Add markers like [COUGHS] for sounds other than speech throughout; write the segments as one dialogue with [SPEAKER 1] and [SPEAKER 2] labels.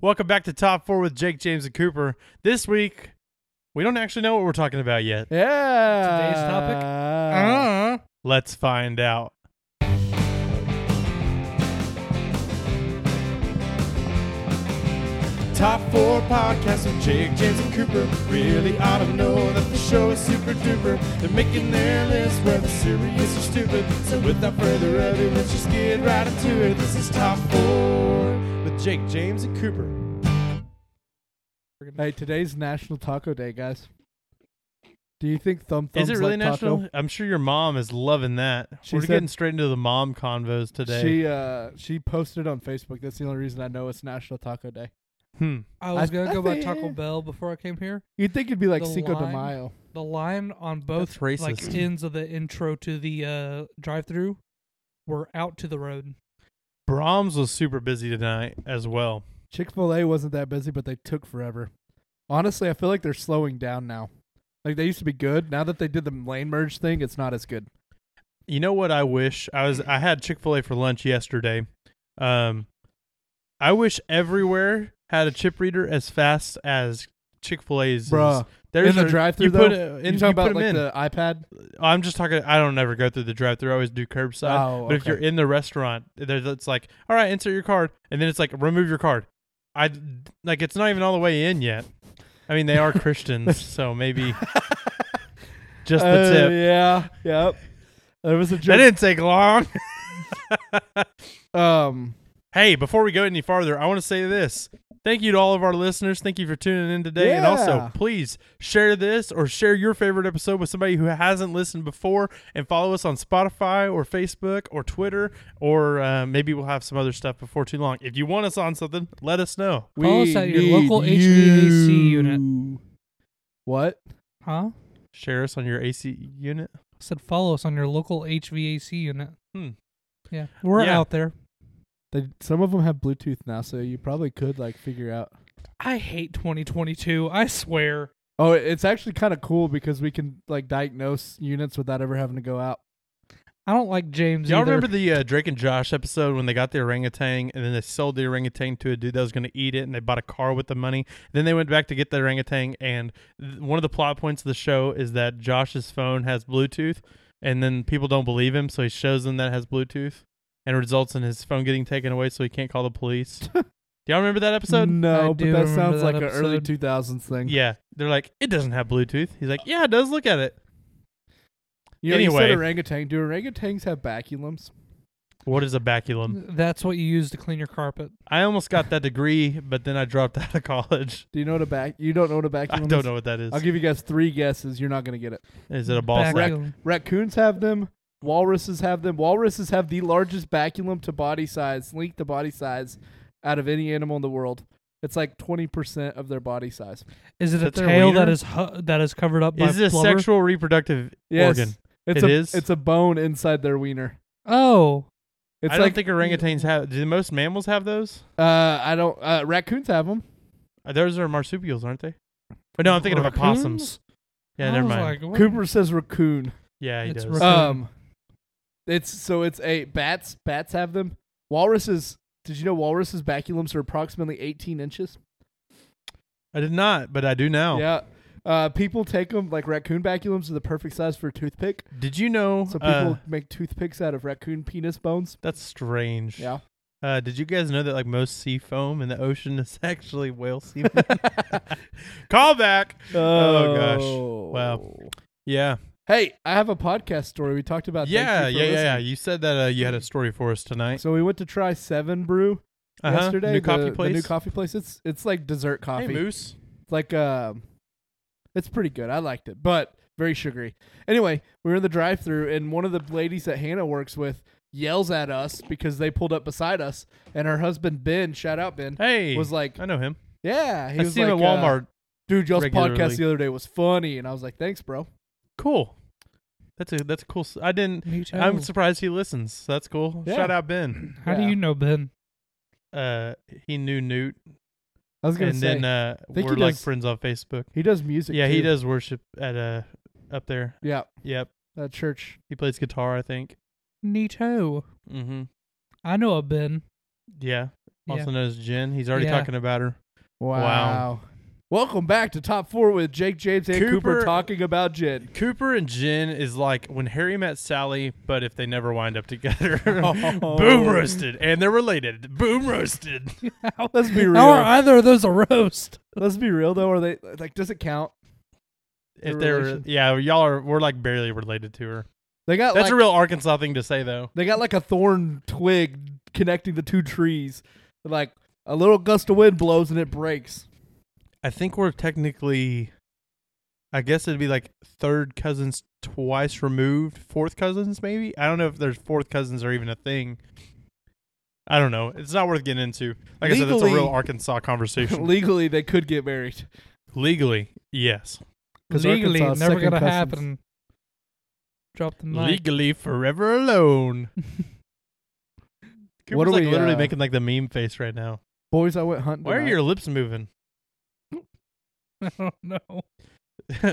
[SPEAKER 1] Welcome back to Top Four with Jake, James, and Cooper. This week, we don't actually know what we're talking about yet. Uh-huh.
[SPEAKER 2] Yeah.
[SPEAKER 3] Today's topic?
[SPEAKER 1] Let's find out.
[SPEAKER 2] Top four podcasts with Jake, James, and Cooper. Really ought to know that the show is super duper. They're making their list where the serious are stupid. So without further ado, let's just get right into it. This is Top Four with Jake, James, and Cooper.
[SPEAKER 3] Hey, today's National Taco Day, guys. Do you think Thumb Thumb's
[SPEAKER 1] Is it really
[SPEAKER 3] like
[SPEAKER 1] national?
[SPEAKER 3] Taco?
[SPEAKER 1] I'm sure your mom is loving that.
[SPEAKER 3] She
[SPEAKER 1] we're
[SPEAKER 3] said-
[SPEAKER 1] getting straight into the mom convos today.
[SPEAKER 3] She uh she posted on Facebook. That's the only reason I know it's National Taco Day.
[SPEAKER 1] hmm.
[SPEAKER 3] I
[SPEAKER 2] I
[SPEAKER 3] was
[SPEAKER 2] was
[SPEAKER 3] I-
[SPEAKER 2] gonna
[SPEAKER 3] gonna
[SPEAKER 2] go
[SPEAKER 3] I go by
[SPEAKER 2] by
[SPEAKER 3] think- Taco
[SPEAKER 2] Taco Bell before I came here.
[SPEAKER 3] You'd think it'd be like
[SPEAKER 2] The
[SPEAKER 3] Cinco de
[SPEAKER 2] lime?
[SPEAKER 3] Mayo.
[SPEAKER 2] The line on both
[SPEAKER 1] That's racist.
[SPEAKER 2] like ends of the intro to the uh, drive-through were out to the road.
[SPEAKER 1] Brahms was super busy tonight as well.
[SPEAKER 3] Chick Fil A wasn't that busy, but they took forever. Honestly, I feel like they're slowing down now. Like they used to be good. Now that they did the lane merge thing, it's not as good.
[SPEAKER 1] You know what I wish? I was I had Chick-fil-A for lunch yesterday. Um I wish everywhere had a chip reader as fast as Chick-fil-A's. is.
[SPEAKER 3] Bruh.
[SPEAKER 1] There's
[SPEAKER 3] in the
[SPEAKER 1] a-
[SPEAKER 3] drive-through
[SPEAKER 1] you
[SPEAKER 3] though,
[SPEAKER 1] put it in-
[SPEAKER 3] you
[SPEAKER 1] you
[SPEAKER 3] talking
[SPEAKER 1] put
[SPEAKER 3] about
[SPEAKER 1] 'em
[SPEAKER 3] like
[SPEAKER 1] in.
[SPEAKER 3] the iPad?
[SPEAKER 1] I'm just talking. I don't ever go through the drive-through. I always do curbside.
[SPEAKER 3] Oh,
[SPEAKER 1] but if
[SPEAKER 3] okay.
[SPEAKER 1] you're in the restaurant, there's it's like, all right, insert your card, and then it's like, remove your card. I like it's not even all the way in yet. I mean, they
[SPEAKER 3] [LAUGHS]
[SPEAKER 1] are Christians, so maybe just the
[SPEAKER 3] Uh,
[SPEAKER 1] tip.
[SPEAKER 3] Yeah. Yep. There was a
[SPEAKER 1] That
[SPEAKER 3] joke.
[SPEAKER 1] didn't take long.
[SPEAKER 3] Um.
[SPEAKER 1] hey, before we go any farther, I want to say this. Thank you to all of our listeners. Thank you for tuning in today. And
[SPEAKER 3] Yeah.
[SPEAKER 1] also, please share this or share your favorite episode with somebody who hasn't listened before and follow us on Spotify or Facebook or Twitter, or uh, maybe we'll have some other stuff before too long. If you want us on something, let us know.
[SPEAKER 2] Call us
[SPEAKER 3] we
[SPEAKER 2] at your
[SPEAKER 3] need
[SPEAKER 2] local HVAC unit.
[SPEAKER 3] you. What?
[SPEAKER 2] Huh?
[SPEAKER 1] Share us on your AC unit.
[SPEAKER 2] said follow us on your local HVAC unit.
[SPEAKER 1] Hmm.
[SPEAKER 2] Yeah, we're
[SPEAKER 1] Yeah.
[SPEAKER 2] out there.
[SPEAKER 3] They, some of them have Bluetooth now, so you probably could like figure out.
[SPEAKER 2] I hate 2022. I swear.
[SPEAKER 3] Oh, it- it's actually kind of cool because we can like diagnose units without ever having to go out.
[SPEAKER 2] I don't like James.
[SPEAKER 1] Y'all
[SPEAKER 2] either.
[SPEAKER 1] remember the uh, Drake and Josh episode when they got the orangutan and then they sold the orangutan to a dude that was going to eat it and they bought a car with the money. Then they went back to get the orangutan and th- one of the plot points of the show is that Josh's phone has Bluetooth and then people don't believe him, so he shows them that it has Bluetooth and it results in his phone getting taken away, so he can't call the
[SPEAKER 3] [LAUGHS]
[SPEAKER 1] police. Do y'all remember that episode?
[SPEAKER 3] no,
[SPEAKER 2] I
[SPEAKER 3] but
[SPEAKER 2] do
[SPEAKER 3] that
[SPEAKER 2] remember
[SPEAKER 3] sounds
[SPEAKER 2] that
[SPEAKER 3] like an early
[SPEAKER 2] episode.
[SPEAKER 3] two thousands thing.
[SPEAKER 1] Yeah, they're like, it doesn't have Bluetooth. He's like, yeah, it does. Look at it.
[SPEAKER 3] You know, you said
[SPEAKER 1] Anyway.
[SPEAKER 3] orangutan. Do orangutans have baculums?
[SPEAKER 1] What is a
[SPEAKER 3] Mm.
[SPEAKER 1] baculum?
[SPEAKER 2] That's what you use to clean your carpet.
[SPEAKER 1] I almost got that degree, but then I dropped out of [LAUGHS] college.
[SPEAKER 3] Do you know what a bac? You don't know what a
[SPEAKER 1] I
[SPEAKER 3] baculum is?
[SPEAKER 1] don't know what that is.
[SPEAKER 3] I'll give you guys three guesses. You're not gonna get it.
[SPEAKER 1] Is it a ball
[SPEAKER 2] Back
[SPEAKER 1] sack?
[SPEAKER 2] to-
[SPEAKER 3] Raccoons have them. Walruses have them. Walruses have the largest baculum to body size, length to body size, out of any animal in the world. It's like twenty percent of their body size.
[SPEAKER 2] Is it a
[SPEAKER 1] That's their
[SPEAKER 2] tail that
[SPEAKER 1] wiener?
[SPEAKER 2] is hu- that is covered up by
[SPEAKER 1] Is this
[SPEAKER 2] blubber?
[SPEAKER 1] sexual reproductive
[SPEAKER 3] Yes,
[SPEAKER 1] organ?
[SPEAKER 3] It's
[SPEAKER 1] It
[SPEAKER 3] a,
[SPEAKER 1] is?
[SPEAKER 3] It's a bone inside their wiener.
[SPEAKER 2] Oh,
[SPEAKER 3] It's
[SPEAKER 1] I
[SPEAKER 3] like
[SPEAKER 1] don't think orangutans have. Do most mammals have those?
[SPEAKER 3] uh, I don't. Uh, raccoons have them.
[SPEAKER 1] Uh, Those are marsupials, aren't they? But no, I'm thinking of opossums.
[SPEAKER 2] Raccoons?
[SPEAKER 1] Yeah,
[SPEAKER 2] I
[SPEAKER 1] never
[SPEAKER 2] was
[SPEAKER 1] mind.
[SPEAKER 2] like, what?
[SPEAKER 3] Cooper says raccoon.
[SPEAKER 1] yeah, he
[SPEAKER 2] It's
[SPEAKER 1] does.
[SPEAKER 2] rac- Raccoon.
[SPEAKER 3] Um, it's so it's eight bats. Bats have them. Walruses. Did you know walruses' baculums are approximately eighteen inches?
[SPEAKER 1] I did not, but I do now.
[SPEAKER 3] Yeah. Uh, people take them like raccoon baculums are the perfect size for a toothpick.
[SPEAKER 1] Did you know?
[SPEAKER 3] So people
[SPEAKER 1] uh,
[SPEAKER 3] make toothpicks out of raccoon penis bones.
[SPEAKER 1] that's strange.
[SPEAKER 3] Yeah.
[SPEAKER 1] Uh, did you guys know that like most sea foam in the ocean is [LAUGHS] actually whale
[SPEAKER 3] [LAUGHS]
[SPEAKER 1] semen? Call back. Oh, gosh. Wow. Yeah.
[SPEAKER 3] Hey, I have a podcast story. We talked about. Uh, thank
[SPEAKER 1] yeah.
[SPEAKER 3] you
[SPEAKER 1] Yeah. Yeah.
[SPEAKER 3] for listening.
[SPEAKER 1] You said that uh, you had a story for us tonight.
[SPEAKER 3] So we went to try Seven Brew
[SPEAKER 1] Uh-huh.
[SPEAKER 3] yesterday.
[SPEAKER 1] New
[SPEAKER 3] the,
[SPEAKER 1] coffee
[SPEAKER 3] the
[SPEAKER 1] place.
[SPEAKER 3] new coffee place. It's it's like dessert coffee.
[SPEAKER 1] Hey, Moose.
[SPEAKER 3] It's like um, it's pretty good. I liked it, but very sugary. Anyway, we were in the drive-through, and one of the ladies that Hannah works with yells at us because they pulled up beside us, and her husband Ben, shout out Ben,
[SPEAKER 1] Hey.
[SPEAKER 3] was like,
[SPEAKER 1] I know him.
[SPEAKER 3] yeah, he
[SPEAKER 1] I
[SPEAKER 3] was
[SPEAKER 1] see him
[SPEAKER 3] like,
[SPEAKER 1] at
[SPEAKER 3] uh,
[SPEAKER 1] Walmart.
[SPEAKER 3] dude, y'all's
[SPEAKER 1] regularly.
[SPEAKER 3] podcast the other day was funny, and I was like,
[SPEAKER 1] [LAUGHS]
[SPEAKER 3] thanks, bro.
[SPEAKER 1] Cool. That's a that's a cool. s- I didn't.
[SPEAKER 2] Me too.
[SPEAKER 1] I'm surprised he listens. That's cool.
[SPEAKER 3] Yeah.
[SPEAKER 1] Shout out Ben.
[SPEAKER 2] How do
[SPEAKER 3] Yeah.
[SPEAKER 2] you know Ben?
[SPEAKER 1] Uh, he knew Newt,
[SPEAKER 3] I was gonna
[SPEAKER 1] and
[SPEAKER 3] say
[SPEAKER 1] then uh,
[SPEAKER 3] think
[SPEAKER 1] we're
[SPEAKER 3] he
[SPEAKER 1] like
[SPEAKER 3] does-
[SPEAKER 1] friends on Facebook.
[SPEAKER 3] he does music.
[SPEAKER 1] Yeah, he
[SPEAKER 3] too.
[SPEAKER 1] does worship at uh up there.
[SPEAKER 3] Yeah,
[SPEAKER 1] Yep,
[SPEAKER 3] that church.
[SPEAKER 1] he plays guitar, I think.
[SPEAKER 2] Neato.
[SPEAKER 1] Mm-hmm.
[SPEAKER 2] I know a Ben.
[SPEAKER 1] Yeah, also known as Jen. He's already
[SPEAKER 4] Yeah.
[SPEAKER 1] talking about her.
[SPEAKER 3] Wow.
[SPEAKER 1] Wow.
[SPEAKER 3] Welcome back to Top Four with Jake James and Cooper,
[SPEAKER 1] Cooper-
[SPEAKER 3] talking about Jin.
[SPEAKER 1] [LAUGHS] Cooper and Jen is like when Harry met Sally, but if they never wind up
[SPEAKER 3] [LAUGHS]
[SPEAKER 1] together, [LAUGHS]
[SPEAKER 3] Oh.
[SPEAKER 1] boom roasted, and they're related. Boom roasted.
[SPEAKER 3] Let's be
[SPEAKER 4] How are
[SPEAKER 3] real.
[SPEAKER 4] either of those a roast?
[SPEAKER 3] Let's be real though. Are they like? Does it count?
[SPEAKER 1] if
[SPEAKER 3] They're
[SPEAKER 1] they're
[SPEAKER 3] relation.
[SPEAKER 1] yeah, y'all are we're like barely related to her.
[SPEAKER 3] They got
[SPEAKER 1] That's
[SPEAKER 3] like,
[SPEAKER 1] a real Arkansas thing to say though.
[SPEAKER 3] They got like a thorn twig connecting the two trees. Like a little gust of wind blows and it breaks.
[SPEAKER 1] I think we're technically, I guess it'd be like third cousins twice removed, fourth cousins maybe. I don't know if there's fourth cousins or even a thing. I don't know. It's not worth getting into. Like I said, it's a real
[SPEAKER 3] Legally-
[SPEAKER 1] Arkansas conversation.
[SPEAKER 3] [LAUGHS] Legally, they could get married.
[SPEAKER 1] Legally, yes.
[SPEAKER 3] [LAUGHS] 'Cause
[SPEAKER 4] Legally,
[SPEAKER 3] Arkansas is
[SPEAKER 4] never
[SPEAKER 3] second
[SPEAKER 4] gonna
[SPEAKER 3] cousins.
[SPEAKER 4] happen. Drop the mic. [LAUGHS]
[SPEAKER 1] Legally, forever alone. Cooper's
[SPEAKER 3] What are
[SPEAKER 1] like
[SPEAKER 3] we,
[SPEAKER 1] literally
[SPEAKER 3] uh,
[SPEAKER 1] making like the meme face right now.
[SPEAKER 3] Boys, I went hunting.
[SPEAKER 1] Why are
[SPEAKER 3] tonight.
[SPEAKER 1] your lips moving? [LAUGHS]
[SPEAKER 4] I don't know.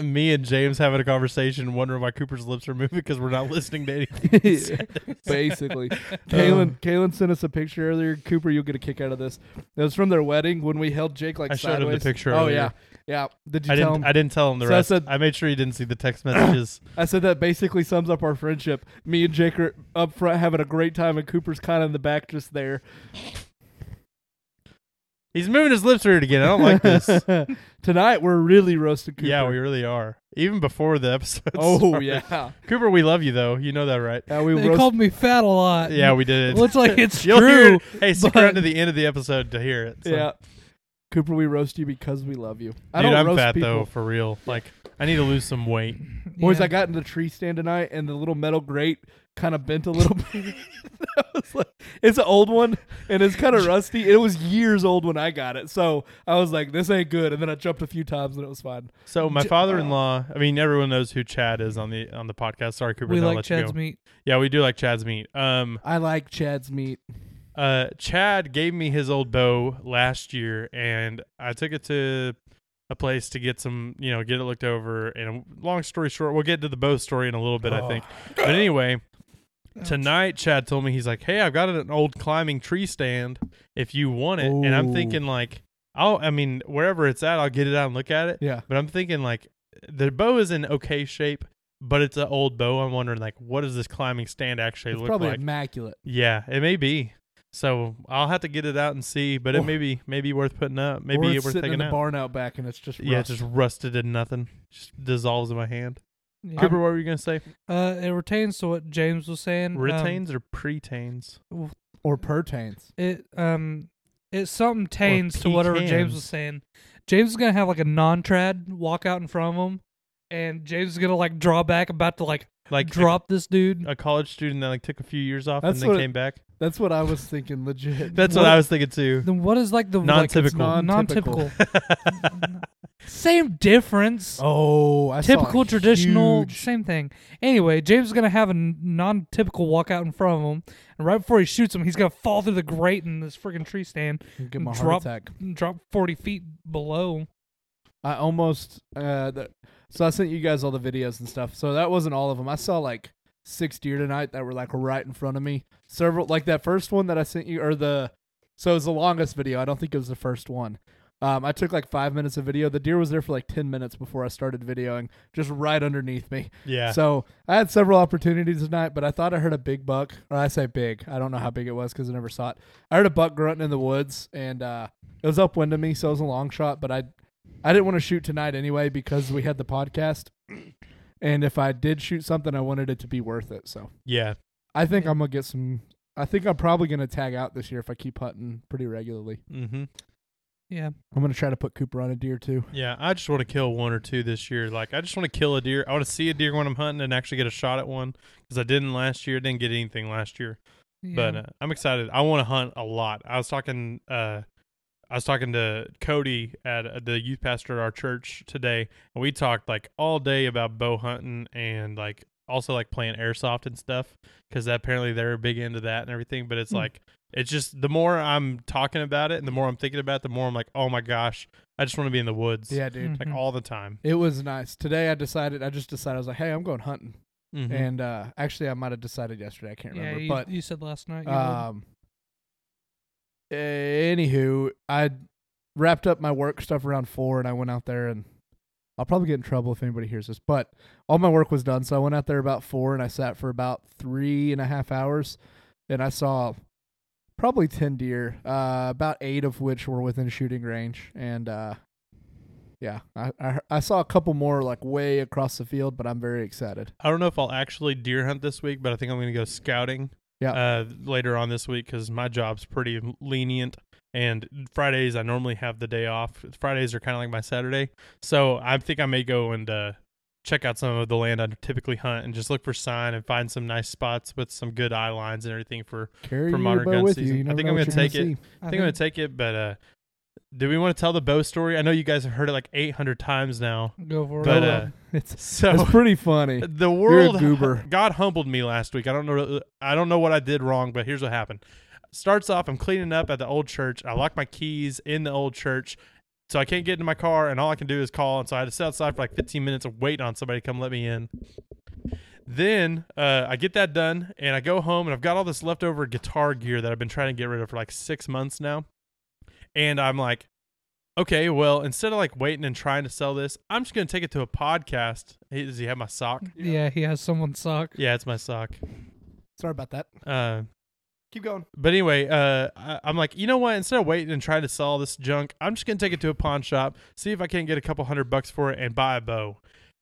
[SPEAKER 1] Me and James having a conversation, wondering why Cooper's lips are moving because we're not [LAUGHS] listening to
[SPEAKER 3] [LAUGHS]
[SPEAKER 1] anything. he said. [LAUGHS] Uh.
[SPEAKER 3] basically. Kaylin, Kaylin sent us a picture earlier. Cooper, you'll get a kick out of this. It was from their wedding when we held Jake like
[SPEAKER 1] I showed him the
[SPEAKER 3] sideways.
[SPEAKER 1] picture
[SPEAKER 3] Oh
[SPEAKER 1] earlier.
[SPEAKER 3] yeah, yeah. Did you
[SPEAKER 1] I
[SPEAKER 3] tell
[SPEAKER 1] didn't.
[SPEAKER 3] him?
[SPEAKER 1] I didn't tell him the
[SPEAKER 3] So I
[SPEAKER 1] rest.
[SPEAKER 3] said-
[SPEAKER 1] I made sure he didn't see the text messages. [COUGHS]
[SPEAKER 3] I said that basically sums up our friendship. Me and Jake are up front having a great time, and Cooper's kind of in the back, just there.
[SPEAKER 1] He's moving his lips weird again. I don't like
[SPEAKER 3] [LAUGHS]
[SPEAKER 1] this.
[SPEAKER 3] Tonight we're really roasting Cooper.
[SPEAKER 1] yeah, we really are. Even before the episode.
[SPEAKER 3] [LAUGHS] Oh
[SPEAKER 1] started. [LAUGHS]
[SPEAKER 3] yeah,
[SPEAKER 1] Cooper, we love you though. You know that, right?
[SPEAKER 3] yeah. We
[SPEAKER 4] They
[SPEAKER 3] roast. [LAUGHS]
[SPEAKER 4] called me fat a
[SPEAKER 3] Uh,
[SPEAKER 4] lot.
[SPEAKER 1] Yeah, we did it.
[SPEAKER 4] looks like
[SPEAKER 1] [LAUGHS]
[SPEAKER 4] it's
[SPEAKER 1] You'll hear
[SPEAKER 4] true.
[SPEAKER 1] it. Hey, stick
[SPEAKER 4] but-
[SPEAKER 1] around to the end of the episode to hear it. so.
[SPEAKER 3] yeah. Cooper, we roast you because we love you. I
[SPEAKER 1] Dude,
[SPEAKER 3] don't
[SPEAKER 1] I'm
[SPEAKER 3] roast
[SPEAKER 1] fat
[SPEAKER 3] people.
[SPEAKER 1] though, for real. Like, I need to lose some weight.
[SPEAKER 3] Boys,
[SPEAKER 4] [LAUGHS] Yeah.
[SPEAKER 3] I got in the tree stand tonight, and the little metal grate kind of bent a little
[SPEAKER 1] [LAUGHS]
[SPEAKER 3] bit. [LAUGHS] I was like- it's an old one, and
[SPEAKER 1] [LAUGHS]
[SPEAKER 3] it's kind of rusty. It was years old when I got it, so I was like, "This ain't good." And then I jumped a few times, and it was fine.
[SPEAKER 1] So my father-in-law. I mean, everyone knows who Chad is on the on the podcast. Sorry, Cooper.
[SPEAKER 4] We
[SPEAKER 1] I'll
[SPEAKER 4] like
[SPEAKER 1] let
[SPEAKER 4] Chad's
[SPEAKER 1] you go.
[SPEAKER 4] meat.
[SPEAKER 1] Yeah, we do like Chad's meat. Um,
[SPEAKER 3] I like Chad's meat.
[SPEAKER 1] uh, Chad gave me his old bow last year, and I took it to a place to get some, you know, get it looked over. And long story short, we'll get to the bow story in a little bit, I think. But anyway, tonight Chad told me he's like, "Hey, I've got an old climbing tree stand if you want it." And I'm
[SPEAKER 3] Ooh.
[SPEAKER 1] thinking like, "I'll, I mean, wherever it's at, I'll get it out and look at it."
[SPEAKER 3] Yeah,
[SPEAKER 1] But I'm thinking like, the bow is in okay shape. But it's an old bow. I'm wondering, like, what does this climbing stand actually
[SPEAKER 3] it's
[SPEAKER 1] look
[SPEAKER 3] probably
[SPEAKER 1] like?
[SPEAKER 3] immaculate.
[SPEAKER 1] Yeah, it may be. So I'll have to get it out and see, but it
[SPEAKER 3] Or-
[SPEAKER 1] may be maybe worth putting up. Maybe
[SPEAKER 3] or it's
[SPEAKER 1] it's worth
[SPEAKER 3] sitting
[SPEAKER 1] taking
[SPEAKER 3] in the
[SPEAKER 1] out.
[SPEAKER 3] barn out back, and it's just
[SPEAKER 1] yeah,
[SPEAKER 3] rust.
[SPEAKER 1] just rusted and nothing. Just dissolves in my hand.
[SPEAKER 4] Yeah.
[SPEAKER 1] Cooper, what were you gonna say?
[SPEAKER 4] Uh, it retains to what James was saying. um,
[SPEAKER 1] Retains or pretains?
[SPEAKER 3] or pertains.
[SPEAKER 4] it um it something tains to whatever James
[SPEAKER 1] pecans.
[SPEAKER 4] was saying. James is gonna have like a non-trad walk out in front of him, and James is gonna like draw back, about to like
[SPEAKER 1] Like a-
[SPEAKER 4] drop this dude.
[SPEAKER 1] a, college student that like took a few years off and
[SPEAKER 3] That's
[SPEAKER 1] then
[SPEAKER 3] what-
[SPEAKER 1] came back.
[SPEAKER 3] That's what I was thinking. Legit.
[SPEAKER 1] That's what,
[SPEAKER 4] what-
[SPEAKER 1] I was thinking
[SPEAKER 3] [LAUGHS]
[SPEAKER 1] too. [LAUGHS]
[SPEAKER 4] then what is like the
[SPEAKER 1] Non-typical.
[SPEAKER 4] Like, it's
[SPEAKER 3] Non-typical.
[SPEAKER 4] non-typical. Same difference.
[SPEAKER 3] oh, I saw a
[SPEAKER 4] typical, traditional,
[SPEAKER 3] huge-
[SPEAKER 4] same thing. Anyway, James is gonna have a n- non-typical walk out in front of him, and right before he shoots him, he's gonna fall through the grate in this freaking tree stand
[SPEAKER 3] Give him a heart
[SPEAKER 4] drop-
[SPEAKER 3] attack.
[SPEAKER 4] and drop forty feet below.
[SPEAKER 3] I almost uh the, so I sent you guys all the videos and stuff. So that wasn't all of them. I saw like six deer tonight that were like right in front of me. Several like that first one that I sent you or the so it was the longest video. I don't think it was the first one. Um, I took like five minutes of video. The deer was there for like ten minutes before I started videoing, just right underneath me.
[SPEAKER 1] Yeah.
[SPEAKER 3] So I had several opportunities tonight, but I thought I heard a big buck. Or I say big. I don't know how big it was because I never saw it. I heard a buck grunting in the woods, and uh, it was upwind of me, so it was a long shot. But I, I didn't want to shoot tonight anyway because we had the podcast, and if I did shoot something, I wanted it to be worth it. So
[SPEAKER 1] yeah.
[SPEAKER 3] I think I'm gonna get some. I think I'm probably gonna tag out this year if I keep hunting pretty regularly.
[SPEAKER 1] Mm-hmm.
[SPEAKER 4] Yeah,
[SPEAKER 3] I'm gonna try to put Cooper on a deer too.
[SPEAKER 1] Yeah. I just want to kill one or two this year. Like I just want to kill a deer. I want to see a deer when I'm hunting and actually get a shot at one because I didn't last year. Didn't get anything last year.
[SPEAKER 4] yeah.
[SPEAKER 1] but uh, I'm excited. I want to hunt a lot. I was talking, uh, I was talking to Cody at uh, the youth pastor at our church today, and we talked like all day about bow hunting and like also like playing airsoft and stuff because apparently they're big into that and everything. But it's
[SPEAKER 4] Hmm.
[SPEAKER 1] like it's just the more I'm talking about it and the more I'm thinking about it, the more I'm like, oh my gosh, I just want to be in the woods,
[SPEAKER 3] Yeah, dude.
[SPEAKER 1] like
[SPEAKER 4] Mhm.
[SPEAKER 1] all the time.
[SPEAKER 3] It was nice today. I decided. I just decided. I was like, hey, I'm going hunting.
[SPEAKER 1] Mhm.
[SPEAKER 3] And uh, actually, I might have decided yesterday. I can't
[SPEAKER 4] yeah,
[SPEAKER 3] remember.
[SPEAKER 1] uh,
[SPEAKER 4] you,
[SPEAKER 3] but
[SPEAKER 4] you said last night. You would.
[SPEAKER 3] um, Uh, anywho, I wrapped up my work stuff around four, and I went out there, and I'll probably get in trouble if anybody hears this, but all my work was done, so I went out there about four, and I sat for about three and a half hours, and I saw probably ten deer, uh, about eight of which were within shooting range, and uh, yeah, I, I I saw a couple more like way across the field, but I'm very excited.
[SPEAKER 1] I don't know if I'll actually deer hunt this week, but I think I'm going to go scouting.
[SPEAKER 3] Yeah.
[SPEAKER 1] Uh, later on this week because my job's pretty lenient, and Fridays I normally have the day off. Fridays are kind of like my Saturday, so I think I may go and uh, check out some of the land I typically hunt and just look for sign and find some nice spots with some good eye lines and everything for.
[SPEAKER 3] Carry
[SPEAKER 1] For
[SPEAKER 3] your
[SPEAKER 1] modern
[SPEAKER 3] bow
[SPEAKER 1] gun
[SPEAKER 3] with
[SPEAKER 1] season.
[SPEAKER 3] you. you
[SPEAKER 1] I
[SPEAKER 3] never
[SPEAKER 1] think
[SPEAKER 3] know
[SPEAKER 1] I'm
[SPEAKER 3] what
[SPEAKER 1] gonna
[SPEAKER 3] you're
[SPEAKER 1] take it.
[SPEAKER 3] see.
[SPEAKER 1] [LAUGHS] I think I'm going to take it, but uh, do we want to tell the bow story? I know you guys have heard it like 800 times now, [LAUGHS]
[SPEAKER 4] Go for
[SPEAKER 1] but
[SPEAKER 4] it.
[SPEAKER 1] uh,
[SPEAKER 3] [LAUGHS] It's
[SPEAKER 1] so
[SPEAKER 3] it's pretty
[SPEAKER 1] [LAUGHS]
[SPEAKER 3] funny.
[SPEAKER 1] the world [LAUGHS]
[SPEAKER 3] goober.
[SPEAKER 1] God humbled me last week. I don't know I don't know what I did wrong, but here's what happened. Starts off I'm cleaning up at the old church. I lock my keys in the old church. So I can't get into my car and all I can do is call and so I had to sit outside for like 15 minutes of waiting on somebody to come let me in. Then uh, I get that done and I go home and I've got all this leftover guitar gear that I've been trying to get rid of for like 6 months now. And I'm like Okay, well, instead of like waiting and trying to sell this, I'm just gonna take it to a podcast. Hey, Does he have my sock?
[SPEAKER 4] yeah, he has someone sock.
[SPEAKER 1] Yeah, it's my sock.
[SPEAKER 3] Sorry about that.
[SPEAKER 1] Uh,
[SPEAKER 3] Keep going.
[SPEAKER 1] but anyway, uh, I, I'm like, you know what? Instead of waiting and trying to sell all this junk, I'm just gonna take it to a pawn shop, see if I can't get a couple hundred bucks for it, and buy a bow.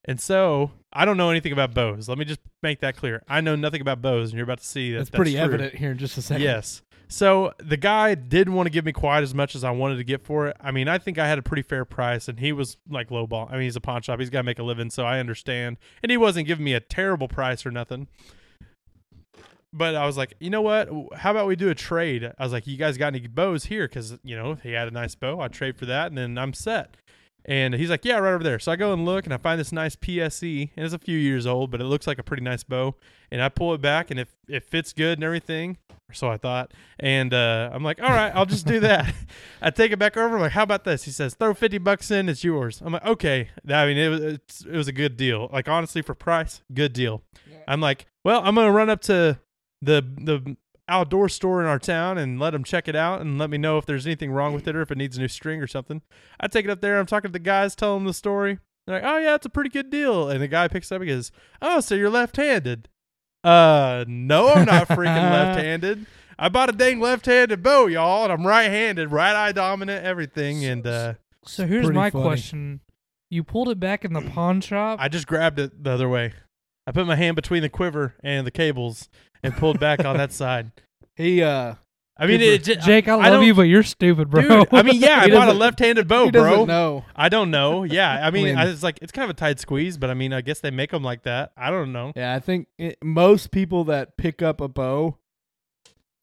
[SPEAKER 1] And so I don't know anything about bows. Let me just make that clear. I know nothing about bows, and you're about to see that.
[SPEAKER 3] That's, pretty
[SPEAKER 1] true.
[SPEAKER 3] evident here in just a second.
[SPEAKER 1] Yes. So the guy didn't want to give me quite as much as I wanted to get for it. I mean, I think I had a pretty fair price, and he was like lowball. I mean, he's a pawn shop; he's got to make a living, so I understand. And he wasn't giving me a terrible price or nothing. But I was like, you know what? How about we do a trade? I was like, you guys got any bows here? Because you know he had a nice bow. I trade for that, and then I'm set. And he's like, yeah, right over there. So I go and look, and I find this nice PSE, and it's a few years old, but it looks like a pretty nice bow. And I pull it back, and it it fits good and everything, or so I thought. And uh, I'm like, all right, I'll just do that. I take it back over. I'm like, how about this? He says, throw fifty bucks in, it's yours. I'm like, okay. I mean, it was it's, it was a good deal. Like honestly, for price, good deal. I'm like, well, I'm gonna run up to the the outdoor store in our town and let them check it out and let me know if there's anything wrong with it or if it needs a new string or something. I take it up there. I'm talking to the guys, tell them the story. They're like, "Oh yeah, it's a pretty good deal." And the guy picks it up and goes, "Oh, so you're left-handed?" Uh, no, I'm not freaking left-handed. I bought a dang left-handed bow, y'all, and I'm right-handed, right eye dominant, everything. And uh,
[SPEAKER 4] So here's
[SPEAKER 3] pretty
[SPEAKER 4] my
[SPEAKER 3] funny.
[SPEAKER 4] question: You pulled it back in the pawn shop.
[SPEAKER 1] I just grabbed it the other way. I put my hand between the quiver and the cables and pulled back on that side.
[SPEAKER 3] He uh
[SPEAKER 1] I mean, it, ju-
[SPEAKER 4] Jake, I love
[SPEAKER 1] don't-
[SPEAKER 4] you, but you're stupid, bro.
[SPEAKER 1] Dude, I
[SPEAKER 3] [LAUGHS]
[SPEAKER 1] mean, yeah, I
[SPEAKER 3] He
[SPEAKER 1] bought a
[SPEAKER 3] doesn't-
[SPEAKER 1] left-handed bow,
[SPEAKER 3] he
[SPEAKER 1] Oh, bro.
[SPEAKER 3] doesn't know.
[SPEAKER 1] I don't know. Yeah,
[SPEAKER 3] [LAUGHS]
[SPEAKER 1] I mean,
[SPEAKER 3] mean-
[SPEAKER 1] I it's like it's kind of a tight squeeze, but I mean, I guess they make them like that. I don't know.
[SPEAKER 3] Yeah, I think it, most people that pick up a bow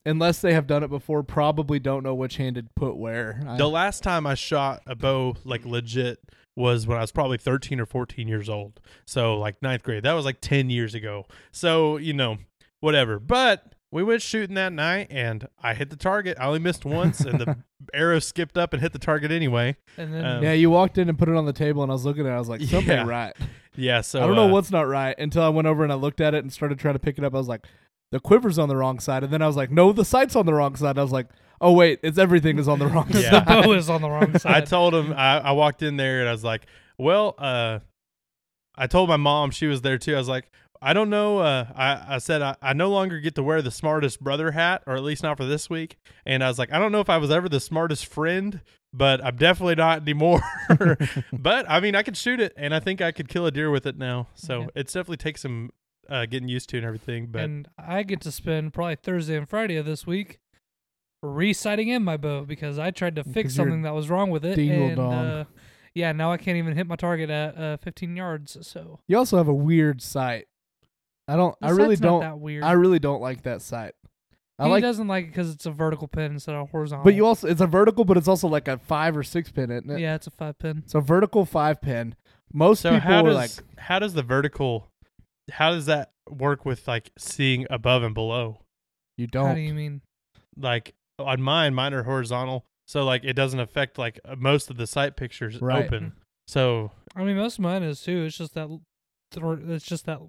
[SPEAKER 3] unless they have done it before probably don't know which hand to put where. I-
[SPEAKER 1] The last time I shot a bow like legit was when I was probably 13 or 14 years old. So like ninth grade. That was like 10 years ago. So, you know, whatever. But we went shooting that night and I hit the target. I only missed once and
[SPEAKER 3] [LAUGHS]
[SPEAKER 1] the arrow skipped up and hit the target anyway.
[SPEAKER 4] [LAUGHS] and then
[SPEAKER 1] Um,
[SPEAKER 3] yeah, you walked in and put it on the table and I was looking at it I was like something
[SPEAKER 1] [LAUGHS] Yeah.
[SPEAKER 3] right.
[SPEAKER 1] Yeah, so
[SPEAKER 3] I don't know
[SPEAKER 1] uh,
[SPEAKER 3] what's not right until I went over and I looked at it and started trying to pick it up. I was like the quiver's on the wrong side and then I was like no, the sight's on the wrong side. I was like oh wait, it's everything is on the wrong
[SPEAKER 1] [LAUGHS] Yeah.
[SPEAKER 4] [LAUGHS] the
[SPEAKER 3] side.
[SPEAKER 4] bow is on the wrong
[SPEAKER 1] [LAUGHS] I
[SPEAKER 4] side.
[SPEAKER 1] told him I, I walked in there and I was like, well, uh, I told my mom she was there too. I was like, I don't know. Uh, I, I said I, I no longer get to wear the smartest brother hat, or at least not for this week. And I was like, I don't know if I was ever the smartest friend, but I'm definitely not anymore. [LAUGHS] but I mean, I could shoot it, and I think I could kill a deer with it now. So
[SPEAKER 4] Yeah.
[SPEAKER 1] it's definitely takes some uh, getting used to and everything. But
[SPEAKER 4] and I get to spend probably Thursday and Friday of this week reciting in my bow because I tried to fix
[SPEAKER 3] 'Cause you're
[SPEAKER 4] something that was wrong with it.
[SPEAKER 3] dingle
[SPEAKER 4] And,
[SPEAKER 3] dong.
[SPEAKER 4] uh, yeah, now I can't even hit my target at uh, 15 yards. So
[SPEAKER 3] you also have a weird sight. I don't I
[SPEAKER 4] The
[SPEAKER 3] really
[SPEAKER 4] sight's not
[SPEAKER 3] don't
[SPEAKER 4] that weird.
[SPEAKER 3] I really don't like that sight. I
[SPEAKER 4] he
[SPEAKER 3] like
[SPEAKER 4] doesn't like it because it's a vertical pin instead of a horizontal.
[SPEAKER 3] But you uh, also it's a vertical, but it's also like a five or six pin, isn't it?
[SPEAKER 4] yeah, it's a five pin.
[SPEAKER 3] It's a vertical five pin. Most
[SPEAKER 1] so
[SPEAKER 3] people
[SPEAKER 1] how
[SPEAKER 3] were
[SPEAKER 1] does
[SPEAKER 3] like,
[SPEAKER 1] how does the vertical how does that work with like seeing above and below?
[SPEAKER 3] "You don't."
[SPEAKER 4] How do you mean?
[SPEAKER 1] like on mine, mine are horizontal, so like it doesn't affect like uh, most of the sight pictures
[SPEAKER 3] Right.
[SPEAKER 1] open. So
[SPEAKER 4] I mean, most of mine is too. It's just that. Th- it's just that.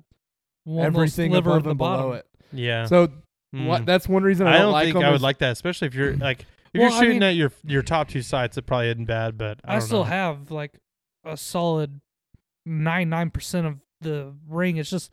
[SPEAKER 4] One little
[SPEAKER 3] Everything
[SPEAKER 4] sliver
[SPEAKER 3] above
[SPEAKER 4] of the
[SPEAKER 3] and below
[SPEAKER 4] bottom.
[SPEAKER 3] it.
[SPEAKER 1] yeah,
[SPEAKER 3] So
[SPEAKER 1] Mm.
[SPEAKER 3] what, that's one reason I,
[SPEAKER 1] I don't
[SPEAKER 3] like
[SPEAKER 1] think
[SPEAKER 3] them.
[SPEAKER 1] I would
[SPEAKER 3] is-
[SPEAKER 4] [CLEARS THROAT]
[SPEAKER 1] like that, especially if you're like If
[SPEAKER 4] Well,
[SPEAKER 1] you're
[SPEAKER 4] I
[SPEAKER 1] shooting
[SPEAKER 4] mean-
[SPEAKER 1] at your your top two sights, it probably isn't bad, but I,
[SPEAKER 4] I,
[SPEAKER 1] don't
[SPEAKER 4] still
[SPEAKER 1] know.
[SPEAKER 4] have like a solid nine nine percent of the ring. It's just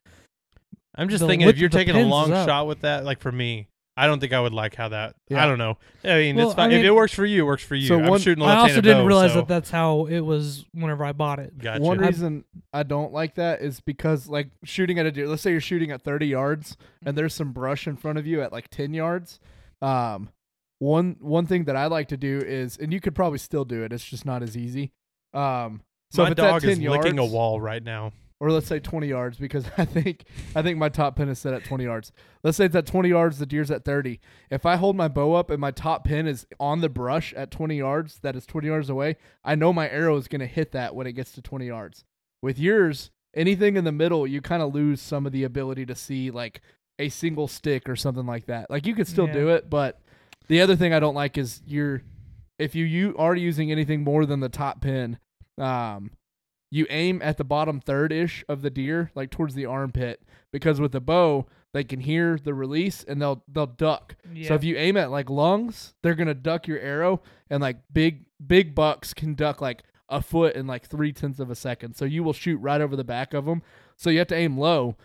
[SPEAKER 1] I'm just
[SPEAKER 4] the
[SPEAKER 1] thinking if
[SPEAKER 4] width of
[SPEAKER 1] you're
[SPEAKER 4] the
[SPEAKER 1] taking a
[SPEAKER 4] pins
[SPEAKER 1] long
[SPEAKER 4] is up.
[SPEAKER 1] shot with that, like for me, I don't think I would like how that.
[SPEAKER 3] Yeah.
[SPEAKER 1] I don't know. I mean,
[SPEAKER 4] Well,
[SPEAKER 1] it's fine.
[SPEAKER 4] I
[SPEAKER 1] if
[SPEAKER 4] mean-
[SPEAKER 1] it works for you, it works for you.
[SPEAKER 3] So
[SPEAKER 1] I'm
[SPEAKER 3] one-
[SPEAKER 1] shooting a
[SPEAKER 4] I
[SPEAKER 1] left-handed
[SPEAKER 4] also didn't
[SPEAKER 1] bow,
[SPEAKER 4] realize
[SPEAKER 1] so-
[SPEAKER 4] that that's how it was whenever I bought it.
[SPEAKER 1] Gotcha.
[SPEAKER 3] One reason I don't like that is because like shooting at a deer. Let's say you're shooting at 30 yards and there's some brush in front of you at like 10 yards. Um, one one thing that I like to do is, and you could probably still do it. It's just not as easy. Um, so
[SPEAKER 1] My
[SPEAKER 3] if it's
[SPEAKER 1] dog
[SPEAKER 3] at 10
[SPEAKER 1] is
[SPEAKER 3] yards,
[SPEAKER 1] licking a wall right now.
[SPEAKER 3] or let's say 20 yards because [LAUGHS] I think I think my top pin is set at 20 yards. Let's say it's at 20 yards, the deer's at 30. If I hold my bow up and my top pin is on the brush at 20 yards, that is 20 yards away, I know my arrow is going to hit that when it gets to 20 yards. With yours, anything in the middle, you kind of lose some of the ability to see like a single stick or something like that. Like you could still
[SPEAKER 4] Yeah.
[SPEAKER 3] do it, but the other thing I don't like is you're if you you are using anything more than the top pin, um, you aim at the bottom third ish of the deer, like towards the armpit, because with the bow they can hear the release and they'll they'll duck. So if you aim at like lungs, they're gonna duck your arrow, and like big big bucks can duck like a foot in like three tenths of a second. So you will shoot right over the back of them. So you have to aim low.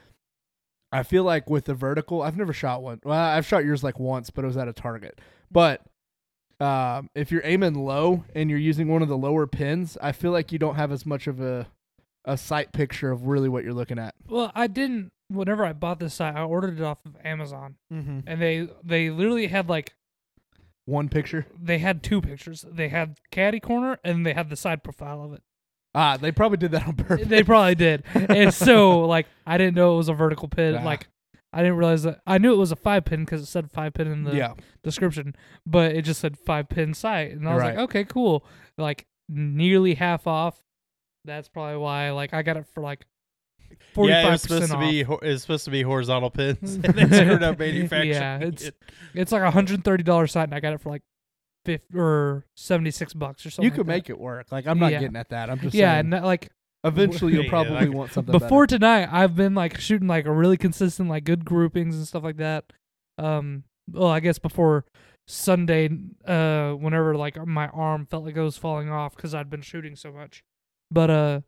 [SPEAKER 3] I feel like with the vertical, I've never shot one. Well, I've shot yours like once, but it was at a target. But um, if you're aiming low and you're using one of the lower pins, I feel like you don't have as much of a a sight picture of really what you're looking at.
[SPEAKER 4] well, I didn't. Whenever I bought this site, I ordered it off of Amazon,
[SPEAKER 3] Mm-hmm.
[SPEAKER 4] and they they literally had like
[SPEAKER 3] One picture.
[SPEAKER 4] they had two pictures. They had caddy corner, and they had the side profile of it.
[SPEAKER 3] Ah, they probably did that on purpose.
[SPEAKER 4] they probably did.
[SPEAKER 3] [LAUGHS]
[SPEAKER 4] And so, like, I didn't know it was a vertical pin.
[SPEAKER 3] Ah.
[SPEAKER 4] Like, I didn't realize that. I knew it was a five pin because it said five pin in the
[SPEAKER 3] yeah.
[SPEAKER 4] description, but it just said five pin sight, and I was
[SPEAKER 3] Right.
[SPEAKER 4] like, okay, cool. Like, nearly half off. That's probably why. Like, I got it for like forty
[SPEAKER 1] Yeah, it was
[SPEAKER 4] five
[SPEAKER 1] supposed
[SPEAKER 4] percent
[SPEAKER 1] to
[SPEAKER 4] off.
[SPEAKER 1] be ho- it was supposed to be horizontal
[SPEAKER 4] [LAUGHS]
[SPEAKER 1] pins, and they screwed up manufacturing.
[SPEAKER 4] Yeah, it's-
[SPEAKER 1] it.
[SPEAKER 4] It's like a hundred thirty dollar site, and I got it for like fifty or seventy six bucks or something.
[SPEAKER 3] You
[SPEAKER 4] like
[SPEAKER 3] could
[SPEAKER 4] that.
[SPEAKER 3] make it work. Like I'm not
[SPEAKER 4] Yeah.
[SPEAKER 3] getting at that. I'm just
[SPEAKER 4] Yeah,
[SPEAKER 3] saying.
[SPEAKER 4] and that, like
[SPEAKER 3] eventually you'll
[SPEAKER 1] Yeah,
[SPEAKER 3] probably
[SPEAKER 1] like-
[SPEAKER 3] want something
[SPEAKER 4] before tonight i've been like shooting like a really consistent like good groupings and stuff like that um well i guess before sunday uh whenever like my arm felt like it was falling off because i'd been shooting so much but uh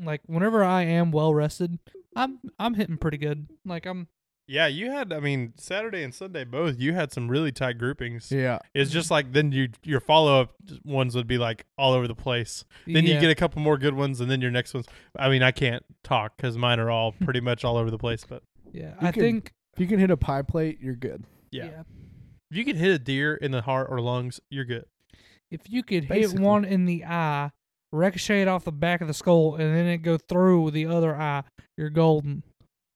[SPEAKER 4] like whenever i am well rested i'm i'm hitting pretty good like i'm
[SPEAKER 1] [LAUGHS] yeah, you had. I mean, Saturday and Sunday both. You had some really tight groupings.
[SPEAKER 4] [LAUGHS]
[SPEAKER 3] Better. Yeah.
[SPEAKER 1] It's just like then you your follow up ones would be like all over the place. Then
[SPEAKER 4] yeah.
[SPEAKER 1] you get a couple more good ones, and then your next ones. I mean, I can't talk because mine are
[SPEAKER 4] [LAUGHS]
[SPEAKER 1] all pretty much all over the place. But
[SPEAKER 4] yeah
[SPEAKER 3] you
[SPEAKER 4] i
[SPEAKER 3] can-
[SPEAKER 4] think
[SPEAKER 3] If you can hit a pie plate, you're good.
[SPEAKER 1] yeah.
[SPEAKER 4] yeah.
[SPEAKER 1] if you can hit a deer in the heart or lungs, you're good.
[SPEAKER 4] if you could
[SPEAKER 3] Basically.
[SPEAKER 4] hit one in the eye ricochet it off the back of the skull and then it go through the other eye you're golden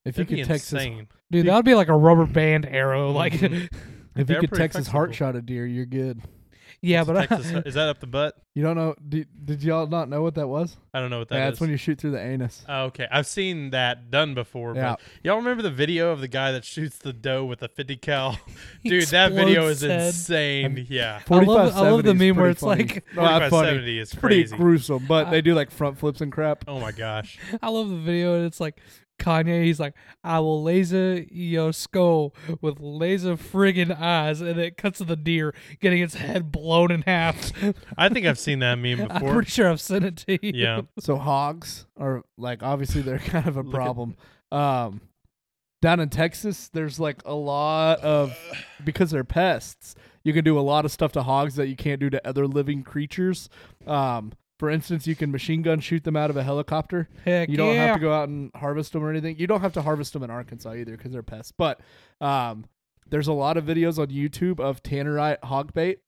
[SPEAKER 3] If
[SPEAKER 1] That'd
[SPEAKER 3] you
[SPEAKER 1] be
[SPEAKER 3] could Texas,
[SPEAKER 1] insane.
[SPEAKER 4] Dude, that would be like a rubber band
[SPEAKER 1] [LAUGHS]
[SPEAKER 4] arrow. [LAUGHS] Like, [LAUGHS]
[SPEAKER 1] Mhm.
[SPEAKER 3] if
[SPEAKER 1] They're
[SPEAKER 3] you could
[SPEAKER 1] pretty
[SPEAKER 3] Texas heart
[SPEAKER 1] flexible.
[SPEAKER 3] shot a deer, you're good.
[SPEAKER 4] yeah, but [LAUGHS]
[SPEAKER 1] Texas, is that up the butt?
[SPEAKER 3] You don't know? Did, did y'all not know what that was?
[SPEAKER 1] I don't know what
[SPEAKER 3] yeah,
[SPEAKER 1] that
[SPEAKER 3] that's
[SPEAKER 1] is.
[SPEAKER 3] when you shoot through the anus.
[SPEAKER 1] Oh, okay, I've seen that done before.
[SPEAKER 3] Yeah.
[SPEAKER 1] But y'all remember the video of the guy that shoots the doe with a 50 cal?
[SPEAKER 4] [LAUGHS] He
[SPEAKER 1] Dude, that video is
[SPEAKER 4] explodes his head.
[SPEAKER 1] insane.
[SPEAKER 4] [LAUGHS]
[SPEAKER 1] Yeah.
[SPEAKER 4] I love-
[SPEAKER 3] 45
[SPEAKER 4] I love the meme where it's [LAUGHS] like-
[SPEAKER 3] not funny.
[SPEAKER 1] 4570 is
[SPEAKER 3] It's pretty
[SPEAKER 1] crazy.
[SPEAKER 3] gruesome, but
[SPEAKER 4] I-
[SPEAKER 3] they do like front flips and crap.
[SPEAKER 1] Oh my gosh.
[SPEAKER 4] I love the video, and it's like Kanye. He's like, "I will laser your skull with laser friggin' eyes," and it cuts to the deer getting its head blown
[SPEAKER 1] [LAUGHS]
[SPEAKER 4] in half.
[SPEAKER 1] I think I've seen that meme
[SPEAKER 4] [LAUGHS] I'm
[SPEAKER 1] before.
[SPEAKER 4] pretty sure I've sent it to you.
[SPEAKER 1] Yeah.
[SPEAKER 3] So hogs are like obviously they're [LAUGHS] kind of a
[SPEAKER 1] at-
[SPEAKER 3] problem. Um, down in Texas, there's like a lot of because they're pests. You can do a lot of stuff to hogs that you can't do to other living creatures. Um, for instance, you can machine gun shoot them out of a helicopter.
[SPEAKER 4] [LAUGHS] Heck
[SPEAKER 3] you don't
[SPEAKER 4] yeah.
[SPEAKER 3] have to go out and harvest them or anything. You don't have to harvest them in Arkansas either because they're pests. But um, there's a lot of videos on YouTube of tannerite hog bait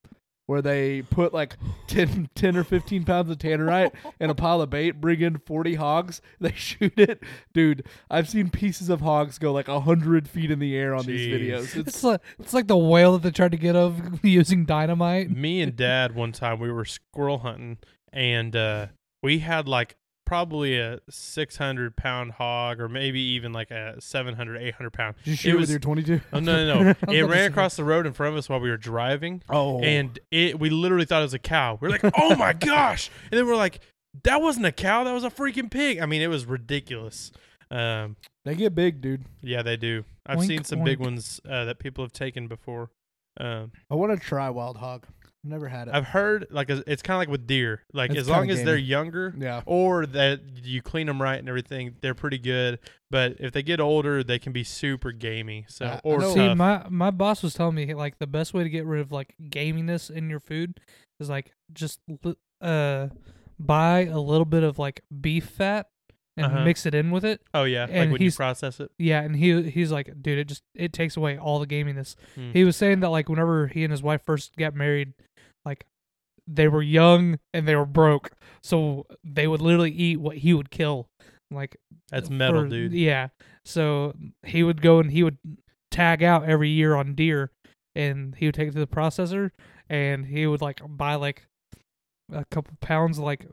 [SPEAKER 3] where they
[SPEAKER 1] [LAUGHS]
[SPEAKER 3] put like 10, 10 or 15 pounds of tannerite in a pile of bait, bring in 40 hogs. [LAUGHS] They shoot it. Dude, I've seen pieces of hogs go like 100 feet in the air on these
[SPEAKER 1] Jeez.
[SPEAKER 3] videos. It's,
[SPEAKER 4] It's like it's like the whale that they tried to get of [LAUGHS] using dynamite.
[SPEAKER 1] me and dad one time we were squirrel hunting and uh we had like probably a 600 pound hog or maybe even like a 700 800 pound
[SPEAKER 3] Did you shoot it with your 22?
[SPEAKER 1] oh no
[SPEAKER 4] [LAUGHS]
[SPEAKER 1] no no
[SPEAKER 4] thought
[SPEAKER 1] it
[SPEAKER 4] this was-
[SPEAKER 1] ran across the road in front of us while we were driving
[SPEAKER 3] [LAUGHS] Oh.
[SPEAKER 1] and it we literally thought it was a cow we are like oh
[SPEAKER 4] [LAUGHS]
[SPEAKER 1] my gosh and then we're like that wasn't a cow that was a freaking pig i mean it was ridiculous um
[SPEAKER 3] they get big, dude.
[SPEAKER 1] yeah they do i've
[SPEAKER 4] Oink,
[SPEAKER 1] seen some big
[SPEAKER 4] oink.
[SPEAKER 1] ones uh, that people have taken before Um,
[SPEAKER 3] I want to try wild hog. I've never had it.
[SPEAKER 1] I've heard like as- it's kind of like with deer. Like
[SPEAKER 3] It's
[SPEAKER 1] as long
[SPEAKER 3] kinda
[SPEAKER 1] as they're
[SPEAKER 3] gamey.
[SPEAKER 1] younger,
[SPEAKER 3] yeah.
[SPEAKER 1] or that you clean them right and everything, they're pretty good. But if they get older, they can be super gamey. So
[SPEAKER 3] Uh, I
[SPEAKER 1] or
[SPEAKER 3] know-
[SPEAKER 1] tough.
[SPEAKER 4] See, my my boss was telling me like the best way to get rid of like gaminess in your food is like just li- uh buy a little bit of like beef fat and
[SPEAKER 1] Uh-huh.
[SPEAKER 4] mix it in with it.
[SPEAKER 1] oh yeah, like
[SPEAKER 4] and
[SPEAKER 1] when you
[SPEAKER 4] he's-
[SPEAKER 1] process it.
[SPEAKER 4] Yeah, and he he's like, dude, it just it takes away all the gaminess.
[SPEAKER 1] Hmm.
[SPEAKER 4] He was saying that like whenever he and his wife first got married, like they were young and they were broke, so they would literally eat what he would kill. Like
[SPEAKER 1] That's metal,
[SPEAKER 4] for-
[SPEAKER 1] dude.
[SPEAKER 4] Yeah. So he would go and he would tag out every year on deer, and he would take it to the processor, and he would like buy like a couple pounds of, like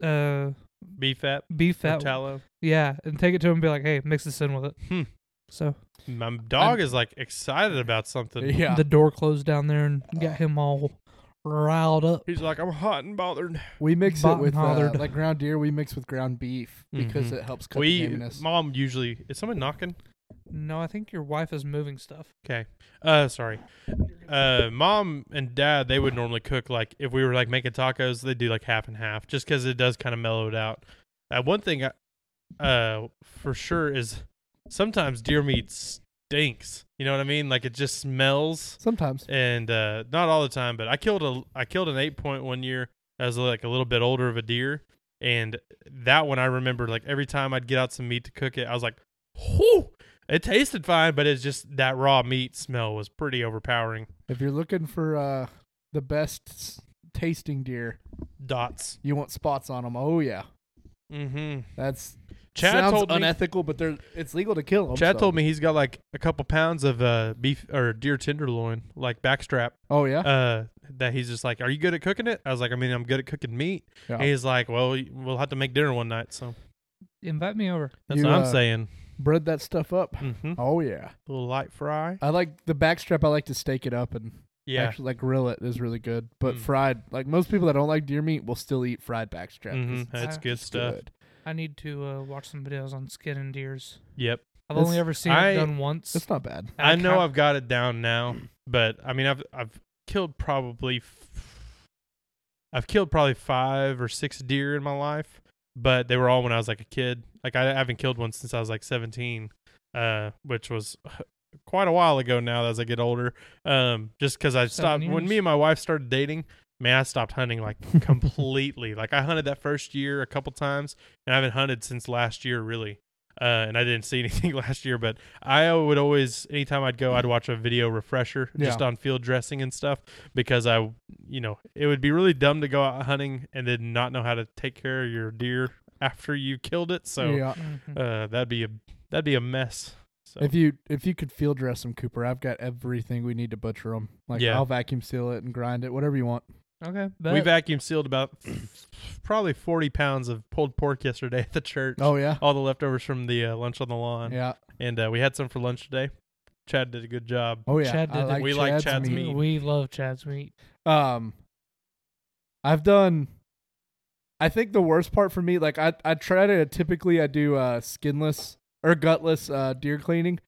[SPEAKER 4] uh
[SPEAKER 1] Beef fat,
[SPEAKER 4] beef
[SPEAKER 1] or
[SPEAKER 4] fat.
[SPEAKER 1] tallow.
[SPEAKER 4] Yeah, and take it to him and be like, hey, mix this in with it.
[SPEAKER 1] Hmm.
[SPEAKER 4] So
[SPEAKER 1] My dog is like excited about something.
[SPEAKER 3] Yeah.
[SPEAKER 4] the door closed down there and got him all riled up.
[SPEAKER 1] [LAUGHS] He's like, I'm hot and bothered.
[SPEAKER 3] we mix it
[SPEAKER 4] Bot
[SPEAKER 3] with uh,
[SPEAKER 4] bothered.
[SPEAKER 3] like ground deer. We mix with ground beef because
[SPEAKER 1] Mhm.
[SPEAKER 3] it helps cut the
[SPEAKER 1] We,
[SPEAKER 3] gaminess.
[SPEAKER 1] mom, usually is someone knocking.
[SPEAKER 4] No, I think your wife is moving stuff.
[SPEAKER 1] Okay. Uh, sorry. Uh, mom and dad, they would normally cook like if we were like making tacos, they do like half and half, just because it does kind of mellow it out. Uh, one thing, I, uh, for sure is sometimes deer meat stinks. You know what I mean? Like it just smells,
[SPEAKER 3] Sometimes.
[SPEAKER 1] and uh, not all the time, but I killed a I killed an eight point one year. I was like a little bit older of a deer, and that one I remember like every time I'd get out some meat to cook it, I was like, whoo. It tasted fine, but it's just that raw meat smell was pretty overpowering.
[SPEAKER 3] If you're looking for uh, the best s- tasting deer,
[SPEAKER 1] dots.
[SPEAKER 3] you want spots on them. Oh yeah,
[SPEAKER 1] Mm-hmm.
[SPEAKER 3] that's
[SPEAKER 1] Chad
[SPEAKER 3] sounds
[SPEAKER 1] told me.
[SPEAKER 3] unethical, but they're it's legal to kill them.
[SPEAKER 1] Chad told me he's got like a couple pounds of uh, beef or deer tenderloin, like backstrap.
[SPEAKER 3] Oh yeah,
[SPEAKER 1] Uh, that he's just like, "Are you good at cooking it?" I was like, "I mean, I'm good at cooking meat."
[SPEAKER 3] Yeah.
[SPEAKER 1] And he's like, "Well, y- we'll have to make dinner one night." So
[SPEAKER 4] Invite me over.
[SPEAKER 1] that's
[SPEAKER 3] You,
[SPEAKER 1] what I'm
[SPEAKER 3] uh,
[SPEAKER 1] saying.
[SPEAKER 3] bread that stuff up.
[SPEAKER 1] Mm-hmm. A
[SPEAKER 3] Oh yeah,
[SPEAKER 1] little light fry.
[SPEAKER 3] I like the backstrap. I like to steak it up and
[SPEAKER 1] Yeah.
[SPEAKER 3] actually like grill it is really good. But
[SPEAKER 1] Mm.
[SPEAKER 3] fried, like most people that don't like deer meat, will still eat fried backstrap. 'cause
[SPEAKER 1] Mhm.
[SPEAKER 3] it's
[SPEAKER 1] That's
[SPEAKER 4] I-
[SPEAKER 1] good
[SPEAKER 3] just
[SPEAKER 1] stuff.
[SPEAKER 3] good.
[SPEAKER 4] I need to uh, watch some videos on skin and deers.
[SPEAKER 1] Yep.
[SPEAKER 4] I've
[SPEAKER 3] It's-
[SPEAKER 4] only ever seen
[SPEAKER 1] I-
[SPEAKER 4] it done once.
[SPEAKER 3] It's not bad.
[SPEAKER 4] and
[SPEAKER 1] I, know
[SPEAKER 4] kinda-
[SPEAKER 1] I've got it down now, [CLEARS THROAT] but I mean, I've I've killed probably, f- I've killed probably five or six deer in my life, but they were all when I was like a kid. Like I haven't killed one since I was like seventeen, uh, which was [LAUGHS] quite a while ago now. As I get older, um, just because I
[SPEAKER 4] Seven
[SPEAKER 1] stopped when me
[SPEAKER 4] years.
[SPEAKER 1] and my wife started dating. Man, I stopped hunting like
[SPEAKER 3] [LAUGHS]
[SPEAKER 1] completely. like I hunted that first year a couple times, and I haven't hunted since last year really. Uh, and I didn't see [LAUGHS] anything last year, but I would always, anytime I'd go, I'd watch a video refresher just
[SPEAKER 3] Yeah.
[SPEAKER 1] on field dressing and stuff because I, you know, it would be really dumb to go out hunting and then not know how to take care of your deer after you killed it. So
[SPEAKER 3] yeah.
[SPEAKER 4] Mhm.
[SPEAKER 1] uh, that'd be a that'd be a mess. So
[SPEAKER 3] If you if you could field dress them, Cooper, I've got everything we need to butcher them. Like
[SPEAKER 1] Yeah.
[SPEAKER 3] I'll vacuum seal it and grind it, whatever you want.
[SPEAKER 1] Uh,
[SPEAKER 4] okay.
[SPEAKER 1] we
[SPEAKER 4] bet.
[SPEAKER 1] vacuum sealed about [CLEARS THROAT] probably forty pounds of pulled pork yesterday [LAUGHS] at the church.
[SPEAKER 3] Oh yeah,
[SPEAKER 1] All the leftovers from the uh, lunch on the lawn,
[SPEAKER 3] yeah.
[SPEAKER 1] and uh, we had some for lunch today. Chad did a good job.
[SPEAKER 3] Oh yeah.
[SPEAKER 4] Chad
[SPEAKER 3] I
[SPEAKER 4] did it.
[SPEAKER 3] like
[SPEAKER 1] We like
[SPEAKER 3] Chad's
[SPEAKER 1] Chad's
[SPEAKER 3] meat.
[SPEAKER 1] meat. mean.
[SPEAKER 4] We love Chad's meat.
[SPEAKER 3] Um, I've done. I think the worst part for me, like I, I try to typically I do uh skinless or gutless uh deer cleaning,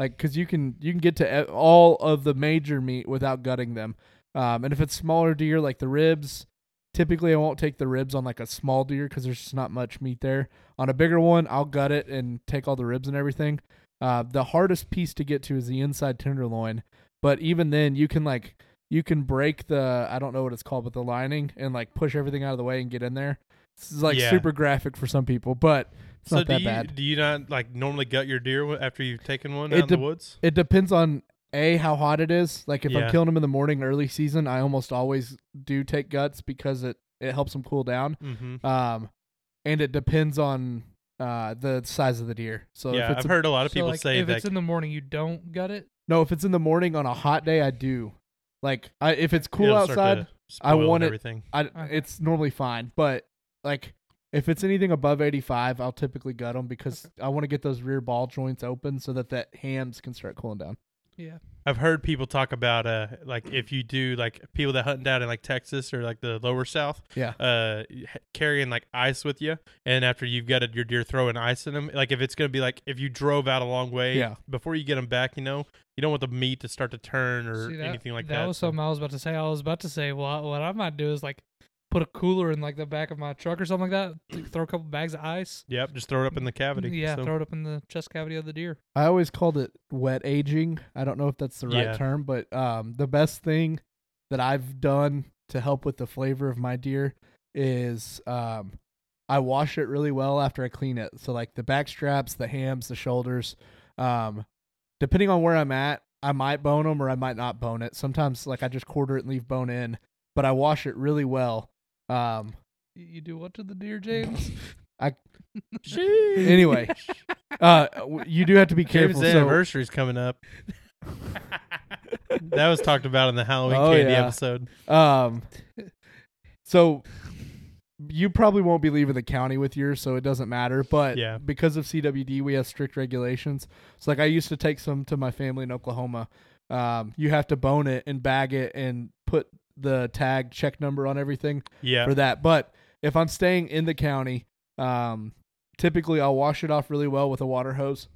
[SPEAKER 3] like because you can you can get to e- all of the major meat without gutting them. Um, and if it's smaller deer like the ribs, typically I won't take the ribs on like a small deer because there's just not much meat there. On a bigger one, I'll gut it and take all the ribs and everything. Uh, the hardest piece to get to is the inside tenderloin, but even then you can like you can break the I don't know what it's called, but the lining and like push everything out of the way and get in there. This is like
[SPEAKER 1] Yeah.
[SPEAKER 3] super graphic for some people, but it's
[SPEAKER 1] so
[SPEAKER 3] not
[SPEAKER 1] do
[SPEAKER 3] that
[SPEAKER 1] you
[SPEAKER 3] bad.
[SPEAKER 1] do you not like normally gut your deer wh- after you've taken one
[SPEAKER 3] It
[SPEAKER 1] out in the
[SPEAKER 3] dep-
[SPEAKER 1] woods?
[SPEAKER 3] It depends on a how hot it is. Like if
[SPEAKER 1] Yeah.
[SPEAKER 3] I'm killing them in the morning, early season, I almost always do take guts because it it helps them cool down.
[SPEAKER 1] Mm-hmm.
[SPEAKER 3] Um, and it depends on uh the size of the deer. So
[SPEAKER 1] yeah,
[SPEAKER 3] if
[SPEAKER 1] I've
[SPEAKER 3] it's a-
[SPEAKER 1] heard a lot of
[SPEAKER 4] So,
[SPEAKER 1] people
[SPEAKER 4] like,
[SPEAKER 1] say
[SPEAKER 4] if
[SPEAKER 1] that.
[SPEAKER 4] it's in the morning, you don't gut it.
[SPEAKER 3] no, if it's in the morning on a hot day, I do. Like I, if it's cool
[SPEAKER 1] it'll start
[SPEAKER 3] outside,
[SPEAKER 1] to
[SPEAKER 3] I
[SPEAKER 1] spoil and
[SPEAKER 3] want it-
[SPEAKER 1] everything.
[SPEAKER 3] I,
[SPEAKER 4] Okay.
[SPEAKER 3] it's normally fine, but like if it's anything above 85, I'll typically gut them because I want to get those rear ball joints open so that that hams can start cooling down.
[SPEAKER 4] Yeah.
[SPEAKER 1] I've heard people talk about uh like if you do like people that hunt down in like Texas or like the lower south,
[SPEAKER 3] Yeah.
[SPEAKER 1] uh h- carrying like ice with you, and after you've gutted your deer, throwing ice in them. Like if it's gonna be like if you drove out a long way,
[SPEAKER 3] Yeah.
[SPEAKER 1] before you get them back, you know, You don't want the meat to start to turn or
[SPEAKER 4] See,
[SPEAKER 1] anything like
[SPEAKER 4] that.
[SPEAKER 1] that.
[SPEAKER 4] was
[SPEAKER 1] so-
[SPEAKER 4] something I was about to say. I was about to say, well, what I might do is like put a cooler in like the back of my truck or something like that. th- Throw a couple bags of ice.
[SPEAKER 1] Yep, just throw it up in the cavity.
[SPEAKER 4] Yeah,
[SPEAKER 1] so-
[SPEAKER 4] throw it up in the chest cavity of the deer.
[SPEAKER 3] I always called it wet aging. I don't know if that's the right
[SPEAKER 1] Yeah.
[SPEAKER 3] term, but um, the best thing that I've done to help with the flavor of my deer is um, I wash it really well after I clean it. So like the back straps, the hams, the shoulders. Um, depending on where I'm at, I might bone them or I might not bone it. Sometimes like I just quarter it and leave bone in, but I wash it really well. Um,
[SPEAKER 4] Y- You do what to the
[SPEAKER 1] [LAUGHS]
[SPEAKER 4] deer, James?
[SPEAKER 3] anyway, uh, w- you do have to be careful.
[SPEAKER 1] David's
[SPEAKER 3] So [LAUGHS]
[SPEAKER 1] anniversary's coming up. that was talked about in the Halloween
[SPEAKER 3] Oh,
[SPEAKER 1] candy
[SPEAKER 3] yeah.
[SPEAKER 1] episode.
[SPEAKER 3] Um, so you probably won't be leaving the county with yours, so it doesn't matter. But
[SPEAKER 1] Yeah.
[SPEAKER 3] because of CWD, we have strict regulations. So, like, I used to take some to my family in Oklahoma. Um, you have to bone it and bag it and put the tag check number on everything
[SPEAKER 1] Yeah,
[SPEAKER 3] for that. But if I'm staying in the county, um, typically I'll wash it off really well with a water hose.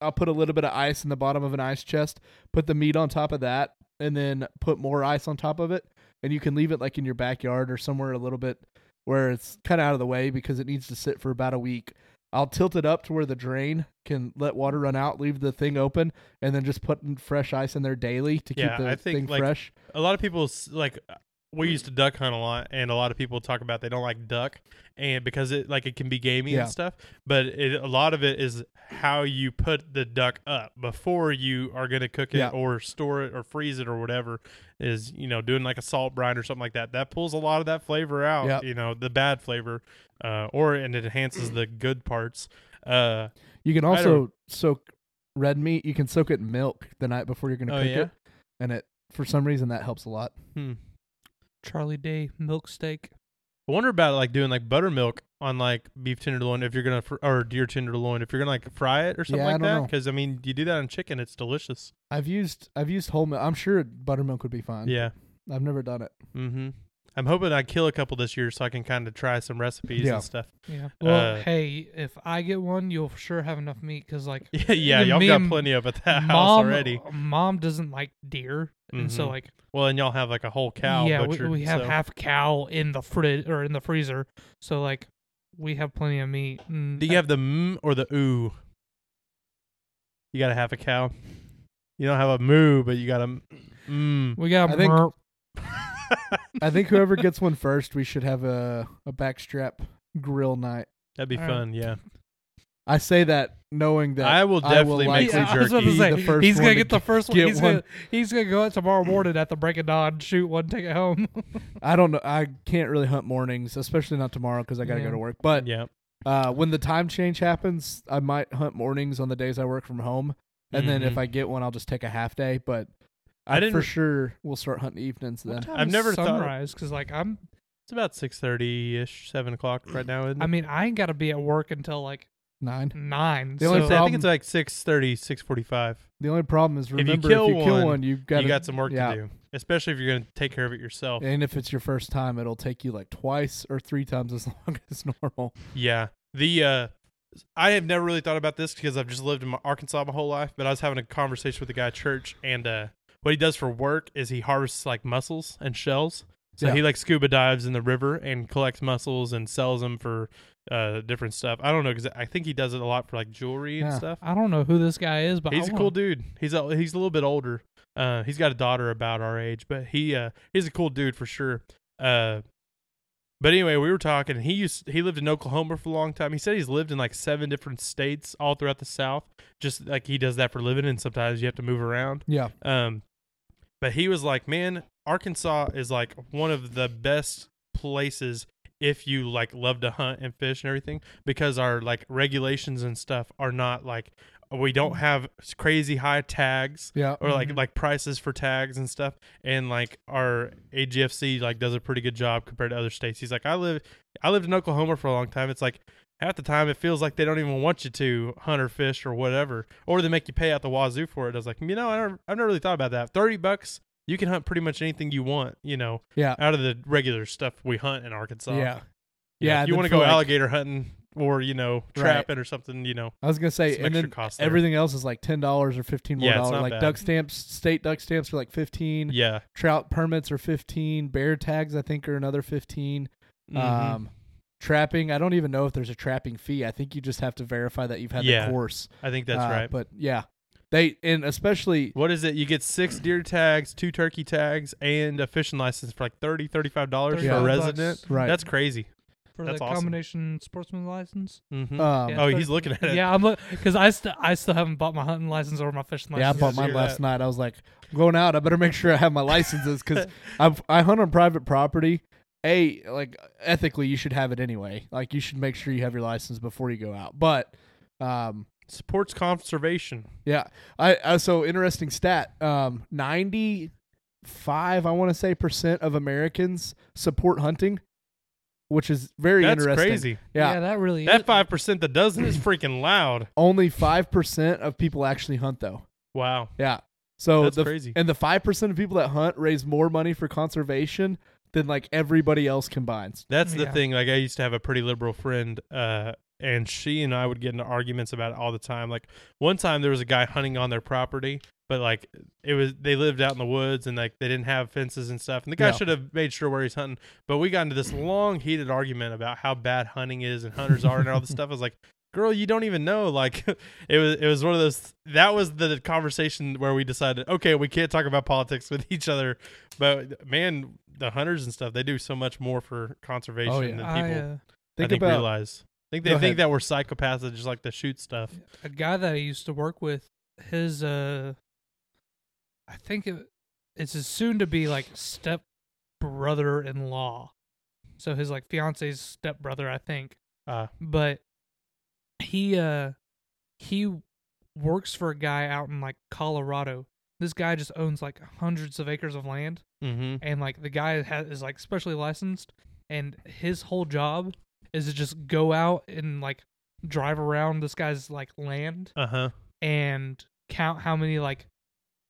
[SPEAKER 3] I'll put a little bit of ice in the bottom of an ice chest, put the meat on top of that, and then put more ice on top of it. And you can leave it like in your backyard or somewhere a little bit where it's kind of out of the way because it needs to sit for about a week. I'll tilt it up to where the drain can let water run out, leave the thing open, and then just put fresh ice in there daily to
[SPEAKER 1] Yeah,
[SPEAKER 3] keep the
[SPEAKER 1] I think,
[SPEAKER 3] thing
[SPEAKER 1] like,
[SPEAKER 3] fresh.
[SPEAKER 1] a lot of people s- like uh, we used to duck hunt a lot, and a lot of people talk about they don't like duck, and because it like it can be gamey
[SPEAKER 3] Yeah.
[SPEAKER 1] and stuff. But it, a lot of it is how you put the duck up before you are going to cook it
[SPEAKER 3] Yeah.
[SPEAKER 1] or store it or freeze it or whatever. Is you know doing like a salt brine or something like that. That pulls a lot of that flavor out.
[SPEAKER 3] Yep.
[SPEAKER 1] You know the bad flavor, uh, or and it enhances the good parts. Uh,
[SPEAKER 3] You can
[SPEAKER 1] I don't-
[SPEAKER 3] also soak red meat. You can soak it in milk the night before you're going to
[SPEAKER 1] Oh,
[SPEAKER 3] cook
[SPEAKER 1] yeah?
[SPEAKER 3] it, and it for some reason that helps a lot.
[SPEAKER 4] Charlie Day milk steak.
[SPEAKER 1] I wonder about like doing like buttermilk on like beef tenderloin if you're gonna fr- or deer tenderloin if you're gonna like fry it or something
[SPEAKER 3] Yeah, I
[SPEAKER 1] like
[SPEAKER 3] don't
[SPEAKER 1] that
[SPEAKER 3] know.
[SPEAKER 1] because I mean you do that on chicken it's delicious
[SPEAKER 3] I've used I've used whole milk. I'm sure buttermilk would be fine.
[SPEAKER 1] yeah
[SPEAKER 3] I've never
[SPEAKER 1] [LAUGHS]
[SPEAKER 3] done it.
[SPEAKER 1] mm-hmm I'm hoping I kill a couple this year so I can kind of try some recipes
[SPEAKER 3] Yeah.
[SPEAKER 1] and stuff [LAUGHS]
[SPEAKER 4] Yeah. Well,
[SPEAKER 1] Uh,
[SPEAKER 4] hey, if I get one, you'll for sure have enough meat
[SPEAKER 1] [LAUGHS]
[SPEAKER 4] because like
[SPEAKER 1] yeah yeah
[SPEAKER 4] Even
[SPEAKER 1] y'all
[SPEAKER 4] me
[SPEAKER 1] got
[SPEAKER 4] and
[SPEAKER 1] plenty of it at that house
[SPEAKER 4] mom,
[SPEAKER 1] already
[SPEAKER 4] mom doesn't like deer, and so
[SPEAKER 1] Mhm.
[SPEAKER 4] like
[SPEAKER 1] well and y'all have like a whole cow
[SPEAKER 4] yeah,
[SPEAKER 1] butchered,
[SPEAKER 4] we, we have
[SPEAKER 1] so-
[SPEAKER 4] half cow in the fridge or in the freezer, so like we have plenty of meat. And
[SPEAKER 1] do you have the mm or the ooh you got a half a cow you don't have a moo but you got a mm
[SPEAKER 4] we got
[SPEAKER 3] I think-
[SPEAKER 4] mer-
[SPEAKER 3] I think whoever gets one first, we should have a a backstrap grill night.
[SPEAKER 1] that'd be
[SPEAKER 4] All right.
[SPEAKER 1] fun yeah
[SPEAKER 3] I say that knowing that
[SPEAKER 1] I will definitely make
[SPEAKER 3] likely
[SPEAKER 1] some
[SPEAKER 4] [LAUGHS] I was about to
[SPEAKER 1] jerky.
[SPEAKER 4] say,
[SPEAKER 3] be the first
[SPEAKER 4] he's
[SPEAKER 3] one
[SPEAKER 4] gonna
[SPEAKER 3] to
[SPEAKER 4] get the
[SPEAKER 3] g-
[SPEAKER 4] first one.
[SPEAKER 3] get
[SPEAKER 4] He's
[SPEAKER 3] one.
[SPEAKER 4] gonna he's gonna go out tomorrow morning at the break of dawn, shoot one, take it
[SPEAKER 3] [LAUGHS]
[SPEAKER 4] home.
[SPEAKER 3] I don't know. I can't really hunt mornings, especially not tomorrow because I got to
[SPEAKER 4] Yeah.
[SPEAKER 3] go to work. But
[SPEAKER 1] yeah
[SPEAKER 3] uh, when the time change happens, I might hunt mornings on the days I work from home, and then
[SPEAKER 1] Mhm.
[SPEAKER 3] if I get one, I'll just take a half day. But
[SPEAKER 1] I
[SPEAKER 3] I,
[SPEAKER 1] didn't
[SPEAKER 3] for
[SPEAKER 1] re-
[SPEAKER 3] sure will start hunting evenings then.
[SPEAKER 1] I've never thought-
[SPEAKER 4] sunrise because like I'm.
[SPEAKER 1] It's about six thirty ish, seven o'clock right now. Isn't it?
[SPEAKER 4] I mean, I ain't gotta be at work until like
[SPEAKER 3] Nine.
[SPEAKER 4] nine.
[SPEAKER 3] The only
[SPEAKER 4] so
[SPEAKER 1] So I think it's like 6.30, 6.45.
[SPEAKER 3] The only problem is
[SPEAKER 1] you
[SPEAKER 3] remember if you
[SPEAKER 1] kill
[SPEAKER 3] kill,
[SPEAKER 1] one,
[SPEAKER 3] one, you've got
[SPEAKER 1] you got some work
[SPEAKER 3] yeah.
[SPEAKER 1] to do, especially if you're going to take care of it yourself. Yeah.
[SPEAKER 3] And if it's your first time, it'll take you like twice or three times as [LAUGHS] long as normal.
[SPEAKER 1] The uh, I have never really thought about this because I've just lived in my, Arkansas my whole life. But I was having a conversation with a guy at church, and uh, what he does for work is he harvests like mussels and shells. So
[SPEAKER 3] Yeah.
[SPEAKER 1] he like scuba dives in the river and collects mussels and sells them for uh, different stuff. I don't know because I think he does it a lot for like jewelry and
[SPEAKER 3] Yeah.
[SPEAKER 1] stuff.
[SPEAKER 4] I don't know who this guy is, but
[SPEAKER 1] he's
[SPEAKER 4] I
[SPEAKER 1] a
[SPEAKER 4] wanna-
[SPEAKER 1] cool dude. He's a, he's a little bit older. Uh, he's got a daughter about our age, but he uh, he's a cool dude for sure. Uh, but anyway, we were talking. He used he lived in Oklahoma for a long time. He said he's lived in like seven different states all throughout the South. Just like he does that for a living, and sometimes you have to move around.
[SPEAKER 3] Yeah.
[SPEAKER 1] Um, but he was like, man, Arkansas is like one of the best places if you like love to hunt and fish and everything because our like regulations and stuff are not like we don't have s- crazy high tags
[SPEAKER 3] Yeah.
[SPEAKER 1] or like
[SPEAKER 4] Mhm.
[SPEAKER 1] like prices for tags and stuff and like our AGFC like does a pretty good job compared to other states. He's like I live I lived in Oklahoma for a long time. It's like half the time it feels like they don't even want you to hunt or fish or whatever, or they make you pay out the wazoo for it. I was like, you know, I don't, I've never really thought about that. Thirty bucks, you can hunt pretty much anything you want, you know,
[SPEAKER 3] Mm-hmm. Yeah.
[SPEAKER 1] [LAUGHS] out of the regular stuff we hunt in Arkansas.
[SPEAKER 3] yeah.
[SPEAKER 1] You know,
[SPEAKER 3] Yeah,
[SPEAKER 1] if you
[SPEAKER 3] then
[SPEAKER 1] want to
[SPEAKER 3] for,
[SPEAKER 1] go
[SPEAKER 3] like-
[SPEAKER 1] alligator hunting or you know trap it or something. You know,
[SPEAKER 3] I was gonna say,
[SPEAKER 1] some
[SPEAKER 3] and
[SPEAKER 1] extra
[SPEAKER 3] then
[SPEAKER 1] cost there.
[SPEAKER 3] everything else is like ten dollars or fifteen more
[SPEAKER 1] Yeah, it's
[SPEAKER 3] dollars.
[SPEAKER 1] not
[SPEAKER 3] Like
[SPEAKER 1] bad.
[SPEAKER 3] duck stamps, state duck stamps are like fifteen.
[SPEAKER 1] yeah.
[SPEAKER 3] Trout permits are fifteen. Bear tags, I think, are another 15
[SPEAKER 1] Mhm.
[SPEAKER 3] Um, trapping, I don't even know if there's a trapping fee. I think you just have to verify that you've had
[SPEAKER 1] Yeah,
[SPEAKER 3] the course.
[SPEAKER 1] I think that's
[SPEAKER 3] Uh,
[SPEAKER 1] right.
[SPEAKER 3] But yeah, they and especially
[SPEAKER 1] What is it? You get six deer tags, two turkey tags, and a fishing license for like $30, $35 for
[SPEAKER 3] Yeah.
[SPEAKER 1] a
[SPEAKER 3] $35.
[SPEAKER 1] resident.
[SPEAKER 3] right.
[SPEAKER 1] That's crazy.
[SPEAKER 4] for
[SPEAKER 1] That's
[SPEAKER 4] the
[SPEAKER 1] awesome.
[SPEAKER 4] combination
[SPEAKER 1] [LAUGHS]
[SPEAKER 4] sportsman license.
[SPEAKER 1] Mm-hmm.
[SPEAKER 3] um,
[SPEAKER 4] yeah.
[SPEAKER 1] oh, he's looking at it.
[SPEAKER 4] Yeah, I'm because I still I still haven't bought my hunting license or my fishing
[SPEAKER 3] Yeah, I
[SPEAKER 4] license.
[SPEAKER 3] bought
[SPEAKER 1] Licenses.
[SPEAKER 3] mine
[SPEAKER 1] Hear
[SPEAKER 3] last
[SPEAKER 1] that.
[SPEAKER 3] night. I was like, I'm going out. I better make sure I have my licenses
[SPEAKER 1] [LAUGHS]
[SPEAKER 3] because I I hunt on private property. A like ethically, you should have it anyway. Like you should make sure you have your license before you go out. But um,
[SPEAKER 1] Supports conservation.
[SPEAKER 3] yeah, I, I so interesting stat. Um, ninety five, I want to say percent of Americans support hunting, which is very
[SPEAKER 1] That's
[SPEAKER 3] interesting.
[SPEAKER 1] crazy.
[SPEAKER 3] Yeah,
[SPEAKER 4] that really is.
[SPEAKER 1] That 5% that doesn't is freaking loud.
[SPEAKER 3] only five percent of people actually hunt though.
[SPEAKER 1] Wow.
[SPEAKER 3] Yeah. So
[SPEAKER 1] That's
[SPEAKER 3] the,
[SPEAKER 1] crazy.
[SPEAKER 3] And the five percent of people that hunt raise more money for conservation than like everybody else combines.
[SPEAKER 1] That's the
[SPEAKER 4] Yeah.
[SPEAKER 1] thing. Like I used to have a pretty liberal friend, uh, and she and I would get into arguments about it all the time. Like one time there was a guy hunting on their property, but like it was they lived out in the woods and like they didn't have fences and stuff. And the guy
[SPEAKER 3] No.
[SPEAKER 1] should have made sure where he's hunting. But we got into this long heated argument about how bad hunting is and hunters are and all this stuff. I was like, girl, you don't even know. Like it was it was one of those that was the conversation where we decided, okay, we can't talk about politics with [LAUGHS] each other. But man, the hunters and stuff, they do so much more for conservation
[SPEAKER 3] Oh,
[SPEAKER 1] than
[SPEAKER 3] yeah.
[SPEAKER 1] people
[SPEAKER 4] I, uh,
[SPEAKER 1] I
[SPEAKER 3] Think
[SPEAKER 1] think
[SPEAKER 3] about
[SPEAKER 1] realize. I think they
[SPEAKER 3] Go
[SPEAKER 1] think
[SPEAKER 3] ahead.
[SPEAKER 1] that we're psychopaths that just like to shoot stuff.
[SPEAKER 4] a guy that I used to work with, his uh, I think it, it's his soon to be like step brother in law, so his like fiance's step brother, I think.
[SPEAKER 1] Uh,
[SPEAKER 4] But he uh, he works for a guy out in like Colorado. This guy just owns like hundreds of acres of land.
[SPEAKER 1] mm-hmm.
[SPEAKER 4] and like the guy has, is like specially licensed and his whole job is to just go out and like drive around this guy's like land
[SPEAKER 1] Uh huh.
[SPEAKER 4] and count how many like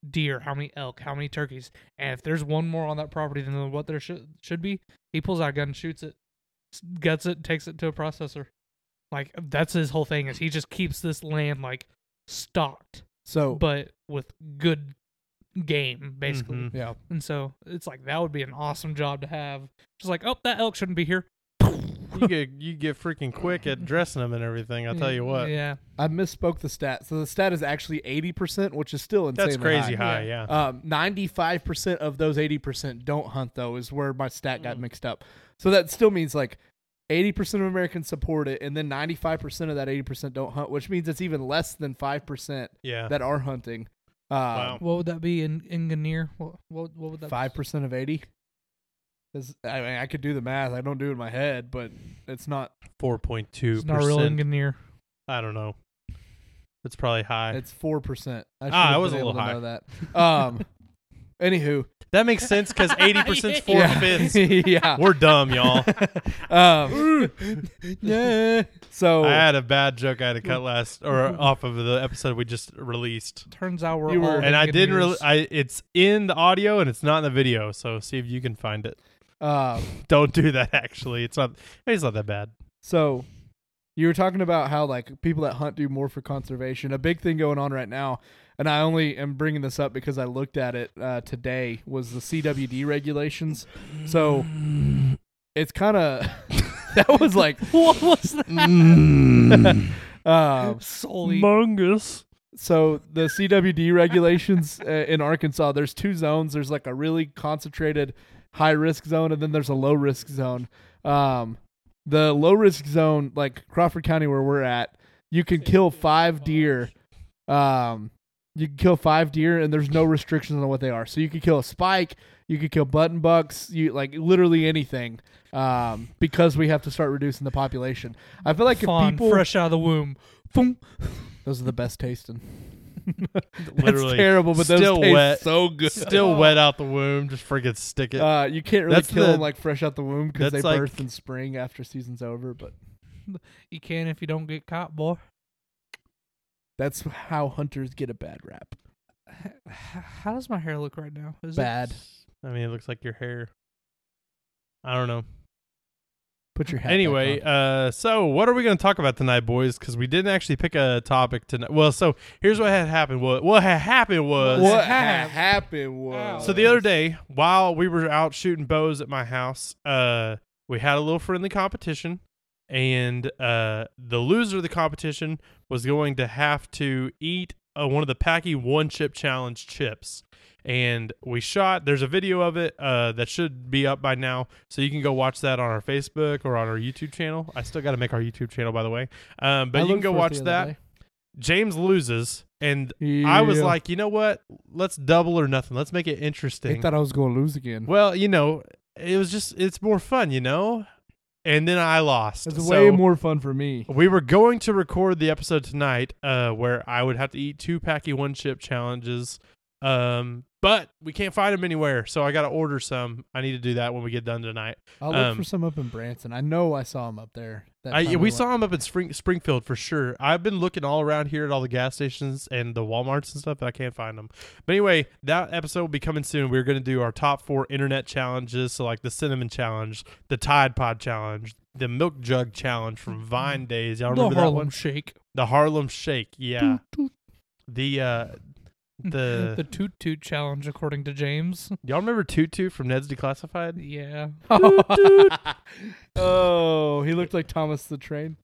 [SPEAKER 4] deer how many elk how many turkeys and if there's one more on that property than what there should should be he pulls out a gun shoots it s- guts it takes it to a processor like that's his whole thing is he just keeps this land like stocked
[SPEAKER 3] so
[SPEAKER 4] but with good game basically
[SPEAKER 1] Mhm.
[SPEAKER 3] yeah.
[SPEAKER 4] and so it's like that would be an awesome job to have. Just like, oh, that elk shouldn't be here.
[SPEAKER 1] [LAUGHS] you get you get freaking quick at dressing them and everything. I'll tell you what.
[SPEAKER 4] Mm, Yeah.
[SPEAKER 3] I misspoke the stat. So the stat is actually eighty percent, which is still insane.
[SPEAKER 1] That's crazy
[SPEAKER 4] high.
[SPEAKER 1] high. Yeah.
[SPEAKER 3] Um, ninety-five percent of those eighty percent don't hunt, though, is where my stat
[SPEAKER 1] Mm.
[SPEAKER 3] got mixed up. So that still means like eighty percent of Americans support it, and then ninety-five percent of that eighty percent don't hunt, which means it's even less than five percent
[SPEAKER 1] yeah.
[SPEAKER 3] that are hunting.
[SPEAKER 1] Wow.
[SPEAKER 3] Um,
[SPEAKER 4] What would that be in in Ganeer? What what what would that?
[SPEAKER 3] Five percent of eighty. Is- I mean, I could do the math. I don't do it in my head, but it's not.
[SPEAKER 1] Four point two
[SPEAKER 4] It's not real in
[SPEAKER 1] percent.
[SPEAKER 4] Ganeer.
[SPEAKER 1] I don't know. It's probably high.
[SPEAKER 3] It's four percent. I
[SPEAKER 1] Ah,
[SPEAKER 3] should've
[SPEAKER 1] I was
[SPEAKER 3] been
[SPEAKER 1] a
[SPEAKER 3] able
[SPEAKER 1] little
[SPEAKER 3] to know that. Um. anywho.
[SPEAKER 1] that makes sense because eighty percent's four
[SPEAKER 3] yeah.
[SPEAKER 1] fifths.
[SPEAKER 3] [LAUGHS] yeah.
[SPEAKER 1] We're dumb, y'all.
[SPEAKER 3] Um.
[SPEAKER 1] [LAUGHS]
[SPEAKER 3] [LAUGHS] yeah. So
[SPEAKER 1] I had a bad joke I had to cut last
[SPEAKER 3] [LAUGHS]
[SPEAKER 1] or off of the episode we just released.
[SPEAKER 4] [LAUGHS] Turns out we're
[SPEAKER 3] You were-
[SPEAKER 4] all
[SPEAKER 1] And I didn't really
[SPEAKER 4] Ganeers.
[SPEAKER 1] I it's in the audio and it's not in the video, so see if you can find it. [LAUGHS]
[SPEAKER 3] um.
[SPEAKER 1] Don't do that actually. It's not it's not that bad.
[SPEAKER 3] So you were talking about how like people that hunt do more for conservation. A big thing going on right now, and I only am bringing this up because I looked at it uh, today. Was the CWD regulations? So [LAUGHS] it's kind of [LAUGHS] that was like
[SPEAKER 4] [LAUGHS] what was that?
[SPEAKER 3] um,
[SPEAKER 4] Solely.
[SPEAKER 1] Mungus.
[SPEAKER 3] so the CWD regulations uh, in Arkansas. There's two zones. There's like a really concentrated high risk zone, and then there's a low risk zone. Um, the low risk zone, like Crawford County, where we're at, you can kill five deer. Um, you can kill five deer, and there's no restrictions on what they are. So you could kill a spike, you could kill button bucks, you like literally anything. Um, because we have to start reducing the population. I feel like if
[SPEAKER 4] fawn,
[SPEAKER 3] people,
[SPEAKER 4] fresh out of the womb. Boom.
[SPEAKER 3] those are the best tasting. [LAUGHS]
[SPEAKER 1] Literally
[SPEAKER 3] That's terrible, but those
[SPEAKER 1] Still
[SPEAKER 3] taste
[SPEAKER 1] wet.
[SPEAKER 3] so good.
[SPEAKER 1] Still wet out the womb, just freaking stick it.
[SPEAKER 3] Uh, you can't really
[SPEAKER 1] That's
[SPEAKER 3] kill
[SPEAKER 1] the-
[SPEAKER 3] them like fresh out the womb because they
[SPEAKER 1] that's like-
[SPEAKER 3] birth in spring after season's over. But
[SPEAKER 4] You can if you don't get caught, boy.
[SPEAKER 3] that's how hunters get a bad rap.
[SPEAKER 4] H- How does my hair look right now? Is it-
[SPEAKER 3] Bad.
[SPEAKER 1] I mean, it looks like your hair. I don't know.
[SPEAKER 3] Put your hat. back
[SPEAKER 1] Anyway,
[SPEAKER 3] on.
[SPEAKER 1] uh, so what are we going to talk about tonight, boys? Because we didn't actually pick a topic tonight. Well, so here's what had happened. What what had happened was
[SPEAKER 3] what ha-
[SPEAKER 4] have-
[SPEAKER 3] happened was
[SPEAKER 1] uh, so the other day while we were out shooting bows at my house, uh, we had a little friendly competition, and uh, the loser of the competition was going to have to eat uh, one of the Packy One Chip Challenge chips. And we shot. There's a video of it uh, that should be up by now, so you can go watch that on our Facebook or on our YouTube channel. I still got to make our YouTube channel, by the way. Um,
[SPEAKER 3] I
[SPEAKER 1] but you can
[SPEAKER 3] looked
[SPEAKER 1] go
[SPEAKER 3] for it
[SPEAKER 1] watch
[SPEAKER 3] the
[SPEAKER 1] that.
[SPEAKER 3] other
[SPEAKER 1] James loses, and
[SPEAKER 3] day.
[SPEAKER 1] I was
[SPEAKER 3] Yeah.
[SPEAKER 1] like, you know what? Let's double or nothing. Let's make it
[SPEAKER 3] they
[SPEAKER 1] interesting.
[SPEAKER 3] thought I was going to lose again.
[SPEAKER 1] Well, you know, it was just it's more fun, you know. And then I lost.
[SPEAKER 3] It's
[SPEAKER 1] So Oh,
[SPEAKER 3] way more fun for me.
[SPEAKER 1] We were going to record the episode tonight, uh, where I would have to eat two packy one chip challenges. Um, but we can't find them anywhere, so I got to order some. I need to do that when we get done tonight.
[SPEAKER 3] I'll look
[SPEAKER 1] um,
[SPEAKER 3] for some up in Branson. I know I saw him up there. That
[SPEAKER 1] I,
[SPEAKER 3] time
[SPEAKER 1] yeah, we
[SPEAKER 3] went. [LAUGHS]
[SPEAKER 1] saw them up in Spring, Springfield for sure. I've been looking all around here at all the gas stations and the WalMarts and stuff, but I can't find them. But anyway, that episode will be coming soon. We're going to do our top four internet challenges. So, like the cinnamon challenge, the Tide Pod challenge, the milk jug challenge from Vine Days. Y'all
[SPEAKER 4] the
[SPEAKER 1] remember that
[SPEAKER 4] Harlem
[SPEAKER 1] one?
[SPEAKER 4] Shake.
[SPEAKER 1] The Harlem Shake. Yeah.
[SPEAKER 4] Toot,
[SPEAKER 1] The,
[SPEAKER 4] [LAUGHS]
[SPEAKER 1] uh,
[SPEAKER 4] The
[SPEAKER 1] the
[SPEAKER 4] toot toot challenge, according to James.
[SPEAKER 1] y'all remember Tutu from Ned's Declassified?
[SPEAKER 4] Yeah.
[SPEAKER 3] oh, he looked like Thomas the Train.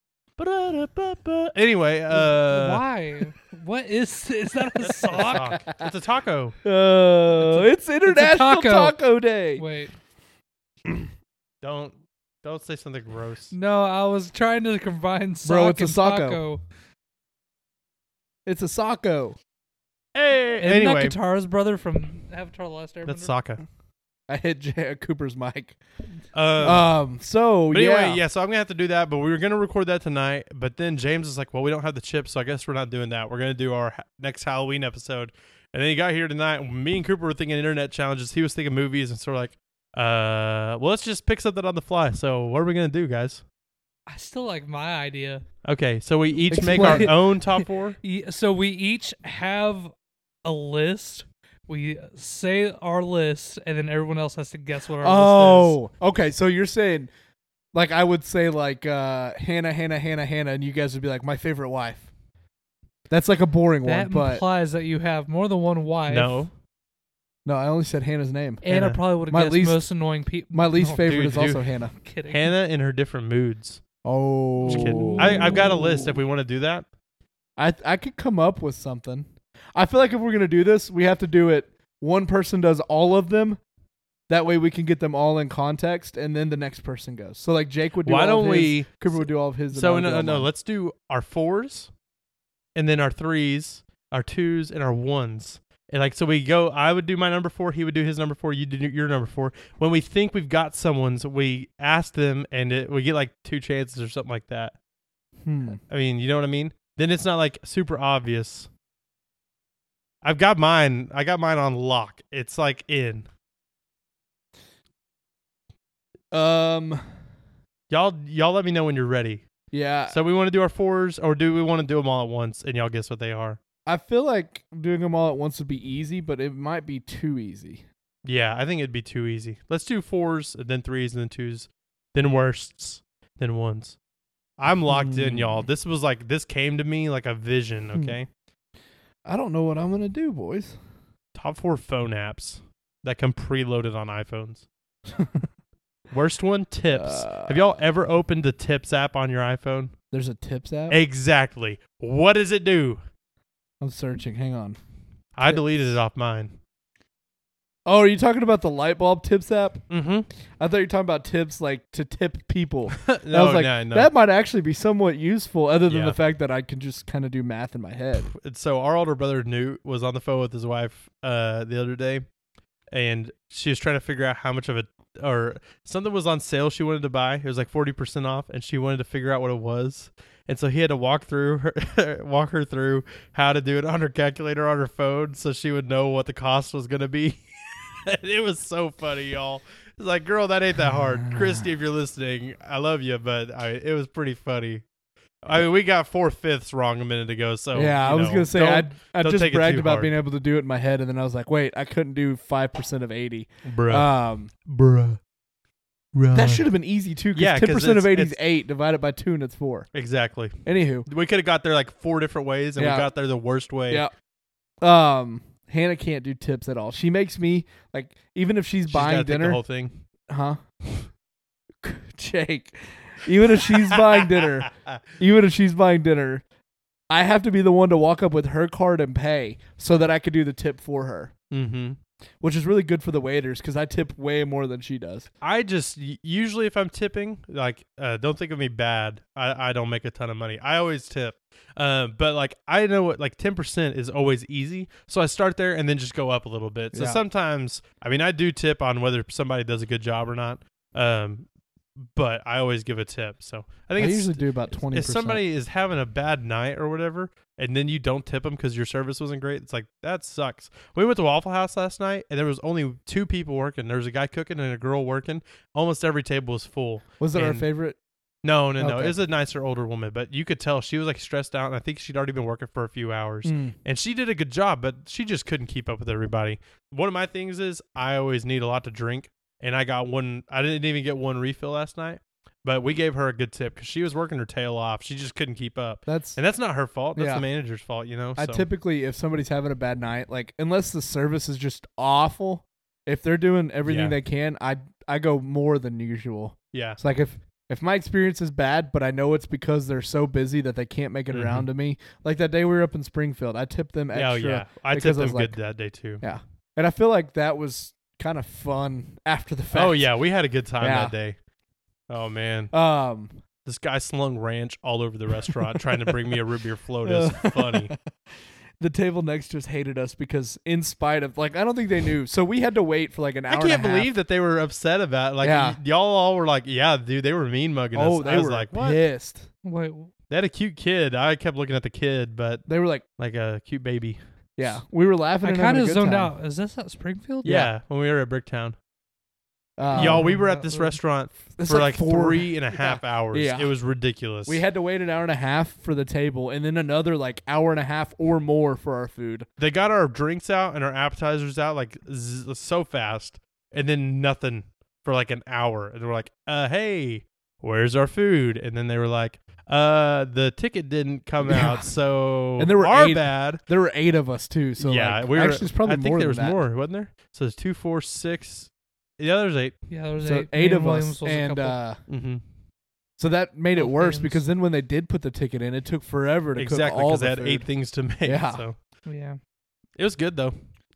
[SPEAKER 3] [LAUGHS]
[SPEAKER 1] Anyway, uh,
[SPEAKER 4] Why? What is is that
[SPEAKER 1] [LAUGHS]
[SPEAKER 4] a
[SPEAKER 1] Sock.
[SPEAKER 4] sock?
[SPEAKER 1] It's a taco.
[SPEAKER 3] Oh, it's, International
[SPEAKER 4] taco.
[SPEAKER 3] taco Day.
[SPEAKER 4] Wait.
[SPEAKER 1] Don't don't say something gross.
[SPEAKER 4] No, I was trying to combine sock
[SPEAKER 3] Bro, it's a
[SPEAKER 4] and
[SPEAKER 3] socko.
[SPEAKER 4] taco.
[SPEAKER 3] It's a socko.
[SPEAKER 1] Hey,
[SPEAKER 4] Isn't
[SPEAKER 1] anyway,
[SPEAKER 4] that Katara's brother from Avatar: The Last Airbender?
[SPEAKER 1] that's Sokka.
[SPEAKER 3] I hit J- Cooper's mic.
[SPEAKER 1] Uh,
[SPEAKER 3] Um. So
[SPEAKER 1] but
[SPEAKER 3] yeah.
[SPEAKER 1] anyway, yeah. So I'm gonna have to do that. But we were gonna record that tonight. But then James is like, "Well, we don't have the chips, so I guess we're not doing that. We're gonna do our ha- next Halloween episode." And then he got here tonight. and Me and Cooper were thinking internet challenges. He was thinking movies, and sort of like, "Uh, well, let's just pick something on the fly." So what are we gonna do, guys?
[SPEAKER 4] I still like my idea.
[SPEAKER 1] Okay, so we each make our
[SPEAKER 3] Explain.
[SPEAKER 1] own
[SPEAKER 3] [LAUGHS]
[SPEAKER 1] top four.
[SPEAKER 4] Ye- So we each have a list. We say our list, and then everyone else has to guess what our list is.
[SPEAKER 3] Oh. Okay. So you're saying, like, I would say like uh, Hannah, Hannah, Hannah, Hannah, and you guys would be like my favorite wife. That's like a boring
[SPEAKER 4] That
[SPEAKER 3] one, but
[SPEAKER 4] implies that you have more than one wife.
[SPEAKER 1] No,
[SPEAKER 3] no, I only said Hannah's name.
[SPEAKER 4] And I
[SPEAKER 1] Hannah.
[SPEAKER 4] probably would have
[SPEAKER 3] My
[SPEAKER 4] guessed
[SPEAKER 3] least-
[SPEAKER 4] most annoying people.
[SPEAKER 3] My least favorite
[SPEAKER 1] dude,
[SPEAKER 3] is
[SPEAKER 1] dude.
[SPEAKER 3] also Hannah.
[SPEAKER 4] Kidding.
[SPEAKER 1] Hannah in her different moods.
[SPEAKER 3] Oh,
[SPEAKER 1] Just kidding. I, I've got a list if we want to do that.
[SPEAKER 3] I I could come up with something. I feel like if we're gonna do this, we have to do it. One person does all of them. That way we can get them all in context, and then the next person goes. So like Jake would do.
[SPEAKER 1] Why
[SPEAKER 3] all of
[SPEAKER 1] don't
[SPEAKER 3] his,
[SPEAKER 1] we?
[SPEAKER 3] Cooper would do all of his. and I
[SPEAKER 1] So
[SPEAKER 3] would do
[SPEAKER 1] no,
[SPEAKER 3] all
[SPEAKER 1] no,
[SPEAKER 3] mine.
[SPEAKER 1] let's do our fours, and then our threes, our twos, and our ones. And like so, we go. I would do my number four. He would do his number four. You do your number four. When we think we've got someone's, we ask them, and it, we get like two chances or something like that.
[SPEAKER 3] Hmm.
[SPEAKER 1] I mean, you know what I mean? Then it's not like super obvious. I've got mine. I got mine on lock. It's like in
[SPEAKER 3] Um.
[SPEAKER 1] y'all. Y'all let me know when you're ready.
[SPEAKER 3] Yeah.
[SPEAKER 1] So we want to do our fours, or do we want to do them all at once? And y'all guess what they are.
[SPEAKER 3] I feel like doing them all at once would be easy, but it might be too easy.
[SPEAKER 1] Yeah, I think it'd be too easy. Let's do fours, and then threes, and then twos, then worsts, then ones. I'm locked in,
[SPEAKER 3] Hmm.
[SPEAKER 1] y'all. This was like this came to me like a vision.
[SPEAKER 3] Hmm.
[SPEAKER 1] Okay,
[SPEAKER 3] I don't know what I'm gonna do, boys. [LAUGHS]
[SPEAKER 1] top four phone apps that come preloaded on iPhones. Worst one, tips.
[SPEAKER 3] Uh,
[SPEAKER 1] Have y'all ever opened the tips app on your iPhone?
[SPEAKER 3] There's a tips app.
[SPEAKER 1] Exactly. What does it do?
[SPEAKER 3] I'm searching. Hang on.
[SPEAKER 1] I
[SPEAKER 3] Tips.
[SPEAKER 1] deleted it off mine.
[SPEAKER 3] Oh, are you talking about the light bulb tips app?
[SPEAKER 1] Mm-hmm. [LAUGHS]
[SPEAKER 3] I thought you were talking about tips like to tip people. And
[SPEAKER 1] no,
[SPEAKER 3] I was like,
[SPEAKER 1] no, no.
[SPEAKER 3] that might actually be somewhat useful, other than
[SPEAKER 1] Yeah.
[SPEAKER 3] the fact that I can just kind of do math in my head.
[SPEAKER 1] And so our older brother Newt was on the phone with his wife uh, the other day, and she was trying to figure out how much of a or something was on sale she wanted to buy. It was like forty percent off, and she wanted to figure out what it was. And so he had to walk through her, [LAUGHS] walk her through how to do it on her calculator on her phone, so she would know what the cost was going to be. [LAUGHS] it was so funny, y'all. It's like, girl, that ain't that hard, Christy. If you're listening, I love you, but I, it was pretty funny. I mean, we got four fifths wrong a minute ago. So
[SPEAKER 3] yeah, I
[SPEAKER 1] you
[SPEAKER 3] was
[SPEAKER 1] know,
[SPEAKER 3] gonna say
[SPEAKER 1] don't-
[SPEAKER 3] I I
[SPEAKER 1] don't
[SPEAKER 3] just
[SPEAKER 1] take it
[SPEAKER 3] bragged
[SPEAKER 1] too
[SPEAKER 3] about
[SPEAKER 1] hard.
[SPEAKER 3] being able to do it in my head, and then I was like, wait, I couldn't do five percent of eighty.
[SPEAKER 1] bruh,
[SPEAKER 3] Um,
[SPEAKER 1] bruh, bruh.
[SPEAKER 3] that should have been easy too.
[SPEAKER 1] yeah,
[SPEAKER 3] because
[SPEAKER 1] 'cause
[SPEAKER 3] ten percent of
[SPEAKER 1] it's-
[SPEAKER 3] eighty is
[SPEAKER 1] it's-
[SPEAKER 3] eight divided by two, and it's four.
[SPEAKER 1] exactly.
[SPEAKER 3] Anywho,
[SPEAKER 1] We could have got there like four different ways, and
[SPEAKER 3] Yeah.
[SPEAKER 1] we got there the worst way.
[SPEAKER 3] yeah. Um, Hannah can't do tips at all. She makes me like even if she's,
[SPEAKER 1] She's gotta
[SPEAKER 3] buying
[SPEAKER 1] take
[SPEAKER 3] dinner,
[SPEAKER 1] the whole thing.
[SPEAKER 3] huh? Jake, even if [LAUGHS] she's buying dinner, even if she's buying dinner, I have to be the one to walk up with her card and pay so that I could do the tip for her,
[SPEAKER 1] [LAUGHS] Mm-hmm.
[SPEAKER 3] which is really good for the waiters because I tip way more than she does.
[SPEAKER 1] I just y- usually if I'm tipping, like, uh, don't think of me bad. I, I don't make a ton of money. I always tip, uh, but like I know what like ten percent is always easy, so I start there and then just go up a little bit. So
[SPEAKER 3] Yeah.
[SPEAKER 1] sometimes, I mean, I do tip on whether somebody does a good job or not, um, but I always give a tip. So I
[SPEAKER 3] I,
[SPEAKER 1] think it's,
[SPEAKER 3] usually do about twenty.
[SPEAKER 1] if somebody is having a bad night or whatever, and then you don't tip them because your service wasn't great, it's like that sucks. We went to Waffle House last night, and there was only two people working. There was a guy cooking and a girl working. Almost every table was full.
[SPEAKER 3] was it our
[SPEAKER 1] and-
[SPEAKER 3] favorite?
[SPEAKER 1] No, no, no.
[SPEAKER 3] Okay.
[SPEAKER 1] It was a nicer older woman, but you could tell she was like stressed out, and I think she'd already been working for a few hours.
[SPEAKER 3] Mm.
[SPEAKER 1] And she did a good job, but she just couldn't keep up with everybody. One of my things is I always need a lot to drink, and I got one. I didn't even get one refill last night. But we gave her a good tip because she was working her tail off. She just couldn't keep up.
[SPEAKER 3] That's
[SPEAKER 1] And that's not her fault. That's
[SPEAKER 3] Yeah.
[SPEAKER 1] the manager's fault, you know.
[SPEAKER 3] I
[SPEAKER 1] so.
[SPEAKER 3] typically if somebody's having a bad night, like unless the service is just awful, if they're doing everything
[SPEAKER 1] Yeah.
[SPEAKER 3] they can, I I go more than usual.
[SPEAKER 1] yeah,
[SPEAKER 3] It's like if if my experience is bad, but I know it's because they're so busy that they can't make it
[SPEAKER 1] Mhm.
[SPEAKER 3] around to me. Like that day we were up in Springfield, I tipped them
[SPEAKER 1] yeah, oh,
[SPEAKER 3] extra,
[SPEAKER 1] yeah. I tipped
[SPEAKER 3] because I
[SPEAKER 1] them
[SPEAKER 3] was like-
[SPEAKER 1] good that day too.
[SPEAKER 3] and I feel like that was kind of fun after the fact.
[SPEAKER 1] Oh yeah, we had a good time
[SPEAKER 3] Yeah.
[SPEAKER 1] that day. Oh man,
[SPEAKER 3] Um,
[SPEAKER 1] this guy slung ranch all over the restaurant trying to bring me a root beer float.
[SPEAKER 3] [LAUGHS]
[SPEAKER 1] Is funny.
[SPEAKER 3] the table next to us hated us because, in spite of like, I don't think they knew, so we had to wait for like an hour.
[SPEAKER 1] I
[SPEAKER 3] and a
[SPEAKER 1] can't
[SPEAKER 3] half.
[SPEAKER 1] believe that they were upset about. Like
[SPEAKER 3] Yeah.
[SPEAKER 1] y- y'all all were like, "Yeah, dude, they were mean mugging us."
[SPEAKER 3] Oh, they
[SPEAKER 1] I was
[SPEAKER 3] were
[SPEAKER 1] like, "What?"
[SPEAKER 3] pissed.
[SPEAKER 4] Wait,
[SPEAKER 1] They had a cute kid. I kept looking at the kid, but
[SPEAKER 3] They were like,
[SPEAKER 1] like a cute baby.
[SPEAKER 3] yeah, we were laughing.
[SPEAKER 4] I
[SPEAKER 3] and having
[SPEAKER 4] kind
[SPEAKER 3] a
[SPEAKER 4] of
[SPEAKER 3] good
[SPEAKER 4] zoned
[SPEAKER 3] time.
[SPEAKER 4] out. Is this at Springfield?
[SPEAKER 1] Yeah, when we were at Bricktown,
[SPEAKER 3] Um,
[SPEAKER 1] y'all, we were at
[SPEAKER 4] that
[SPEAKER 1] this
[SPEAKER 4] was-
[SPEAKER 1] restaurant
[SPEAKER 3] it's
[SPEAKER 1] for like,
[SPEAKER 3] four-
[SPEAKER 1] three and a half hours.
[SPEAKER 3] Yeah.
[SPEAKER 1] It was ridiculous.
[SPEAKER 3] We had to wait an hour and a half for the table, and then another like hour and a half or more for our food.
[SPEAKER 1] they got our drinks out and our appetizers out like z- so fast and then nothing for like an hour and they were like uh hey where's our food and then they were like uh the ticket didn't come
[SPEAKER 3] Yeah.
[SPEAKER 1] out so
[SPEAKER 3] [LAUGHS] And there were
[SPEAKER 1] our
[SPEAKER 3] eight-
[SPEAKER 1] bad
[SPEAKER 3] There were eight of us too, so
[SPEAKER 1] yeah
[SPEAKER 3] like,
[SPEAKER 1] we were
[SPEAKER 3] actually it's probably
[SPEAKER 1] i think
[SPEAKER 3] more
[SPEAKER 1] there
[SPEAKER 3] than
[SPEAKER 1] was
[SPEAKER 3] that.
[SPEAKER 1] more wasn't there so there's two four six yeah there's eight
[SPEAKER 4] Yeah, there was
[SPEAKER 3] So
[SPEAKER 4] eight.
[SPEAKER 3] eight,
[SPEAKER 4] Me and
[SPEAKER 3] of
[SPEAKER 4] Williams
[SPEAKER 3] us,
[SPEAKER 4] was a
[SPEAKER 3] and
[SPEAKER 4] couple.
[SPEAKER 3] uh,
[SPEAKER 1] mm-hmm.
[SPEAKER 3] so that made it
[SPEAKER 4] Both
[SPEAKER 3] worse
[SPEAKER 4] bands.
[SPEAKER 3] because then when they did put the ticket in, it took forever to cook
[SPEAKER 1] exactly
[SPEAKER 3] all
[SPEAKER 1] because
[SPEAKER 3] the
[SPEAKER 1] they had
[SPEAKER 3] food.
[SPEAKER 1] eight things to make
[SPEAKER 3] Yeah.
[SPEAKER 1] so
[SPEAKER 4] yeah,
[SPEAKER 1] it was good though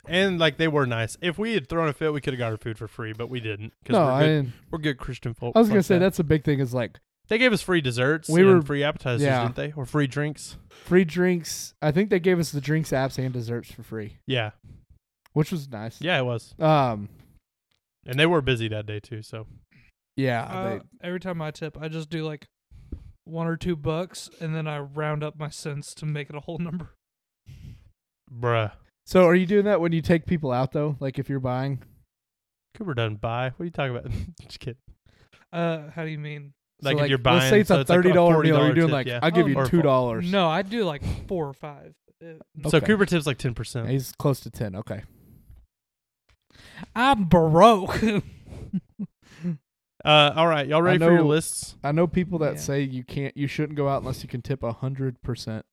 [SPEAKER 1] and like they were nice if we had thrown a fit we could have got our food for free but we didn't because
[SPEAKER 3] No,
[SPEAKER 1] we're,
[SPEAKER 3] I,
[SPEAKER 1] good,
[SPEAKER 3] didn't-
[SPEAKER 1] we're good christian folk
[SPEAKER 3] I was gonna
[SPEAKER 1] like
[SPEAKER 3] say
[SPEAKER 1] that.
[SPEAKER 3] that's a big thing. Is like
[SPEAKER 1] They gave us free desserts.
[SPEAKER 3] We
[SPEAKER 1] and
[SPEAKER 3] were-
[SPEAKER 1] free appetizers,
[SPEAKER 3] yeah.
[SPEAKER 1] didn't they? Or free drinks?
[SPEAKER 3] free drinks. I think they gave us the drinks, apps, and desserts for free,
[SPEAKER 1] Yeah,
[SPEAKER 3] which was nice.
[SPEAKER 1] yeah, it was.
[SPEAKER 3] Um.
[SPEAKER 1] And they were busy that day too. So
[SPEAKER 3] Yeah.
[SPEAKER 4] Uh,
[SPEAKER 3] Ah, they-
[SPEAKER 4] every time I tip, I just do like one or two bucks, and then I round up my cents to make it a whole [LAUGHS] number.
[SPEAKER 1] bruh,
[SPEAKER 3] so are you doing that when you take people out though? Like if you're buying.
[SPEAKER 1] Cooper doesn't buy. What are you talking about? [LAUGHS] Just kidding.
[SPEAKER 4] Uh, how do you mean?
[SPEAKER 3] So,
[SPEAKER 1] Like, if
[SPEAKER 3] like,
[SPEAKER 1] you're
[SPEAKER 3] let's
[SPEAKER 1] buying,
[SPEAKER 3] say it's
[SPEAKER 1] so
[SPEAKER 3] a
[SPEAKER 1] it's like a
[SPEAKER 3] thirty dollar meal.
[SPEAKER 1] $40
[SPEAKER 3] You're doing
[SPEAKER 1] tip,
[SPEAKER 3] like
[SPEAKER 1] yeah.
[SPEAKER 3] I'll give
[SPEAKER 4] Oh,
[SPEAKER 3] you
[SPEAKER 1] or
[SPEAKER 3] two dollars.
[SPEAKER 4] No, I do like four or five. Uh,
[SPEAKER 1] So
[SPEAKER 3] Okay.
[SPEAKER 1] Cooper tips like ten percent.
[SPEAKER 3] he's close to ten. Okay.
[SPEAKER 4] I'm broke. [LAUGHS]
[SPEAKER 1] Uh, all right, y'all ready for your
[SPEAKER 3] know-
[SPEAKER 1] lists?
[SPEAKER 3] I know people that
[SPEAKER 4] Yeah.
[SPEAKER 3] say you can't, you shouldn't go out unless you can tip a hundred percent.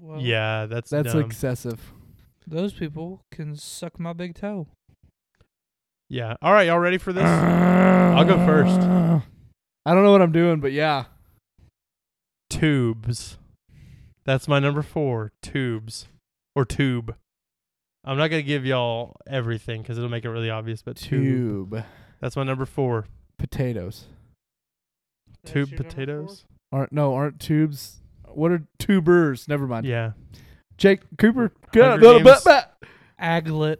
[SPEAKER 4] Well,
[SPEAKER 1] yeah, that's
[SPEAKER 3] That's
[SPEAKER 1] dumb.
[SPEAKER 3] excessive.
[SPEAKER 4] those people can suck my big toe.
[SPEAKER 1] yeah. All right, y'all ready for this? I'll go first.
[SPEAKER 3] I don't know what I'm doing, but yeah,
[SPEAKER 1] Tubes. That's my number four. Tubes or tube. I'm not gonna give y'all everything because it'll make it really obvious. But tube.
[SPEAKER 3] tube
[SPEAKER 1] That's my number four.
[SPEAKER 3] potatoes.
[SPEAKER 4] That's
[SPEAKER 1] Tube
[SPEAKER 4] your number four?
[SPEAKER 1] potatoes.
[SPEAKER 3] Aren't no, aren't tubes? What are tubers? Never mind.
[SPEAKER 1] Yeah.
[SPEAKER 3] Jake Cooper, get out.
[SPEAKER 1] Hunger Games.
[SPEAKER 4] Aglet.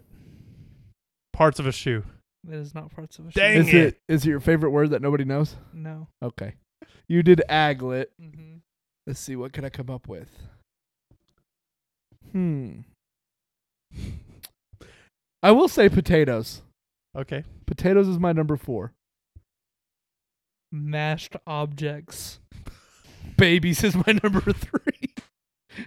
[SPEAKER 1] Parts of a shoe.
[SPEAKER 4] That is not parts of a
[SPEAKER 1] Dang
[SPEAKER 4] shoe.
[SPEAKER 3] Is it is it your favorite word that nobody knows?
[SPEAKER 4] No.
[SPEAKER 3] Okay, you did aglet.
[SPEAKER 4] Mm-hmm.
[SPEAKER 3] Let's see, what can I come up with? Hmm. I will say potatoes.
[SPEAKER 1] Okay.
[SPEAKER 3] Potatoes is my number four.
[SPEAKER 4] Mashed objects.
[SPEAKER 3] Babies [LAUGHS] is my number three.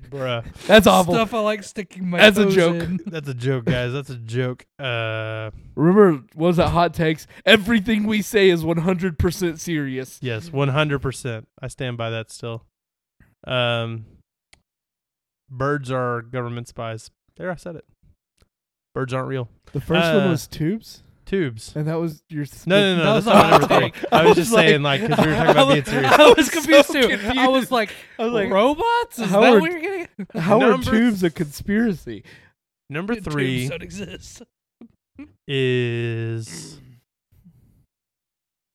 [SPEAKER 1] Bruh.
[SPEAKER 3] That's awful.
[SPEAKER 4] Stuff I like sticking my
[SPEAKER 3] That's a
[SPEAKER 4] toes
[SPEAKER 3] joke. [LAUGHS]
[SPEAKER 4] in.
[SPEAKER 1] That's a joke, guys. That's a joke. Uh,
[SPEAKER 3] Remember, what was that hot takes? Everything we say is 100% serious.
[SPEAKER 1] yes, 100%. I stand by that still. Um, birds are government spies. There, I said it. Birds aren't real.
[SPEAKER 3] The first one
[SPEAKER 1] Uh,
[SPEAKER 3] was tubes,
[SPEAKER 1] Tubes.
[SPEAKER 3] and that was your.
[SPEAKER 1] No, no, no.
[SPEAKER 4] That
[SPEAKER 1] that's
[SPEAKER 4] was
[SPEAKER 1] not my
[SPEAKER 4] not-
[SPEAKER 1] number three. [LAUGHS] I was just saying, like, because we were talking about being [LAUGHS] serious.
[SPEAKER 4] I was confused
[SPEAKER 3] so
[SPEAKER 4] too. I was
[SPEAKER 3] confused.
[SPEAKER 4] like,
[SPEAKER 3] I was like,
[SPEAKER 4] robots? Is
[SPEAKER 3] how
[SPEAKER 4] that
[SPEAKER 3] are-
[SPEAKER 4] what you're getting? at?
[SPEAKER 3] how are
[SPEAKER 1] Number-
[SPEAKER 3] tubes a conspiracy?
[SPEAKER 1] Number three
[SPEAKER 4] Tubes don't exist.
[SPEAKER 1] is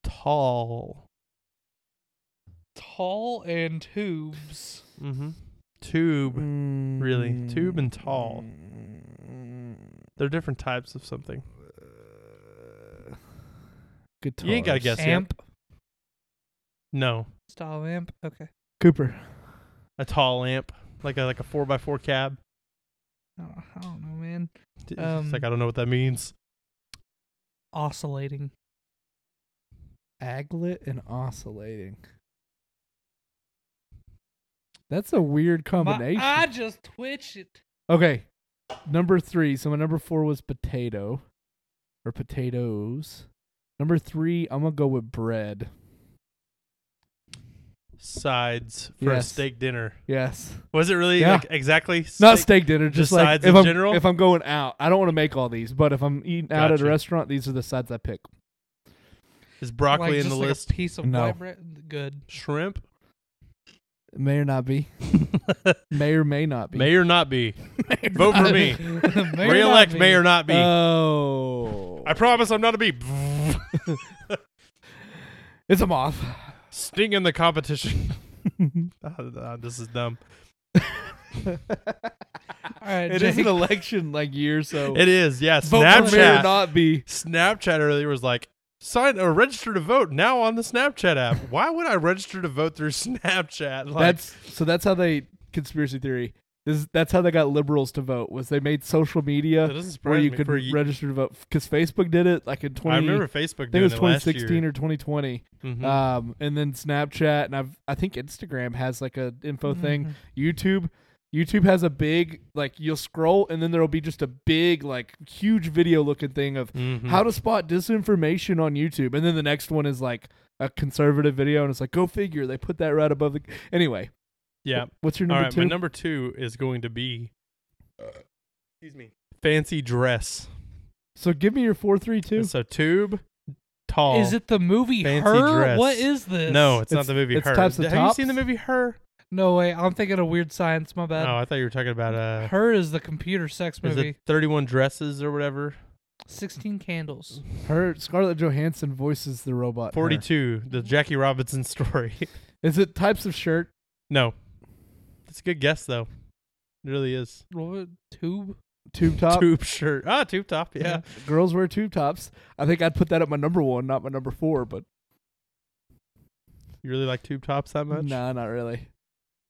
[SPEAKER 1] tall.
[SPEAKER 4] Tall and tubes.
[SPEAKER 1] Mm-hmm. Tube. Mm. Really, tube and
[SPEAKER 3] [SIGHS]
[SPEAKER 1] tall. They're different types of something.
[SPEAKER 3] Guitars.
[SPEAKER 1] You ain't gotta guess. Yes, yeah.
[SPEAKER 4] amp.
[SPEAKER 1] No,
[SPEAKER 4] Style amp. Okay.
[SPEAKER 3] Cooper.
[SPEAKER 1] a tall amp, like a like a four by four cab.
[SPEAKER 4] I don't, I don't know, man.
[SPEAKER 1] It's
[SPEAKER 4] Um,
[SPEAKER 1] like I don't know what that means.
[SPEAKER 4] Oscillating.
[SPEAKER 3] Aglet and oscillating. That's a weird combination.
[SPEAKER 4] My eye just twitched. it.
[SPEAKER 3] Okay. Number three. So my number four was potato or potatoes. Number three, I'm going to go with bread.
[SPEAKER 1] Sides for a
[SPEAKER 3] Yes.
[SPEAKER 1] steak dinner.
[SPEAKER 3] Yes.
[SPEAKER 1] Was it really
[SPEAKER 3] Yeah.
[SPEAKER 1] like exactly
[SPEAKER 3] Not steak dinner, just, like
[SPEAKER 1] sides
[SPEAKER 3] if
[SPEAKER 1] in
[SPEAKER 3] I'm,
[SPEAKER 1] general?
[SPEAKER 3] If I'm going out, I don't want to make all these, but if I'm eating out at
[SPEAKER 1] Gotcha.
[SPEAKER 3] a restaurant, these are the sides I pick.
[SPEAKER 1] Is broccoli
[SPEAKER 4] like,
[SPEAKER 1] in
[SPEAKER 4] just
[SPEAKER 1] the
[SPEAKER 4] like
[SPEAKER 1] list?
[SPEAKER 4] A piece of
[SPEAKER 3] No.
[SPEAKER 4] white bread. Good.
[SPEAKER 1] Shrimp
[SPEAKER 3] It may or not
[SPEAKER 1] [LAUGHS]
[SPEAKER 3] be. May or may not be.
[SPEAKER 1] may
[SPEAKER 3] [LAUGHS]
[SPEAKER 1] or not be. Vote for me.
[SPEAKER 4] [LAUGHS] May or
[SPEAKER 1] [LAUGHS] Reelect
[SPEAKER 4] not
[SPEAKER 1] may
[SPEAKER 4] be.
[SPEAKER 1] or not be.
[SPEAKER 3] Uh, Oh.
[SPEAKER 1] I promise I'm not a bee. [LAUGHS]
[SPEAKER 3] it's a
[SPEAKER 1] [LAUGHS]
[SPEAKER 3] moth. [LAUGHS]
[SPEAKER 1] Sting in the competition. [LAUGHS] Ah, this is dumb.
[SPEAKER 4] All right,
[SPEAKER 3] It
[SPEAKER 4] Jake.
[SPEAKER 3] is an election like year, so
[SPEAKER 1] It is, yeah.
[SPEAKER 3] vote for may or
[SPEAKER 1] Snapchat.
[SPEAKER 3] not be.
[SPEAKER 1] Snapchat earlier was like, sign or register to vote now on the Snapchat app. Why would I register to vote through [LAUGHS] Snapchat? Like,
[SPEAKER 3] that's so that's how they conspiracy theory is that's how they got liberals to vote was they made social
[SPEAKER 1] that
[SPEAKER 3] media
[SPEAKER 1] doesn't
[SPEAKER 3] where
[SPEAKER 1] surprise
[SPEAKER 3] you
[SPEAKER 1] me
[SPEAKER 3] could
[SPEAKER 1] for ye-
[SPEAKER 3] register to vote because facebook did it like in 20
[SPEAKER 1] I remember Facebook
[SPEAKER 3] I think it
[SPEAKER 1] doing
[SPEAKER 3] was
[SPEAKER 1] it last
[SPEAKER 3] 2016 or 2020
[SPEAKER 1] year. Mhm.
[SPEAKER 3] um and then snapchat and i've i think instagram has like a info
[SPEAKER 4] Mm-hmm.
[SPEAKER 3] thing youtube youtube has a big like you'll scroll and then there'll be just a big like huge video looking thing of
[SPEAKER 1] Mhm.
[SPEAKER 3] how to spot disinformation on youtube and then the next one is like a conservative video and it's like go figure they put that right above the anyway
[SPEAKER 1] yeah.
[SPEAKER 3] What's your
[SPEAKER 1] All
[SPEAKER 3] number
[SPEAKER 1] right,
[SPEAKER 3] two?
[SPEAKER 1] my number two is going to be. Uh, excuse me. Fancy dress.
[SPEAKER 3] so give me your four, three, two.
[SPEAKER 1] So tube, tall.
[SPEAKER 4] Is it the movie
[SPEAKER 1] Fancy
[SPEAKER 4] Her?
[SPEAKER 1] dress.
[SPEAKER 4] What is this?
[SPEAKER 1] No, it's, not
[SPEAKER 3] It's-
[SPEAKER 1] the movie.
[SPEAKER 3] it's
[SPEAKER 1] Her.
[SPEAKER 3] Types of
[SPEAKER 1] Have
[SPEAKER 3] Tops.
[SPEAKER 1] you seen the movie Her?
[SPEAKER 4] No way. I'm thinking of Weird Science. My bad.
[SPEAKER 1] oh, I thought you were talking about uh,
[SPEAKER 4] Her is the computer sex
[SPEAKER 1] is
[SPEAKER 4] movie.
[SPEAKER 1] it thirty-one dresses or whatever?
[SPEAKER 4] 16 Candles.
[SPEAKER 3] Her Scarlett Johansson voices the robot. Her.
[SPEAKER 1] Forty-two. The Jackie Robinson [LAUGHS] story.
[SPEAKER 3] Is it types of shirt?
[SPEAKER 1] No. It's a good guess though. It really is.
[SPEAKER 4] What? Tube?
[SPEAKER 3] Tube top.
[SPEAKER 1] Tube shirt. Ah, tube top, yeah.
[SPEAKER 3] Girls wear tube tops. I think I'd put that at my number one, not my number four. But
[SPEAKER 1] You really like tube tops that much?
[SPEAKER 3] nah, not really.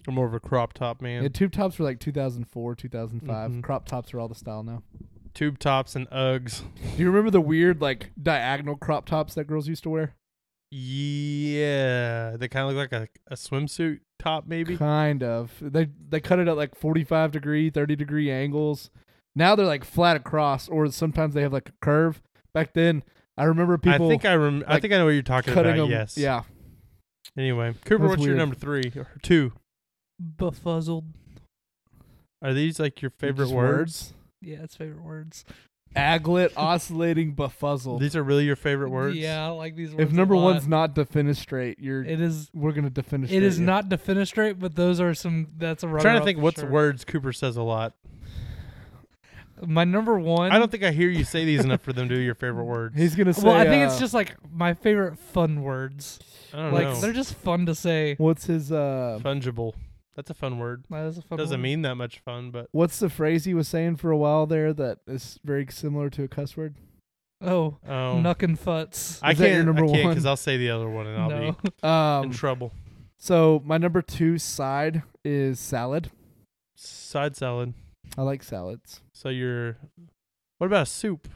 [SPEAKER 1] I'm more of a crop top man.
[SPEAKER 3] Yeah, tube tops were like 2004, 2005.
[SPEAKER 1] Mhm.
[SPEAKER 3] Crop tops are all the style now.
[SPEAKER 1] tube tops and Uggs.
[SPEAKER 3] Do you remember the weird like diagonal crop tops that girls used to wear?
[SPEAKER 1] Yeah. They kind of look like a, a swimsuit top maybe.
[SPEAKER 3] Kind of. They they cut it at like 45 degree, 30 degree angles. Now they're like flat across, or sometimes they have like a curve. Back then, I remember
[SPEAKER 1] I
[SPEAKER 3] people
[SPEAKER 1] think I rem- I
[SPEAKER 3] like,
[SPEAKER 1] think I know what you're talking
[SPEAKER 3] cutting
[SPEAKER 1] about.
[SPEAKER 3] them.
[SPEAKER 1] Yes.
[SPEAKER 3] Yeah.
[SPEAKER 1] Anyway, Cooper,
[SPEAKER 3] That's
[SPEAKER 1] what's your
[SPEAKER 3] weird.
[SPEAKER 1] number 3 or 2?
[SPEAKER 4] Befuzzled.
[SPEAKER 1] Are these like your favorite
[SPEAKER 3] Just
[SPEAKER 1] words?
[SPEAKER 4] Yeah, it's favorite words.
[SPEAKER 3] Aglet, oscillating, befuzzled.
[SPEAKER 1] These are really your favorite words?
[SPEAKER 4] Yeah, I like these words.
[SPEAKER 3] if
[SPEAKER 4] a
[SPEAKER 3] number
[SPEAKER 4] lot.
[SPEAKER 3] one's not defenestrate, you're
[SPEAKER 4] It is.
[SPEAKER 3] we're gonna defenestrate.
[SPEAKER 4] It is
[SPEAKER 3] you.
[SPEAKER 4] not defenestrate, but those are some. That's a
[SPEAKER 1] I'm
[SPEAKER 4] runner
[SPEAKER 1] trying to think what's words Cooper says a lot.
[SPEAKER 4] My number one.
[SPEAKER 1] I don't think I hear you say these enough for them to be your
[SPEAKER 4] [LAUGHS]
[SPEAKER 1] favorite words.
[SPEAKER 3] He's gonna say.
[SPEAKER 4] Well, I think it's
[SPEAKER 3] uh,
[SPEAKER 4] just like my favorite fun words.
[SPEAKER 1] I don't
[SPEAKER 4] Like
[SPEAKER 1] know.
[SPEAKER 4] they're just fun to say.
[SPEAKER 3] what's his uh,
[SPEAKER 1] fungible. That's a fun word.
[SPEAKER 4] That is a fun
[SPEAKER 1] Doesn't
[SPEAKER 4] word.
[SPEAKER 1] mean that much fun, but
[SPEAKER 3] what's the phrase he was saying for a while there that is very similar to a cuss word?
[SPEAKER 4] Oh,
[SPEAKER 1] oh,
[SPEAKER 4] nuck and futs.
[SPEAKER 1] I
[SPEAKER 3] Is that your
[SPEAKER 1] can't.
[SPEAKER 3] number
[SPEAKER 1] I can't
[SPEAKER 3] one?
[SPEAKER 1] because I'll say the other one and I'll
[SPEAKER 4] no.
[SPEAKER 1] be in
[SPEAKER 3] Um,
[SPEAKER 1] trouble.
[SPEAKER 3] so my number two side is salad.
[SPEAKER 1] Side salad.
[SPEAKER 3] I like salads.
[SPEAKER 1] So you're. What about a soup?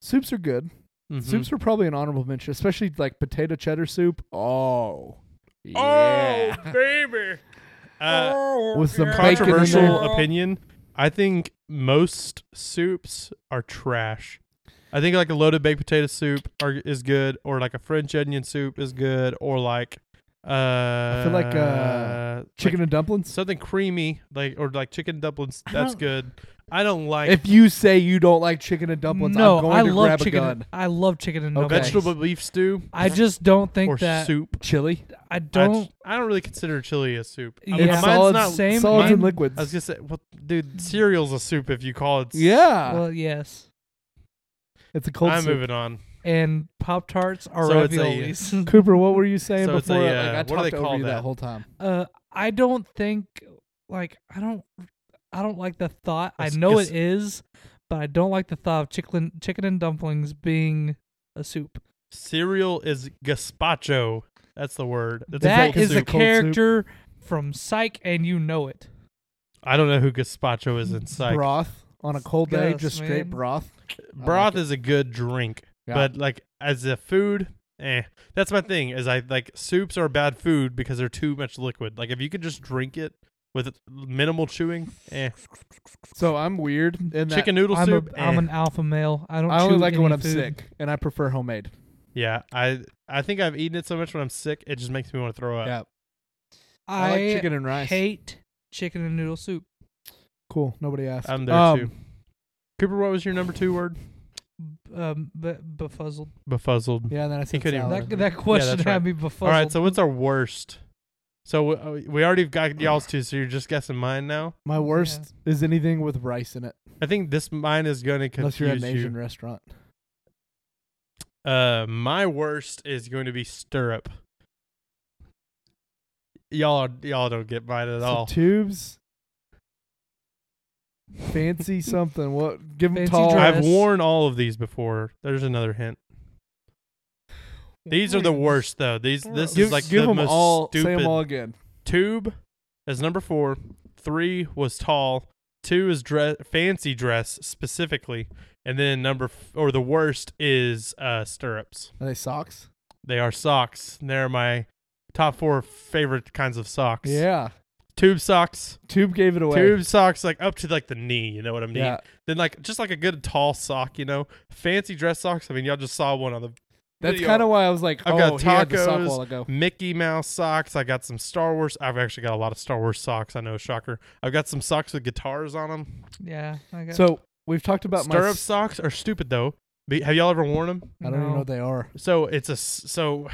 [SPEAKER 3] Soups are good.
[SPEAKER 1] Mhm.
[SPEAKER 4] Mm-hmm.
[SPEAKER 3] Mm-hmm.
[SPEAKER 4] [LAUGHS]
[SPEAKER 3] Soups are probably an honorable mention, especially like potato cheddar soup. Oh,
[SPEAKER 2] Yeah.
[SPEAKER 4] [LAUGHS]
[SPEAKER 1] Oh, baby.
[SPEAKER 4] Oh,
[SPEAKER 1] Uh,
[SPEAKER 3] With some bacon in
[SPEAKER 1] controversial
[SPEAKER 3] there.
[SPEAKER 1] opinion. I think most soups are trash. I think like a loaded baked potato soup are, is good, or like a French onion soup is good, or like uh, I
[SPEAKER 3] feel like, uh, Chicken and dumplings.
[SPEAKER 1] something creamy, like or like chicken dumplings.
[SPEAKER 4] I
[SPEAKER 1] That's
[SPEAKER 4] don't-
[SPEAKER 1] good. I don't like
[SPEAKER 3] If you say you don't like chicken and dumplings,
[SPEAKER 4] no,
[SPEAKER 3] I'm going
[SPEAKER 4] I
[SPEAKER 3] to
[SPEAKER 4] love
[SPEAKER 3] grab
[SPEAKER 4] chicken.
[SPEAKER 3] a gun.
[SPEAKER 4] I love chicken and
[SPEAKER 3] Okay.
[SPEAKER 4] dumplings.
[SPEAKER 1] Oh, vegetable beef stew
[SPEAKER 4] I just don't think
[SPEAKER 1] or
[SPEAKER 4] that.
[SPEAKER 1] soup.
[SPEAKER 3] Chili,
[SPEAKER 4] I
[SPEAKER 1] I
[SPEAKER 4] don't.
[SPEAKER 1] j- I, don't really consider chili a soup. I
[SPEAKER 4] Yeah.
[SPEAKER 1] mean,
[SPEAKER 4] It's
[SPEAKER 1] mine's
[SPEAKER 3] solids-
[SPEAKER 1] not-
[SPEAKER 4] same-
[SPEAKER 3] solids
[SPEAKER 1] mine-
[SPEAKER 3] and
[SPEAKER 1] I was
[SPEAKER 3] liquids.
[SPEAKER 1] gonna say, well, dude, cereal's a soup if you call it. s-
[SPEAKER 3] Yeah,
[SPEAKER 4] well, yes.
[SPEAKER 3] it's a cold
[SPEAKER 1] I'm
[SPEAKER 3] soup.
[SPEAKER 1] moving on.
[SPEAKER 4] And Pop Tarts are
[SPEAKER 1] So it's a-
[SPEAKER 4] raviolis.
[SPEAKER 3] Cooper, what were you saying
[SPEAKER 1] So it's
[SPEAKER 3] before?
[SPEAKER 1] a,
[SPEAKER 3] I-
[SPEAKER 1] uh,
[SPEAKER 3] like, I
[SPEAKER 1] what do
[SPEAKER 3] talked
[SPEAKER 1] they
[SPEAKER 3] over
[SPEAKER 1] call
[SPEAKER 3] you
[SPEAKER 1] that?
[SPEAKER 3] that whole time.
[SPEAKER 4] [LAUGHS] uh, I don't think like I don't I don't like the thought. I
[SPEAKER 1] It's-
[SPEAKER 4] know
[SPEAKER 1] it's-
[SPEAKER 4] it is, but I don't like the thought of chicken chicken and dumplings being a soup.
[SPEAKER 1] Cereal is gazpacho. That's the word. That's
[SPEAKER 4] that
[SPEAKER 1] a
[SPEAKER 4] is a
[SPEAKER 1] soup.
[SPEAKER 3] cold soup.
[SPEAKER 4] character from Psych, and you know it.
[SPEAKER 1] I don't know who gazpacho is in psych.
[SPEAKER 3] broth on a cold day,
[SPEAKER 4] Yes,
[SPEAKER 3] just straight
[SPEAKER 4] man.
[SPEAKER 3] broth. I
[SPEAKER 1] Broth
[SPEAKER 3] like
[SPEAKER 1] is a good drink,
[SPEAKER 3] Yeah.
[SPEAKER 1] but like as a food, eh. That's my thing. Is I like soups are bad food because they're too much liquid. Like if you could just drink it with minimal chewing, eh.
[SPEAKER 3] So I'm weird in that
[SPEAKER 1] Chicken noodle
[SPEAKER 4] I'm,
[SPEAKER 1] soup,
[SPEAKER 4] a, am
[SPEAKER 1] eh.
[SPEAKER 4] an alpha male. I don't.
[SPEAKER 3] I only
[SPEAKER 4] chew
[SPEAKER 3] like it when
[SPEAKER 4] any
[SPEAKER 3] I'm
[SPEAKER 4] food.
[SPEAKER 3] sick, and I prefer homemade.
[SPEAKER 1] yeah. I I think I've eaten it so much when I'm sick, it just makes me want to throw up.
[SPEAKER 3] yeah, I,
[SPEAKER 4] I,
[SPEAKER 3] like chicken and rice.
[SPEAKER 4] hate chicken and noodle soup.
[SPEAKER 3] cool. Nobody asked.
[SPEAKER 1] I'm there
[SPEAKER 3] Um,
[SPEAKER 1] too. Cooper, what was your number two word?
[SPEAKER 4] B- Um, be- befuzzled.
[SPEAKER 1] Befuzzled.
[SPEAKER 3] Yeah, then I said
[SPEAKER 1] couldn't even
[SPEAKER 3] salad.
[SPEAKER 4] That that question [LAUGHS]
[SPEAKER 1] that's right.
[SPEAKER 4] had me befuzzled.
[SPEAKER 1] All right, so what's our worst? So w- uh, we already got y'all's two, so you're just guessing mine now.
[SPEAKER 3] My worst is anything with rice in it,
[SPEAKER 1] I think this mine is going to
[SPEAKER 3] unless you're at
[SPEAKER 1] confuse
[SPEAKER 3] an Asian
[SPEAKER 1] you.
[SPEAKER 3] restaurant.
[SPEAKER 1] Uh, my worst is going to be stirrup. Y'all, y'all don't get mine at
[SPEAKER 3] So
[SPEAKER 1] all.
[SPEAKER 3] tubes,
[SPEAKER 1] [LAUGHS]
[SPEAKER 3] fancy something. What? Give them
[SPEAKER 4] Fancy
[SPEAKER 3] tall.
[SPEAKER 4] dress.
[SPEAKER 1] I've worn all of these before. There's another hint. These are the worst though. These this
[SPEAKER 3] Give,
[SPEAKER 1] is like
[SPEAKER 3] give
[SPEAKER 1] the
[SPEAKER 3] them
[SPEAKER 1] most
[SPEAKER 3] all. Say
[SPEAKER 1] stupid.
[SPEAKER 3] them all again.
[SPEAKER 1] Tube is number four. Three was tall. Two is dress, fancy dress specifically, and then number f- or the worst is uh, stirrups.
[SPEAKER 3] Are they socks?
[SPEAKER 1] They are socks. They're my top four favorite kinds of socks.
[SPEAKER 3] Yeah.
[SPEAKER 1] Tube socks.
[SPEAKER 3] Tube gave it away.
[SPEAKER 1] Tube socks like up to like the knee, you know what I mean?
[SPEAKER 3] Yeah.
[SPEAKER 1] Then like just like a good tall sock, you know. Fancy dress socks. I mean, y'all just saw one on the
[SPEAKER 3] That's
[SPEAKER 1] video.
[SPEAKER 3] kind of why I was like,
[SPEAKER 1] I've
[SPEAKER 3] oh,
[SPEAKER 1] got
[SPEAKER 3] he had the sock
[SPEAKER 1] tacos,
[SPEAKER 3] while ago.
[SPEAKER 1] Mickey Mouse socks. I got some Star Wars. I've actually got a lot of Star Wars socks. I know, shocker. I've got some socks with guitars on them.
[SPEAKER 4] Yeah. I got,
[SPEAKER 3] So we've talked about my.
[SPEAKER 1] Stirrup
[SPEAKER 3] s-
[SPEAKER 1] socks are stupid though. Be- Have y'all ever worn them?
[SPEAKER 3] I don't even know
[SPEAKER 4] no.
[SPEAKER 3] what they are.
[SPEAKER 1] So it's a s- so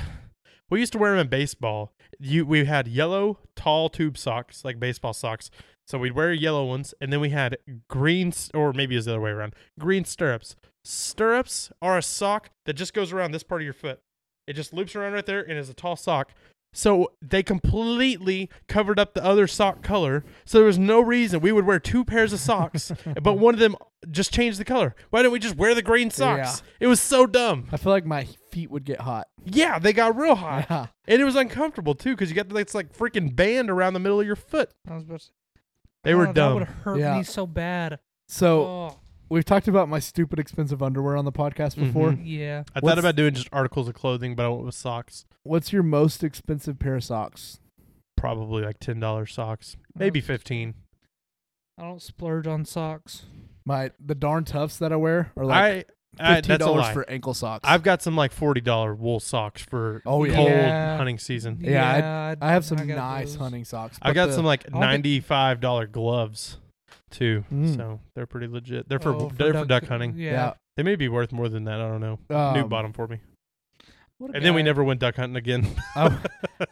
[SPEAKER 1] we used to wear them in baseball. You we had yellow tall tube socks like baseball socks. So we'd wear yellow ones, and then we had green s- or maybe it was the other way around. Green stirrups. Stirrups are a sock that just goes around this part of your foot. It just loops around right there and is a tall sock. So they completely covered up the other sock color. So there was no reason we would wear two pairs of socks, but one of them just changed the color. Why didn't we just wear the green socks? It was so dumb.
[SPEAKER 3] I feel like my feet would get hot.
[SPEAKER 1] Yeah, they got real hot,
[SPEAKER 3] Yeah.
[SPEAKER 1] and it was uncomfortable too because you got this like freaking band around the middle of your foot.
[SPEAKER 4] I was about to,
[SPEAKER 1] They were
[SPEAKER 4] Oh, That
[SPEAKER 1] dumb.
[SPEAKER 4] would hurt
[SPEAKER 3] Yeah.
[SPEAKER 4] me so bad.
[SPEAKER 3] So
[SPEAKER 4] Oh,
[SPEAKER 3] we've talked about my stupid expensive underwear on the podcast before.
[SPEAKER 1] Mhm.
[SPEAKER 4] yeah.
[SPEAKER 1] I thought
[SPEAKER 3] What's-
[SPEAKER 1] about doing just articles of clothing, but I went with socks.
[SPEAKER 3] What's your most expensive pair of socks?
[SPEAKER 1] Probably like ten dollars socks, maybe
[SPEAKER 4] Oh.
[SPEAKER 1] fifteen.
[SPEAKER 4] I don't splurge on socks.
[SPEAKER 3] My the darn tufts that I wear are like
[SPEAKER 1] I, I
[SPEAKER 3] fifteen
[SPEAKER 1] that's a
[SPEAKER 3] dollars
[SPEAKER 1] lie.
[SPEAKER 3] for ankle socks.
[SPEAKER 1] I've got some like forty dollar wool socks for
[SPEAKER 3] oh yeah,
[SPEAKER 1] cold
[SPEAKER 4] Yeah.
[SPEAKER 1] hunting season.
[SPEAKER 3] Yeah, I-
[SPEAKER 4] I'd-
[SPEAKER 3] I have some
[SPEAKER 4] I got
[SPEAKER 3] nice
[SPEAKER 4] those.
[SPEAKER 3] hunting socks.
[SPEAKER 1] I've
[SPEAKER 3] but
[SPEAKER 1] got
[SPEAKER 3] the-
[SPEAKER 1] some uh, like
[SPEAKER 4] don't think-
[SPEAKER 1] ninety five dollar gloves too,
[SPEAKER 3] Mm.
[SPEAKER 1] so they're pretty legit. They're for,
[SPEAKER 4] Oh,
[SPEAKER 1] they're for duck hunting.
[SPEAKER 4] Yeah.
[SPEAKER 1] They may be worth more than that. I don't know.
[SPEAKER 3] yeah,
[SPEAKER 1] New
[SPEAKER 3] um,
[SPEAKER 1] bottom for me,
[SPEAKER 4] What a
[SPEAKER 1] and then we
[SPEAKER 4] guy.
[SPEAKER 1] never went duck hunting again.
[SPEAKER 3] [LAUGHS] I,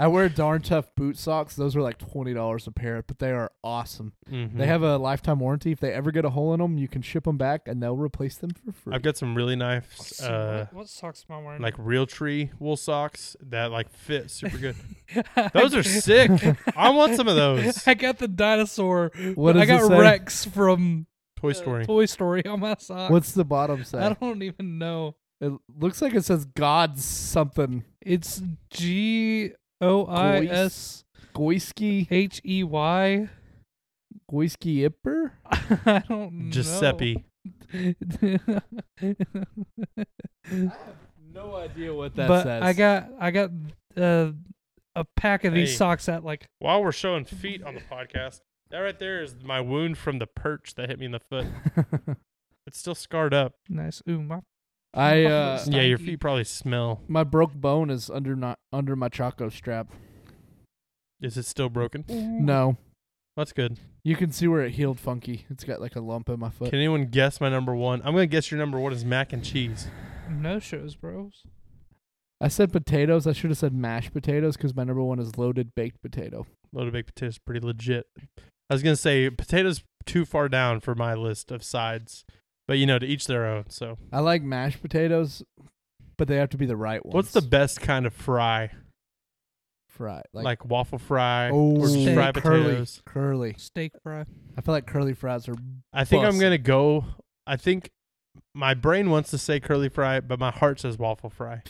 [SPEAKER 3] I wear darn tough boot socks. Those are like twenty dollars a pair, but they are awesome.
[SPEAKER 1] Mhm.
[SPEAKER 3] They have a lifetime warranty. If they ever get a hole in them, you can ship them back, and they'll replace them for free.
[SPEAKER 1] I've got some really nice,
[SPEAKER 4] So
[SPEAKER 1] uh,
[SPEAKER 4] what, what socks am I wearing? [LAUGHS]
[SPEAKER 1] like real tree wool socks that like fit super good. Those are
[SPEAKER 4] [LAUGHS]
[SPEAKER 1] sick. I want some of those.
[SPEAKER 4] I got the dinosaur.
[SPEAKER 3] What does
[SPEAKER 4] I got
[SPEAKER 3] it say?
[SPEAKER 4] Rex from
[SPEAKER 1] Toy
[SPEAKER 4] uh,
[SPEAKER 1] Story.
[SPEAKER 4] Toy Story on my sock.
[SPEAKER 3] What's the bottom
[SPEAKER 4] I
[SPEAKER 3] say?
[SPEAKER 4] don't even know.
[SPEAKER 3] It looks like it says God's something.
[SPEAKER 4] It's G O I S
[SPEAKER 3] Goisky,
[SPEAKER 4] H E Y. [LAUGHS]
[SPEAKER 3] Goisky Ipper.
[SPEAKER 4] I don't
[SPEAKER 1] Giuseppe.
[SPEAKER 4] know. [LAUGHS]
[SPEAKER 3] No idea what
[SPEAKER 4] but I got I got uh a pack of these
[SPEAKER 1] Hey.
[SPEAKER 4] socks at like
[SPEAKER 1] While we're showing feet on the podcast, that right there is my wound from the perch that hit me in the foot. It's still scarred up.
[SPEAKER 4] nice. Ooh, my
[SPEAKER 3] I
[SPEAKER 1] [LAUGHS]
[SPEAKER 4] my
[SPEAKER 3] uh,
[SPEAKER 4] foot's
[SPEAKER 1] Yeah, your
[SPEAKER 4] stinky.
[SPEAKER 1] feet probably smell.
[SPEAKER 3] my broke bone is under not under my Chaco strap.
[SPEAKER 1] Is it still broken?
[SPEAKER 3] No,
[SPEAKER 1] That's good.
[SPEAKER 3] you can see where it healed funky. It's got like a lump in my foot.
[SPEAKER 1] Can anyone guess my number one? I'm gonna guess your number one is mac and cheese.
[SPEAKER 4] no shows, bros.
[SPEAKER 3] I said potatoes. I should have said mashed potatoes because my number one is loaded baked potato.
[SPEAKER 1] Loaded baked potatoes, pretty legit. I was gonna say potatoes too far down for my list of sides, but you know, to each their own. So,
[SPEAKER 3] I like mashed potatoes, but they have to be the right ones.
[SPEAKER 1] what's the best kind of fry?
[SPEAKER 3] fried?
[SPEAKER 1] Like, waffle fry
[SPEAKER 3] oh,
[SPEAKER 1] or just
[SPEAKER 4] steak,
[SPEAKER 1] fried
[SPEAKER 3] curly,
[SPEAKER 1] potatoes?
[SPEAKER 3] curly.
[SPEAKER 4] Steak fry.
[SPEAKER 3] I feel like curly fries are.
[SPEAKER 1] I think I'm
[SPEAKER 3] Bust.
[SPEAKER 1] gonna go. I think my brain wants to say curly fry, but my heart says waffle fry.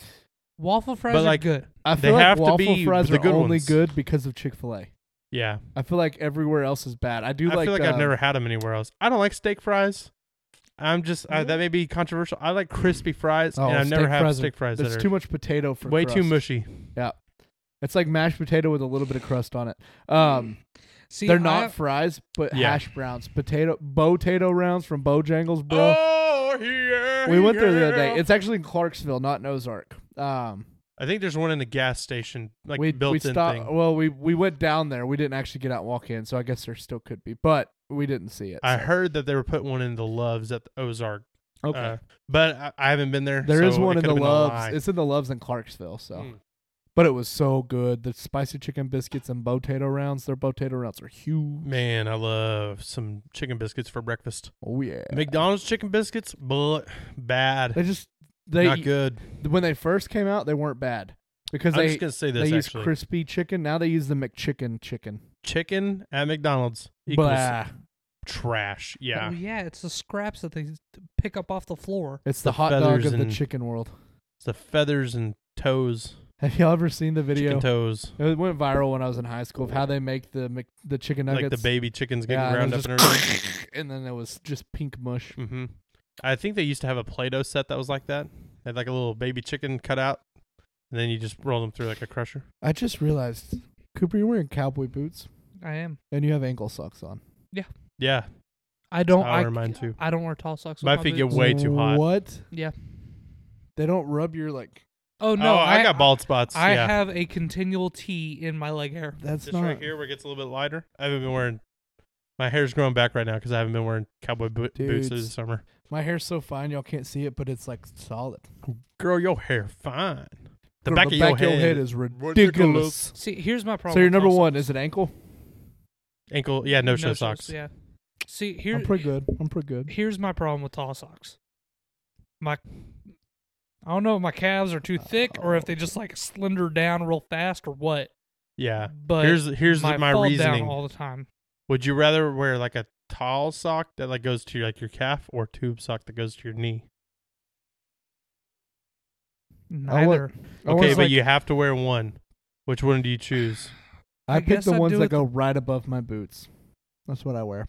[SPEAKER 4] Waffle fries
[SPEAKER 1] But,
[SPEAKER 4] are
[SPEAKER 1] like,
[SPEAKER 4] good.
[SPEAKER 3] I
[SPEAKER 1] They
[SPEAKER 3] feel like
[SPEAKER 1] have to
[SPEAKER 3] waffle
[SPEAKER 1] be
[SPEAKER 3] fries
[SPEAKER 1] the
[SPEAKER 3] are
[SPEAKER 1] good
[SPEAKER 3] only
[SPEAKER 1] ones.
[SPEAKER 3] good because of Chick Fil A.
[SPEAKER 1] Yeah,
[SPEAKER 3] I feel like everywhere else is bad. I do
[SPEAKER 1] I
[SPEAKER 3] like.
[SPEAKER 1] feel like I've
[SPEAKER 3] uh,
[SPEAKER 1] never had them anywhere else. I don't like steak fries. I'm just I, that may be controversial. I like crispy fries,
[SPEAKER 3] Oh,
[SPEAKER 1] and I've never
[SPEAKER 3] steak
[SPEAKER 1] had
[SPEAKER 3] fries are-
[SPEAKER 1] steak fries
[SPEAKER 3] There's
[SPEAKER 1] that
[SPEAKER 3] too
[SPEAKER 1] are
[SPEAKER 3] much potato for
[SPEAKER 1] way too
[SPEAKER 3] crust.
[SPEAKER 1] mushy.
[SPEAKER 3] It's like mashed potato with a little bit of crust on it. Um,
[SPEAKER 4] See,
[SPEAKER 3] they're
[SPEAKER 4] I- oh,
[SPEAKER 3] not fries, but
[SPEAKER 1] Yeah.
[SPEAKER 3] hash browns, potato, potato rounds from Bojangles, bro.
[SPEAKER 1] Oh yeah,
[SPEAKER 3] we went there the other
[SPEAKER 1] [LAUGHS]
[SPEAKER 3] day.
[SPEAKER 1] yeah.
[SPEAKER 3] It's actually in Clarksville, not in Ozark. Um,
[SPEAKER 1] I think there's one in the gas station, like
[SPEAKER 3] we we
[SPEAKER 1] built-in
[SPEAKER 3] stopped.
[SPEAKER 1] thing.
[SPEAKER 3] Well, we we went down there. We didn't actually get out and walk in, so I guess there still could be, but we didn't see it.
[SPEAKER 1] I
[SPEAKER 3] so.
[SPEAKER 1] heard that they were putting one in the Loves at the Ozark,
[SPEAKER 3] Okay,
[SPEAKER 1] uh, but I, I haven't been there.
[SPEAKER 3] there is
[SPEAKER 1] so
[SPEAKER 3] one
[SPEAKER 1] it
[SPEAKER 3] in the
[SPEAKER 1] could've been a
[SPEAKER 3] Loves.
[SPEAKER 1] lie.
[SPEAKER 3] It's in the Loves in Clarksville. So,
[SPEAKER 1] Mm.
[SPEAKER 3] but it was so good. The spicy chicken biscuits and potato rounds. Their potato rounds are huge.
[SPEAKER 1] Man, I love some chicken biscuits for breakfast.
[SPEAKER 3] Oh yeah,
[SPEAKER 1] McDonald's chicken biscuits, blah, bad,
[SPEAKER 3] they just they e
[SPEAKER 1] not good.
[SPEAKER 3] when they first came out, they weren't bad because
[SPEAKER 1] I'm
[SPEAKER 3] they
[SPEAKER 1] just gonna say
[SPEAKER 3] they
[SPEAKER 1] this
[SPEAKER 3] use
[SPEAKER 1] actually:
[SPEAKER 3] crispy chicken. Now they use the McChicken chicken.
[SPEAKER 1] chicken at McDonald's equals
[SPEAKER 3] Blah.
[SPEAKER 1] trash.
[SPEAKER 4] Oh
[SPEAKER 1] Yeah,
[SPEAKER 4] yeah, it's the scraps that they pick up off the floor.
[SPEAKER 3] It's the,
[SPEAKER 1] The
[SPEAKER 3] hot dog
[SPEAKER 1] feathers
[SPEAKER 3] of the
[SPEAKER 1] and-
[SPEAKER 3] chicken world.
[SPEAKER 1] it's the feathers and toes,
[SPEAKER 3] Have y'all ever seen the video?
[SPEAKER 1] chicken toes,
[SPEAKER 3] It went viral when I was in high school of how they make the Mc, the chicken nuggets.
[SPEAKER 1] like the baby chickens getting
[SPEAKER 3] Yeah,
[SPEAKER 1] ground
[SPEAKER 3] and
[SPEAKER 1] up
[SPEAKER 3] it
[SPEAKER 1] and
[SPEAKER 3] was
[SPEAKER 1] everything.
[SPEAKER 3] [LAUGHS] and then it was just pink mush.
[SPEAKER 1] [LAUGHS] Mm-hmm. I think they used to have a Play-Doh set that was like that. They had like a little baby chicken cut out, and then you just roll them through like a crusher.
[SPEAKER 3] I just realized, Cooper, you're wearing cowboy boots
[SPEAKER 4] I am.
[SPEAKER 3] and you have ankle socks on.
[SPEAKER 1] Yeah,
[SPEAKER 4] I don't.
[SPEAKER 1] I
[SPEAKER 4] I,
[SPEAKER 1] wear mine too.
[SPEAKER 4] I don't wear tall socks. with
[SPEAKER 1] My
[SPEAKER 4] my
[SPEAKER 1] feet get
[SPEAKER 4] boots.
[SPEAKER 1] way too hot.
[SPEAKER 3] What?
[SPEAKER 4] Yeah.
[SPEAKER 3] They don't rub your like.
[SPEAKER 4] Oh no,
[SPEAKER 1] oh, I,
[SPEAKER 4] I,
[SPEAKER 1] got bald spots.
[SPEAKER 4] I
[SPEAKER 1] yeah.
[SPEAKER 4] have a continual T in my leg hair.
[SPEAKER 3] That's
[SPEAKER 1] Just
[SPEAKER 3] not.
[SPEAKER 1] right here where it gets a little bit lighter. I haven't been wearing. My hair's growing back right now because I haven't been wearing cowboy boot boots
[SPEAKER 3] Dudes.
[SPEAKER 1] this summer.
[SPEAKER 3] My hair's so fine y'all can't see it, but it's like solid.
[SPEAKER 1] Girl, your hair fine. The
[SPEAKER 3] Girl,
[SPEAKER 1] back of your head,
[SPEAKER 3] is ridiculous.
[SPEAKER 1] ridiculous.
[SPEAKER 4] See, here's my problem.
[SPEAKER 3] So your
[SPEAKER 4] with
[SPEAKER 3] number
[SPEAKER 4] tall
[SPEAKER 3] one
[SPEAKER 4] socks.
[SPEAKER 3] is an ankle.
[SPEAKER 1] ankle. Yeah, no, show
[SPEAKER 4] shows,
[SPEAKER 1] socks.
[SPEAKER 4] Yeah. See here.
[SPEAKER 3] I'm pretty good. I'm pretty good.
[SPEAKER 4] Here's my problem with tall socks. My, I don't know if my calves are too thick or if they just like slender down real fast or what.
[SPEAKER 1] Yeah.
[SPEAKER 4] But
[SPEAKER 1] here's here's
[SPEAKER 4] my,
[SPEAKER 1] my,
[SPEAKER 4] fall
[SPEAKER 1] reasoning.
[SPEAKER 4] down all the time.
[SPEAKER 1] Would you rather wear like a tall sock that like goes to your, like your calf or tube sock that goes to your knee?
[SPEAKER 3] I want-
[SPEAKER 4] Neither.
[SPEAKER 3] I was
[SPEAKER 1] Okay, but
[SPEAKER 3] like-
[SPEAKER 1] you have to wear one. Which one do you choose?
[SPEAKER 3] I,
[SPEAKER 4] I
[SPEAKER 3] pick
[SPEAKER 4] guess
[SPEAKER 3] the
[SPEAKER 4] I'd
[SPEAKER 3] ones
[SPEAKER 4] do
[SPEAKER 3] that
[SPEAKER 4] it the-
[SPEAKER 3] go right above my boots. That's what I wear.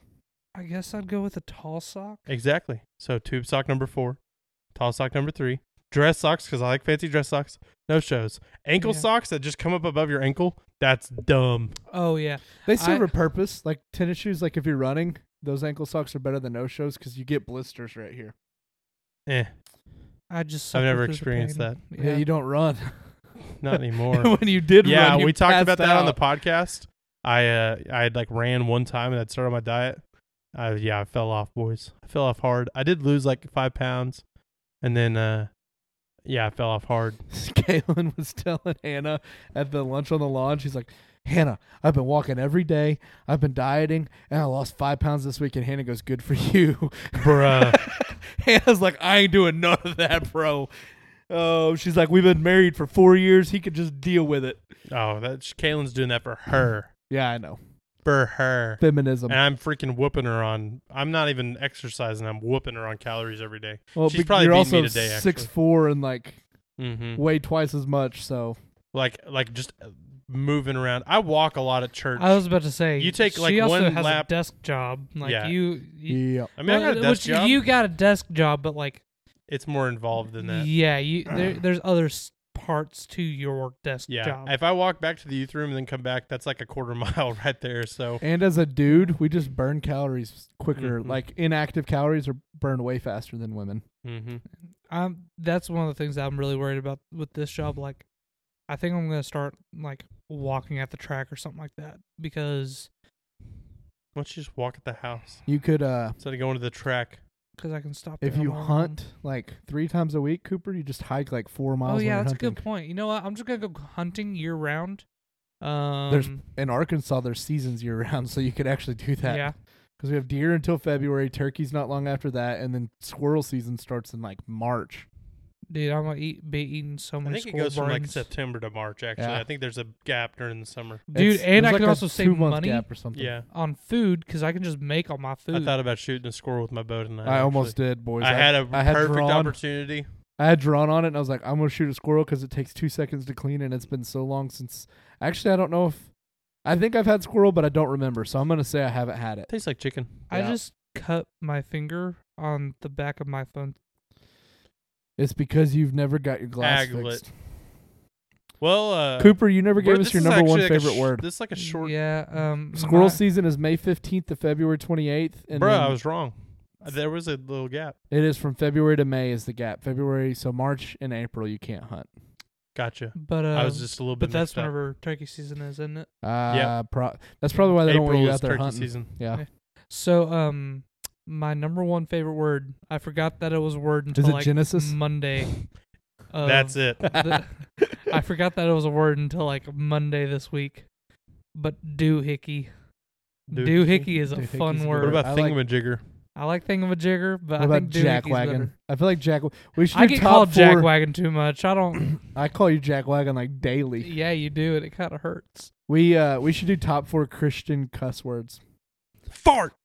[SPEAKER 4] I guess I'd go with a tall sock.
[SPEAKER 1] Exactly. So tube sock number four, tall sock number three, dress socks because I like fancy dress socks. No shows. Ankle
[SPEAKER 4] Yeah.
[SPEAKER 1] socks that just come up above your ankle. That's dumb.
[SPEAKER 4] Oh yeah.
[SPEAKER 3] They serve
[SPEAKER 4] I-
[SPEAKER 3] a purpose, like tennis shoes. Like if you're running, those ankle socks are better than no shows because you get blisters right here.
[SPEAKER 1] Eh,
[SPEAKER 4] I just.
[SPEAKER 1] I've
[SPEAKER 4] suffer
[SPEAKER 1] never
[SPEAKER 4] through the
[SPEAKER 1] experienced
[SPEAKER 4] pain.
[SPEAKER 1] that.
[SPEAKER 3] Yeah,
[SPEAKER 4] [LAUGHS]
[SPEAKER 3] you don't run. [LAUGHS]
[SPEAKER 1] not anymore.
[SPEAKER 3] when you did
[SPEAKER 1] yeah,
[SPEAKER 3] run, you
[SPEAKER 1] we talked
[SPEAKER 3] passed
[SPEAKER 1] about that on the
[SPEAKER 3] out.
[SPEAKER 1] podcast. I uh, I had like ran one time and I'd started my diet. I yeah, I fell off, boys. I fell off hard. I did lose like five pounds, and then uh, yeah, I fell off hard.
[SPEAKER 3] Kaylin was telling Hannah at the lunch on the lawn. She's like, Hannah, I've been walking every day. I've been dieting, and I lost five pounds this week. And Hannah goes, "Good for [LAUGHS] you." [LAUGHS]
[SPEAKER 1] Bruh.
[SPEAKER 3] Hannah's like, "I ain't doing none of that, bro." Oh, she's like, "We've been married for four years. He could just deal with it."
[SPEAKER 1] Oh, that's Kaylin's doing that for her,
[SPEAKER 3] Yeah, I know.
[SPEAKER 1] for her.
[SPEAKER 3] Feminism.
[SPEAKER 1] And I'm freaking whooping her on. I'm not even exercising. I'm whooping her on calories every day.
[SPEAKER 3] Well,
[SPEAKER 1] she's
[SPEAKER 3] be-
[SPEAKER 1] probably
[SPEAKER 3] you're
[SPEAKER 1] beat
[SPEAKER 3] also
[SPEAKER 1] me today, actually.
[SPEAKER 3] six four and like
[SPEAKER 1] Mm-hmm.
[SPEAKER 3] weigh twice as much. So
[SPEAKER 1] Like like just uh, moving around. I walk a lot at church.
[SPEAKER 4] I was about to say
[SPEAKER 1] You take, like,
[SPEAKER 4] she also
[SPEAKER 1] one
[SPEAKER 4] has
[SPEAKER 1] lap-
[SPEAKER 4] a desk job. Like
[SPEAKER 1] Yeah.
[SPEAKER 4] you, you
[SPEAKER 3] yeah,
[SPEAKER 1] I mean, I got a
[SPEAKER 4] Well,
[SPEAKER 1] desk
[SPEAKER 4] uh, which
[SPEAKER 1] job.
[SPEAKER 4] You got a desk job, but like
[SPEAKER 1] it's more involved than that.
[SPEAKER 4] yeah, you there, there's other s- parts to your desk
[SPEAKER 1] Yeah.
[SPEAKER 4] job.
[SPEAKER 1] If I walk back to the youth room and then come back, that's like a quarter [LAUGHS] mile right there. So
[SPEAKER 3] And as a dude, we just burn calories quicker.
[SPEAKER 4] Mm-hmm.
[SPEAKER 1] Mhm.
[SPEAKER 3] Like inactive calories are burned way faster than women. Mm-hmm.
[SPEAKER 1] mhm.
[SPEAKER 4] I'm that's one of the things that I'm really worried about with this job. Like, I think I'm gonna start like walking at the track or something like that because
[SPEAKER 1] why don't you just walk at the house
[SPEAKER 3] You could uh
[SPEAKER 1] instead of going to the track?
[SPEAKER 4] cause I can stop.
[SPEAKER 3] if
[SPEAKER 4] there
[SPEAKER 3] you
[SPEAKER 4] on my own.
[SPEAKER 3] hunt like three times a week, Cooper, you just hike like four
[SPEAKER 4] oh
[SPEAKER 3] miles.
[SPEAKER 4] yeah,
[SPEAKER 3] when
[SPEAKER 4] that's
[SPEAKER 3] you're
[SPEAKER 4] a good
[SPEAKER 3] hunting.
[SPEAKER 4] point. You know what? I'm just gonna go hunting year round. Um,
[SPEAKER 3] In Arkansas, there's seasons year round, [LAUGHS] so you could actually do that.
[SPEAKER 4] yeah,
[SPEAKER 3] because we have deer until February, turkeys not long after that, and then squirrel season starts in like March.
[SPEAKER 4] dude, I'm gonna eat be eating so
[SPEAKER 1] I
[SPEAKER 4] many.
[SPEAKER 1] think it
[SPEAKER 4] squirrel
[SPEAKER 1] goes from like
[SPEAKER 4] brains.
[SPEAKER 1] September to March. Actually,
[SPEAKER 3] Yeah.
[SPEAKER 1] I think there's a gap during the summer.
[SPEAKER 4] dude,
[SPEAKER 3] It's-
[SPEAKER 4] and
[SPEAKER 3] there's
[SPEAKER 4] I
[SPEAKER 3] like
[SPEAKER 4] can
[SPEAKER 3] a
[SPEAKER 4] also save
[SPEAKER 3] two-month
[SPEAKER 4] money
[SPEAKER 3] gap or something.
[SPEAKER 1] Yeah,
[SPEAKER 4] on food because I can just make all my food.
[SPEAKER 1] I thought about shooting a squirrel with my bow tonight.
[SPEAKER 3] I almost
[SPEAKER 1] actually.
[SPEAKER 3] did, boys.
[SPEAKER 1] I had a
[SPEAKER 3] I had
[SPEAKER 1] perfect
[SPEAKER 3] drawn-
[SPEAKER 1] opportunity.
[SPEAKER 3] I had drawn on it, and I was like, I'm gonna shoot a squirrel because it takes two seconds to clean, and it's been so long since. Actually, I don't know if. I think I've had squirrel, but I don't remember, so I'm gonna say I haven't had it.
[SPEAKER 1] Tastes like chicken.
[SPEAKER 4] I
[SPEAKER 3] Yeah.
[SPEAKER 4] just cut my finger on the back of my phone.
[SPEAKER 3] It's because you've never got your glass
[SPEAKER 1] Aglet.
[SPEAKER 3] fixed.
[SPEAKER 1] Well, uh,
[SPEAKER 3] Cooper, you never
[SPEAKER 1] we're-
[SPEAKER 3] gave us
[SPEAKER 1] this
[SPEAKER 3] your
[SPEAKER 1] is
[SPEAKER 3] number
[SPEAKER 1] actually
[SPEAKER 3] one
[SPEAKER 1] like a
[SPEAKER 3] favorite
[SPEAKER 1] sh-
[SPEAKER 3] word.
[SPEAKER 1] This is like a short.
[SPEAKER 4] Yeah. Um.
[SPEAKER 3] Squirrel
[SPEAKER 4] my-
[SPEAKER 3] season is May 15th to February 28th, and
[SPEAKER 1] Bro,
[SPEAKER 3] then
[SPEAKER 1] I was wrong. There was a little gap.
[SPEAKER 3] it is from February to May is the gap. February, so March and April you can't hunt.
[SPEAKER 1] Gotcha.
[SPEAKER 4] But uh,
[SPEAKER 1] I
[SPEAKER 3] Um,
[SPEAKER 1] was just a little bit.
[SPEAKER 4] But that's
[SPEAKER 1] mixed up.
[SPEAKER 4] whenever turkey season is, isn't it?
[SPEAKER 3] Uh,
[SPEAKER 1] Yeah.
[SPEAKER 3] pro- that's probably why they
[SPEAKER 1] April
[SPEAKER 3] don't want you
[SPEAKER 1] is
[SPEAKER 3] out there
[SPEAKER 1] turkey
[SPEAKER 3] hunting.
[SPEAKER 1] season.
[SPEAKER 3] Yeah,
[SPEAKER 4] Yeah. So um, my number one favorite word. I forgot that it was a word until
[SPEAKER 3] is it
[SPEAKER 4] like
[SPEAKER 3] Genesis?
[SPEAKER 1] [LAUGHS]
[SPEAKER 4] Monday.
[SPEAKER 3] [LAUGHS] Uh,
[SPEAKER 4] of
[SPEAKER 1] That's it.
[SPEAKER 4] the- I forgot that it was a word until like Monday this week. But doohickey. Doohickey is a
[SPEAKER 3] Doohickey's
[SPEAKER 4] fun
[SPEAKER 3] good.
[SPEAKER 4] word.
[SPEAKER 1] What about
[SPEAKER 3] I like-
[SPEAKER 1] thingamajigger?
[SPEAKER 4] I like thingamajigger,
[SPEAKER 3] What
[SPEAKER 4] but I
[SPEAKER 3] about
[SPEAKER 4] think
[SPEAKER 3] Jack
[SPEAKER 4] doohickey's
[SPEAKER 3] Wagon?
[SPEAKER 4] better.
[SPEAKER 3] I feel like Jack. We should
[SPEAKER 4] I
[SPEAKER 3] do
[SPEAKER 4] get
[SPEAKER 3] top
[SPEAKER 4] called
[SPEAKER 3] four.
[SPEAKER 4] Jack Wagon too much.
[SPEAKER 3] [COUGHS] [CLEARS THROAT]
[SPEAKER 4] I don't. [COUGHS]
[SPEAKER 3] I call you Jack Wagon like daily.
[SPEAKER 4] yeah, you do it. It kind of hurts.
[SPEAKER 3] We uh we should do top four Christian cuss words.
[SPEAKER 1] Fart.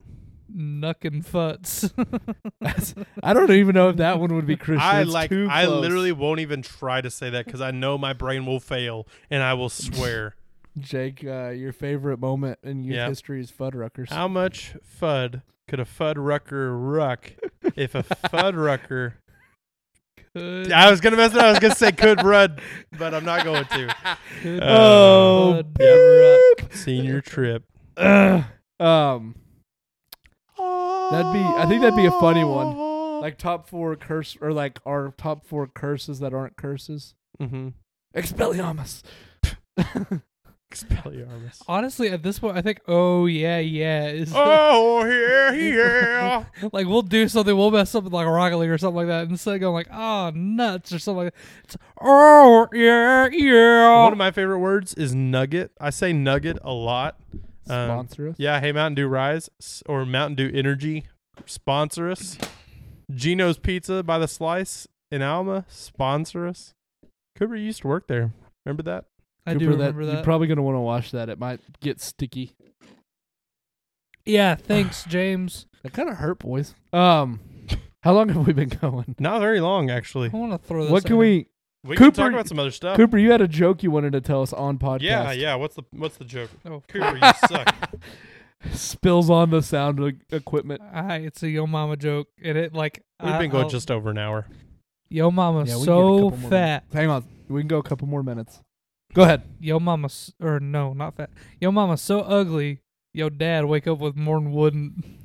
[SPEAKER 4] Nuck and futs. [LAUGHS]
[SPEAKER 3] That's- I don't even know if that one
[SPEAKER 1] [LAUGHS]
[SPEAKER 3] would be Christian.
[SPEAKER 1] I
[SPEAKER 3] It's
[SPEAKER 1] like.
[SPEAKER 3] too
[SPEAKER 1] I
[SPEAKER 3] close.
[SPEAKER 1] literally won't even try to say that because I know my brain will fail, and I will
[SPEAKER 3] [LAUGHS]
[SPEAKER 1] swear.
[SPEAKER 3] Jake. Uh, your favorite moment in youth
[SPEAKER 1] Yeah.
[SPEAKER 3] history is Fuddruckers.
[SPEAKER 1] How much fud could a fud rucker ruck if a fud
[SPEAKER 3] [LAUGHS]
[SPEAKER 1] rucker?
[SPEAKER 4] Could-
[SPEAKER 1] I was gonna mess it up. I was gonna say could run, but I'm not going
[SPEAKER 3] [LAUGHS]
[SPEAKER 1] to. Uh,
[SPEAKER 4] could
[SPEAKER 1] Oh,
[SPEAKER 4] bud
[SPEAKER 1] yeah.
[SPEAKER 4] rock.
[SPEAKER 1] Senior trip.
[SPEAKER 3] Ugh. um, That'd be- I think that'd be a funny
[SPEAKER 1] one.
[SPEAKER 3] like top four curse or like our top four curses that aren't curses.
[SPEAKER 1] mm-hmm.
[SPEAKER 3] Expelliarmus. [LAUGHS]
[SPEAKER 1] Um, Expelliarmus.
[SPEAKER 4] Honestly, at this point, I think oh yeah, yeah is
[SPEAKER 1] oh yeah, yeah.
[SPEAKER 4] [LAUGHS] like we'll do something. We'll mess up with like Rocket League or something like that instead of going like oh nuts or something like that. It's oh yeah,
[SPEAKER 1] [LAUGHS]
[SPEAKER 4] yeah.
[SPEAKER 1] One of my favorite words is nugget. I say nugget a lot. Um,
[SPEAKER 3] Sponsor us.
[SPEAKER 1] Yeah, hey Mountain Dew Rise s- or Mountain Dew Energy, sponsor us. Gino's Pizza by the Slice in Alma, sponsor us. Cooper you used to work there. Remember that?
[SPEAKER 4] I do
[SPEAKER 3] Cooper,
[SPEAKER 4] remember that.
[SPEAKER 3] You're probably gonna want to wash that. It might get sticky.
[SPEAKER 4] yeah, thanks, James.
[SPEAKER 3] That kind of hurt, boys. Um, how long have we been [LAUGHS] going?
[SPEAKER 1] Not very long, actually.
[SPEAKER 4] I want to throw this.
[SPEAKER 3] What can
[SPEAKER 4] out here.
[SPEAKER 3] we,
[SPEAKER 1] We
[SPEAKER 3] Cooper-
[SPEAKER 1] can talk about some other stuff.
[SPEAKER 3] Cooper? You had a joke you wanted to tell us on podcast.
[SPEAKER 1] yeah, yeah. What's the what's the joke?
[SPEAKER 4] Oh,
[SPEAKER 1] Cooper,
[SPEAKER 3] [LAUGHS]
[SPEAKER 1] you suck.
[SPEAKER 3] Spills on the sound e- equipment.
[SPEAKER 4] I, it's a yo mama joke, and it like
[SPEAKER 1] We've
[SPEAKER 4] I-
[SPEAKER 1] been
[SPEAKER 3] Uh,
[SPEAKER 1] going
[SPEAKER 4] I'll-
[SPEAKER 1] just over an hour.
[SPEAKER 4] yo mama
[SPEAKER 3] Yeah, we can get a
[SPEAKER 4] so
[SPEAKER 3] couple more
[SPEAKER 4] fat.
[SPEAKER 3] Hang on, we can go a couple more minutes. Go ahead.
[SPEAKER 4] Yo mama s- or no, not fat. Yo mama so ugly. Yo dad wake up with more than wooden,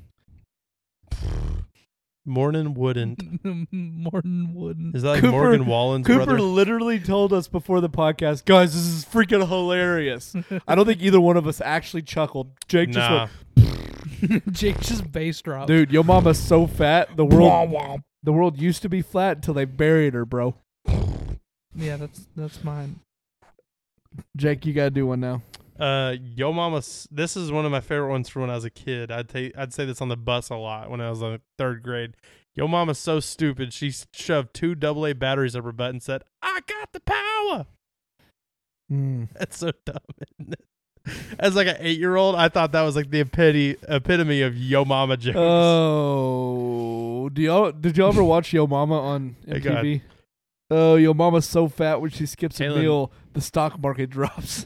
[SPEAKER 1] Morning wouldn't.
[SPEAKER 4] [LAUGHS] more than wooden.
[SPEAKER 1] Is that like
[SPEAKER 3] Cooper-
[SPEAKER 1] Morgan Wallen's
[SPEAKER 3] Cooper
[SPEAKER 1] brother?
[SPEAKER 3] literally told us before the podcast, guys, this is freaking [LAUGHS] hilarious. I don't think either one of us actually chuckled. Jake just
[SPEAKER 1] Nah.
[SPEAKER 3] went, [LAUGHS]
[SPEAKER 4] Jake just bass dropped.
[SPEAKER 3] dude, your mama's so fat. The world, the world used to be flat until they buried her, bro.
[SPEAKER 4] Yeah, that's that's mine.
[SPEAKER 3] Jake, you gotta do one now.
[SPEAKER 1] Uh, Yo Mama. s- This is one of my favorite ones from when I was a kid. I'd take, I'd say this on the bus a lot when I was in third grade. Yo Mama's so stupid. She s- shoved two AA batteries up her butt and said, "I got the power." [LAUGHS] That's so dumb. Isn't it? As like an eight year old, I thought that was like the epitome epitome of Yo Mama jokes.
[SPEAKER 3] Uh, Oh, do y'all did y'all ever watch Yo Mama on
[SPEAKER 1] [LAUGHS] Hey, God.
[SPEAKER 3] MTV? Oh, Yo Mama's so fat when she skips
[SPEAKER 1] Kaylin.
[SPEAKER 3] a meal, the stock market [LAUGHS] drops.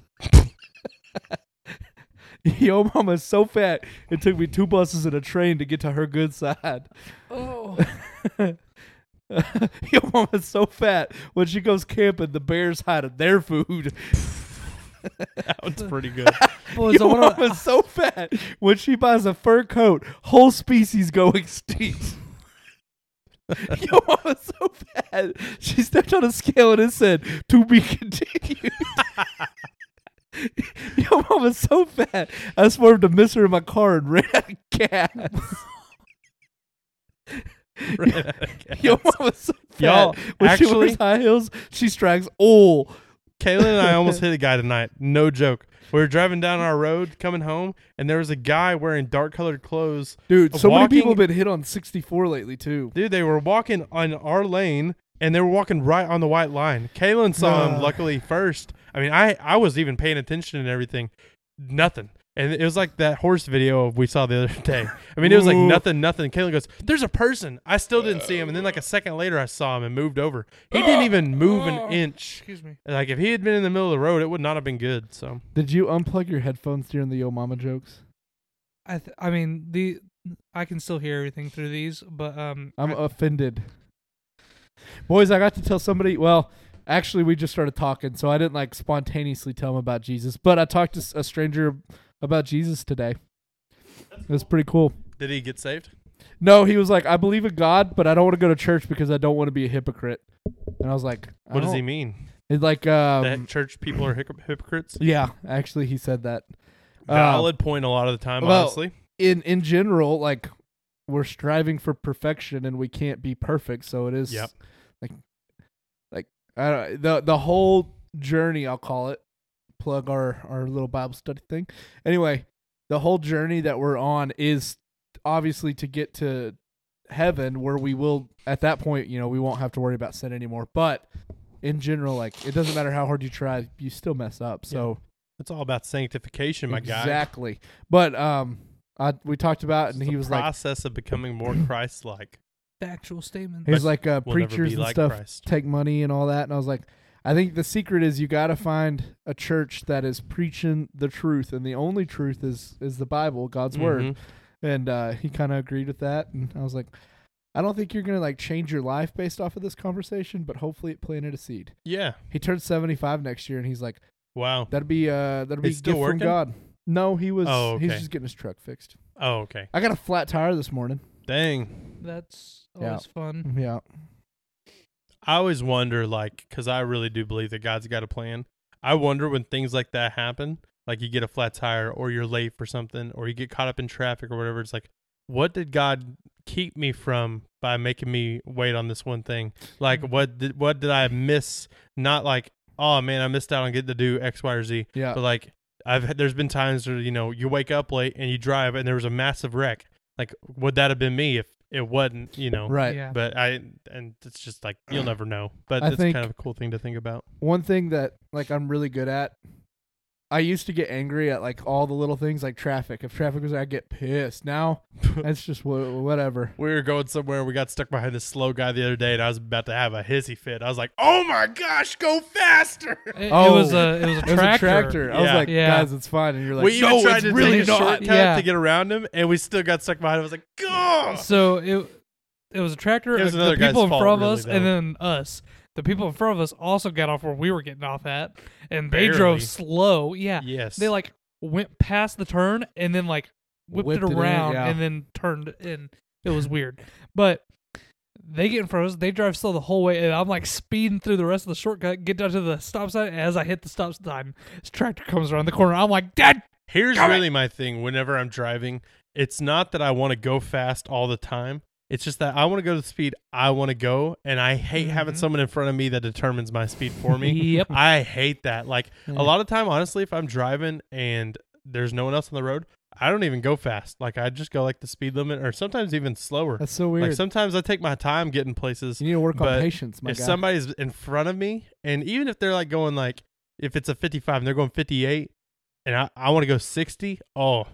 [SPEAKER 3] Yo Mama's so fat [LAUGHS] it took me two buses and a train to get to her good side.
[SPEAKER 4] Oh,
[SPEAKER 3] Your mama's so fat when she goes camping, the bears hide their food.
[SPEAKER 1] [LAUGHS] That one's pretty good.
[SPEAKER 4] [LAUGHS] Boys,
[SPEAKER 1] [LAUGHS]
[SPEAKER 3] [LAUGHS]
[SPEAKER 4] I
[SPEAKER 3] Your
[SPEAKER 4] wanna-
[SPEAKER 3] mama's so fat when she buys a fur coat, whole species go [LAUGHS] extinct. Your mama's so fat. She stepped on a scale and it said, "To be continued." [LAUGHS] Your mama's so fat. I swerved to miss her in my car and ran out of [LAUGHS] gas.
[SPEAKER 1] Right. [LAUGHS]
[SPEAKER 3] Your mama's so fat.
[SPEAKER 1] Y'all,
[SPEAKER 3] when she
[SPEAKER 1] actually-
[SPEAKER 3] wears high heels, she strikes all.
[SPEAKER 1] Kayla and I almost hit a guy tonight. No joke. We were driving down our road coming home, and there was a guy wearing dark colored clothes.
[SPEAKER 3] Dude, so many
[SPEAKER 1] walking-
[SPEAKER 3] people have been hit on 64 lately too.
[SPEAKER 1] Dude, they were walking on our lane, and they were walking right on the white line. Kalen saw him,
[SPEAKER 3] Nah.
[SPEAKER 1] luckily, first. I mean, I, I was even paying attention and everything. Nothing. And it was like that horse video we saw the other [LAUGHS] day. I mean, it was like
[SPEAKER 3] Ooh.
[SPEAKER 1] nothing, nothing. Kalen goes, There's a person. I still didn't see him. And then,
[SPEAKER 3] Uh.
[SPEAKER 1] like, a second later, I saw him and moved over. He didn't even move an
[SPEAKER 3] [GASPS]
[SPEAKER 1] inch.
[SPEAKER 4] Excuse me.
[SPEAKER 1] Like, if he had been in the middle of the road, it would not have been good. So.
[SPEAKER 3] Did you unplug your headphones during the Yo Mama jokes?
[SPEAKER 4] I th- I mean the I can still hear everything through these, but um
[SPEAKER 3] I'm
[SPEAKER 4] I-
[SPEAKER 3] offended. Boys, I got to tell somebody. Well, actually, we just started talking, so I didn't like spontaneously tell them about Jesus, but I talked to s- a stranger about Jesus today. It was pretty cool.
[SPEAKER 1] Did he get saved?
[SPEAKER 3] No, he was like, I believe in God, but I don't want to go to church because I don't want to be a hypocrite. And I was like, I
[SPEAKER 1] What does he
[SPEAKER 3] don't-
[SPEAKER 1] mean?
[SPEAKER 3] It's like, Oh. um,
[SPEAKER 1] that church people are hypoc- hypocrites?
[SPEAKER 3] yeah, actually, he said that. Uh,
[SPEAKER 1] Valid point a lot of the time,
[SPEAKER 3] well-
[SPEAKER 1] honestly.
[SPEAKER 3] in in general, like we're striving for perfection and we can't be perfect, so it is
[SPEAKER 1] Yep.
[SPEAKER 3] like like I don't the the whole journey I'll call it plug our our little Bible study thing. Anyway, the whole journey that we're on is obviously to get to heaven where we will at that point, you know, we won't have to worry about sin anymore. But in general, like it doesn't matter how hard you try, you still mess up. So
[SPEAKER 1] It's all about sanctification, my guy.
[SPEAKER 3] exactly. But um, I we talked about,
[SPEAKER 1] It's
[SPEAKER 3] and he
[SPEAKER 1] the
[SPEAKER 3] was like,
[SPEAKER 1] process of becoming more Christ-like.
[SPEAKER 4] factual statement.
[SPEAKER 3] he was like, uh,
[SPEAKER 1] We'll never
[SPEAKER 3] preachers
[SPEAKER 1] be
[SPEAKER 3] and
[SPEAKER 1] like
[SPEAKER 3] stuff
[SPEAKER 1] Christ.
[SPEAKER 3] take money and all that, and I was like, I think the secret is you got to find a church that is preaching the truth, and the only truth is is the Bible, God's word.
[SPEAKER 1] Mhm.
[SPEAKER 3] And uh, he kind of agreed with that, and I was like. I don't think you're gonna like change your life based off of this conversation, but hopefully it planted a seed.
[SPEAKER 1] Yeah.
[SPEAKER 3] He turns 75 next year, and he's like,
[SPEAKER 1] Wow.
[SPEAKER 3] "That'd be uh, that'd be a
[SPEAKER 1] He's still
[SPEAKER 3] gift from
[SPEAKER 1] working?
[SPEAKER 3] God." No, he was
[SPEAKER 1] Oh,
[SPEAKER 3] he's
[SPEAKER 1] okay.
[SPEAKER 3] just getting his truck fixed.
[SPEAKER 1] Oh, okay.
[SPEAKER 3] I got a flat tire this morning.
[SPEAKER 1] Dang.
[SPEAKER 4] That's
[SPEAKER 3] Yeah.
[SPEAKER 4] always fun.
[SPEAKER 3] Yeah.
[SPEAKER 1] I always wonder, like, because I really do believe that God's got a plan. I wonder when things like that happen, like you get a flat tire or you're late for something or you get caught up in traffic or whatever. It's like, what did God keep me from by making me wait on this one thing? Like, what did, what did I miss? Not like, oh man, I missed out on getting to do X, Y, or Z.
[SPEAKER 3] Yeah.
[SPEAKER 1] But like I've had, there's been times where you know you wake up late and you drive and there was a massive wreck. Like would that have been me if it wasn't? You know.
[SPEAKER 3] Right.
[SPEAKER 4] Yeah.
[SPEAKER 1] Mm, But I and it's just like you'll never know. But
[SPEAKER 3] I
[SPEAKER 1] it's
[SPEAKER 3] think-
[SPEAKER 1] kind of a cool thing to think about.
[SPEAKER 3] One thing that like I'm really good at I used to get angry at like all the little things like traffic. If traffic was I get pissed.
[SPEAKER 1] [LAUGHS]
[SPEAKER 3] Now it's just wha- whatever.
[SPEAKER 1] We were going somewhere. We got stuck behind this slow guy the other day, and I was about to have a hissy fit. I was like, "Oh my gosh, go faster!"
[SPEAKER 4] It, it
[SPEAKER 3] Oh.
[SPEAKER 1] [LAUGHS]
[SPEAKER 4] was a it was a
[SPEAKER 3] It
[SPEAKER 4] tractor.
[SPEAKER 3] was a tractor. I was
[SPEAKER 1] Yeah.
[SPEAKER 3] like,
[SPEAKER 4] Yeah.
[SPEAKER 3] guys, it's fine. And you're like,
[SPEAKER 1] we even
[SPEAKER 3] no,
[SPEAKER 1] tried
[SPEAKER 3] it's
[SPEAKER 1] to
[SPEAKER 3] really
[SPEAKER 1] take a
[SPEAKER 3] not.
[SPEAKER 1] shortcut
[SPEAKER 4] Yeah.
[SPEAKER 1] to get around him, and we still got stuck behind. him. I was like, "Go!"
[SPEAKER 4] So it it was a tractor.
[SPEAKER 1] It was
[SPEAKER 4] uh,
[SPEAKER 1] another
[SPEAKER 4] the
[SPEAKER 1] guy's
[SPEAKER 4] people in
[SPEAKER 1] fault,
[SPEAKER 4] front of
[SPEAKER 1] really,
[SPEAKER 4] us,
[SPEAKER 1] though.
[SPEAKER 4] and then us. The people in front of us also got off where we were getting off at, and they
[SPEAKER 1] Barely.
[SPEAKER 4] drove slow. Yeah,
[SPEAKER 1] yes,
[SPEAKER 4] they like went past the turn and then like whipped,
[SPEAKER 3] Whipped
[SPEAKER 4] it
[SPEAKER 3] it in,
[SPEAKER 4] around
[SPEAKER 3] yeah.
[SPEAKER 4] and then turned it in. It was weird, but they get in front of us. They drive slow the whole way, and I'm like speeding through the rest of the shortcut. Get down to the stop sign. And as I hit the stop sign, this tractor comes around the corner. I'm like, Dad,
[SPEAKER 1] Here's
[SPEAKER 4] Got it.
[SPEAKER 1] really my thing whenever I'm driving. It's not that I want to go fast all the time. It's just that I want to go to the speed I want to go, and I hate having
[SPEAKER 4] Mhm.
[SPEAKER 1] someone in front of me that determines my speed for me.
[SPEAKER 4] Yep.
[SPEAKER 1] I hate that. Like
[SPEAKER 3] Yeah.
[SPEAKER 1] a lot of time, honestly, if I'm driving and there's no one else on the road, I don't even go fast. Like I just go like the speed limit, or sometimes even slower.
[SPEAKER 3] That's so weird.
[SPEAKER 1] Like sometimes I take my time getting places
[SPEAKER 3] you need to work on
[SPEAKER 1] but
[SPEAKER 3] patience, my
[SPEAKER 1] if
[SPEAKER 3] guy.
[SPEAKER 1] somebody's in front of me, and even if they're like going like, if it's a 55 and they're going 58, and I, I want to go 60, oh,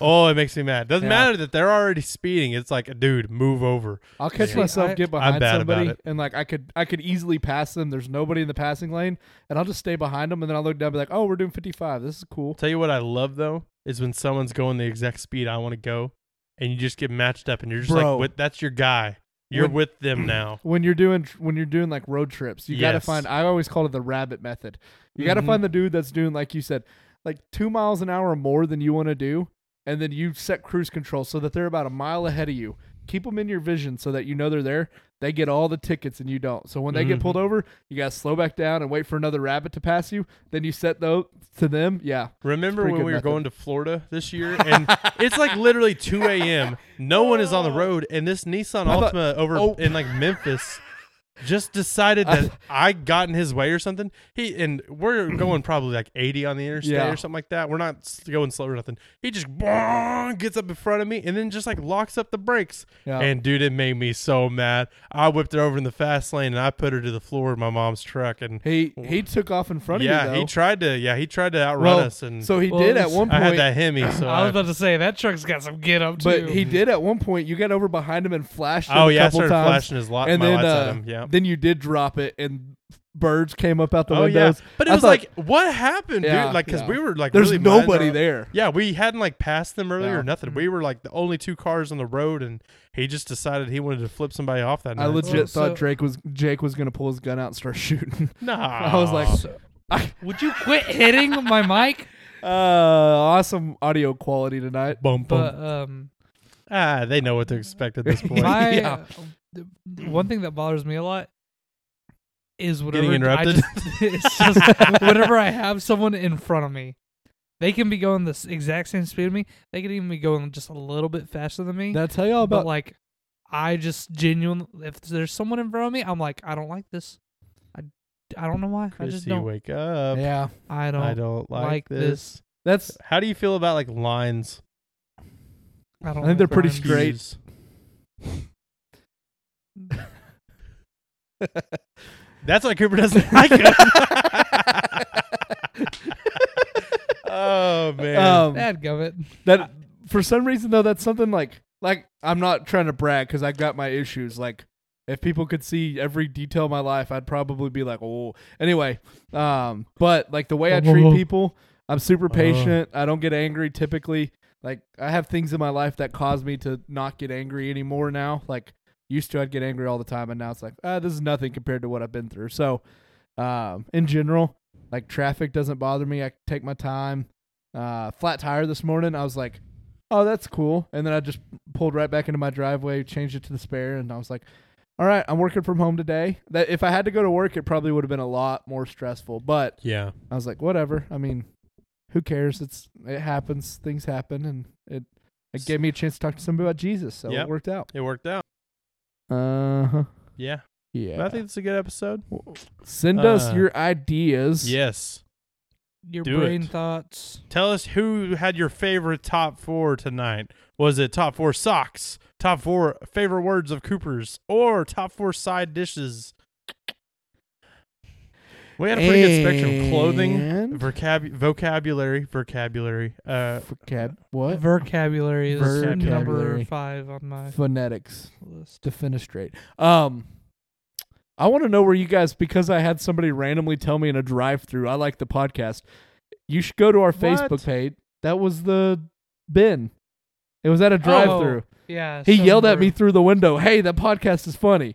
[SPEAKER 1] oh, it makes me mad. Doesn't
[SPEAKER 3] Yeah.
[SPEAKER 1] matter that they're already speeding. It's like, dude, move over.
[SPEAKER 3] [LAUGHS] I'll catch
[SPEAKER 4] See,
[SPEAKER 3] myself
[SPEAKER 4] I-
[SPEAKER 3] get behind
[SPEAKER 1] bad about
[SPEAKER 3] somebody
[SPEAKER 1] it.
[SPEAKER 3] and like I could I could easily pass them. There's nobody in the passing lane, and I'll just stay behind them and then I'll look down and be like, Oh, we're doing fifty five. This is cool.
[SPEAKER 1] Tell you what I love though is when someone's going the exact speed I want to go, and you just get matched up, and you're just
[SPEAKER 3] Bro.
[SPEAKER 1] like, what? That's your guy. You're
[SPEAKER 3] When-
[SPEAKER 1] with them now.
[SPEAKER 3] when you're doing when you're doing like road trips you gotta
[SPEAKER 1] Yes.
[SPEAKER 3] find i always call it the rabbit method you gotta
[SPEAKER 1] Mhm.
[SPEAKER 3] find the dude that's doing like you said like two miles an hour more than you want to do and then you set cruise control so that they're about a mile ahead of you keep them in your vision so that you know they're there they get all the tickets and you don't so when they get
[SPEAKER 1] Mm-hmm.
[SPEAKER 3] pulled over you gotta slow back down and wait for another rabbit to pass you then you set those to them yeah
[SPEAKER 1] Remember
[SPEAKER 3] pretty
[SPEAKER 1] when
[SPEAKER 3] good
[SPEAKER 1] we were
[SPEAKER 3] method.
[SPEAKER 1] going to Florida this year, and it's like literally 2 a.m. No one
[SPEAKER 3] [LAUGHS]
[SPEAKER 1] is on the road, and this Nissan
[SPEAKER 3] I thought-
[SPEAKER 1] Altima over
[SPEAKER 3] oh.
[SPEAKER 1] in like Memphis just decided
[SPEAKER 3] I [LAUGHS]
[SPEAKER 1] that I got in his way or something. He and we're going probably like 80 on the interstate
[SPEAKER 3] Yeah.
[SPEAKER 1] or something like that. We're not s- going slow or nothing. He just bong, gets up in front of me and then just like locks up the brakes.
[SPEAKER 3] Yeah.
[SPEAKER 1] And dude, it made me so mad. I whipped her over in the fast lane and I put her to the floor of my mom's truck. And
[SPEAKER 3] he he took off in front of you
[SPEAKER 1] yeah,
[SPEAKER 3] though.
[SPEAKER 1] he tried to. Yeah, he tried to outrun
[SPEAKER 3] Well,
[SPEAKER 1] us. And
[SPEAKER 3] so he
[SPEAKER 4] Well,
[SPEAKER 3] did
[SPEAKER 4] at
[SPEAKER 3] at
[SPEAKER 4] least
[SPEAKER 3] one
[SPEAKER 1] I
[SPEAKER 3] point
[SPEAKER 1] had that Hemi, so
[SPEAKER 4] I was
[SPEAKER 1] I,
[SPEAKER 4] about to say that truck's got some get up too.
[SPEAKER 3] Uh. but he did at one point you got over behind him and flashed him
[SPEAKER 1] oh
[SPEAKER 3] a
[SPEAKER 1] yeah, I
[SPEAKER 3] couple
[SPEAKER 1] started
[SPEAKER 3] times.
[SPEAKER 1] flashing his lot,
[SPEAKER 3] and
[SPEAKER 1] my
[SPEAKER 3] then
[SPEAKER 1] lights
[SPEAKER 3] uh,
[SPEAKER 1] at him. Yeah.
[SPEAKER 3] then you did drop it, and birds came up out the
[SPEAKER 1] Oh yeah,
[SPEAKER 3] windows.
[SPEAKER 1] but it
[SPEAKER 3] I
[SPEAKER 1] was
[SPEAKER 3] thought,
[SPEAKER 1] like, what happened,
[SPEAKER 3] Yeah,
[SPEAKER 1] dude? Like, because
[SPEAKER 3] yeah.
[SPEAKER 1] we were like,
[SPEAKER 3] there's
[SPEAKER 1] really minding
[SPEAKER 3] nobody
[SPEAKER 1] our-
[SPEAKER 3] there.
[SPEAKER 1] Yeah, we hadn't like passed them earlier
[SPEAKER 3] Yeah.
[SPEAKER 1] or nothing. We were like the only two cars on the road, and he just decided he wanted to flip somebody off that night.
[SPEAKER 3] I legit
[SPEAKER 4] Well,
[SPEAKER 3] thought
[SPEAKER 4] so-
[SPEAKER 3] Drake was Jake was gonna pull his gun out and start [LAUGHS] shooting.
[SPEAKER 1] [LAUGHS] nah.
[SPEAKER 3] I was like,
[SPEAKER 4] Would you quit hitting my mic?
[SPEAKER 3] [LAUGHS] uh, awesome audio quality tonight.
[SPEAKER 1] bum bum.
[SPEAKER 4] But um,
[SPEAKER 1] ah, they know what to expect at this [LAUGHS] point.
[SPEAKER 4] my
[SPEAKER 3] Yeah.
[SPEAKER 4] the one thing that bothers me a lot is whenever
[SPEAKER 1] Getting
[SPEAKER 4] I
[SPEAKER 1] interrupted.
[SPEAKER 4] just, [LAUGHS] it's just whenever I have someone in front of me, they can be going the s- exact same speed of me. They could even be going just a little bit faster than me.
[SPEAKER 3] Did I tell y'all
[SPEAKER 4] but
[SPEAKER 3] about?
[SPEAKER 4] like, I just genuinely, if there's someone in front of me, I'm like, I don't like this. I, I don't know why. I just
[SPEAKER 1] Chrissy,
[SPEAKER 4] don't.
[SPEAKER 1] wake up.
[SPEAKER 3] yeah,
[SPEAKER 4] I don't.
[SPEAKER 1] I don't like,
[SPEAKER 4] like
[SPEAKER 1] this.
[SPEAKER 3] that's
[SPEAKER 1] How do you feel about like lines?
[SPEAKER 4] I, don't
[SPEAKER 3] I think they're pretty Great.
[SPEAKER 4] lines.
[SPEAKER 1] Views? [LAUGHS] That's why Cooper [LAUGHS] doesn't like it. oh man.
[SPEAKER 3] um,
[SPEAKER 4] Dad it.
[SPEAKER 3] that. For some reason though, that's something like like I'm not trying to brag because I got my issues. Like if people could see every detail of my life, I'd probably be like, oh. Anyway, um, but like the way I treat people, I'm super patient. I don't get angry typically. Like I have things in my life that cause me to not get angry anymore now. Like used to, I'd get angry all the time, and now it's like, ah, this is nothing compared to what I've been through. So, um, in general, like traffic doesn't bother me. I take my time. Uh, flat tire this morning, I was like, oh, that's cool, and then I just pulled right back into my driveway, changed it to the spare, and I was like, all right, I'm working from home today. That if I had to go to work, it probably would have been a lot more stressful. But
[SPEAKER 1] yeah.
[SPEAKER 3] I was like, whatever. I mean, who cares? It's it happens. Things happen, and it it gave me a chance to talk to somebody about Jesus, so
[SPEAKER 1] Yep.
[SPEAKER 3] it worked out.
[SPEAKER 1] It worked out.
[SPEAKER 3] Uh huh.
[SPEAKER 1] Yeah.
[SPEAKER 3] Yeah.
[SPEAKER 1] I think it's a good episode.
[SPEAKER 3] Send us
[SPEAKER 1] uh,
[SPEAKER 3] your ideas.
[SPEAKER 1] Yes.
[SPEAKER 4] Your
[SPEAKER 1] Do
[SPEAKER 4] brain
[SPEAKER 1] it.
[SPEAKER 4] thoughts.
[SPEAKER 1] Tell us who had your favorite top four tonight. Was it top four socks, top four favorite words of Cooper's, or top four side dishes? We had a pretty good spectrum. Clothing,
[SPEAKER 3] And
[SPEAKER 1] vocab- vocabulary, vocabulary, uh,
[SPEAKER 3] vocab- what?
[SPEAKER 4] Vocabulary is number
[SPEAKER 3] Vocabulary.
[SPEAKER 4] five on my
[SPEAKER 3] Phonetics
[SPEAKER 4] list.
[SPEAKER 3] to finish straight. Um. I want to know where you guys because I had somebody randomly tell me in a drive-through. I like the podcast. You should go to our Facebook page. That was the bin. It was
[SPEAKER 1] Oh,
[SPEAKER 3] at a drive-through.
[SPEAKER 4] Yeah.
[SPEAKER 3] He
[SPEAKER 4] so
[SPEAKER 3] yelled at me
[SPEAKER 4] number-
[SPEAKER 3] through the window, "Hey, that podcast is funny."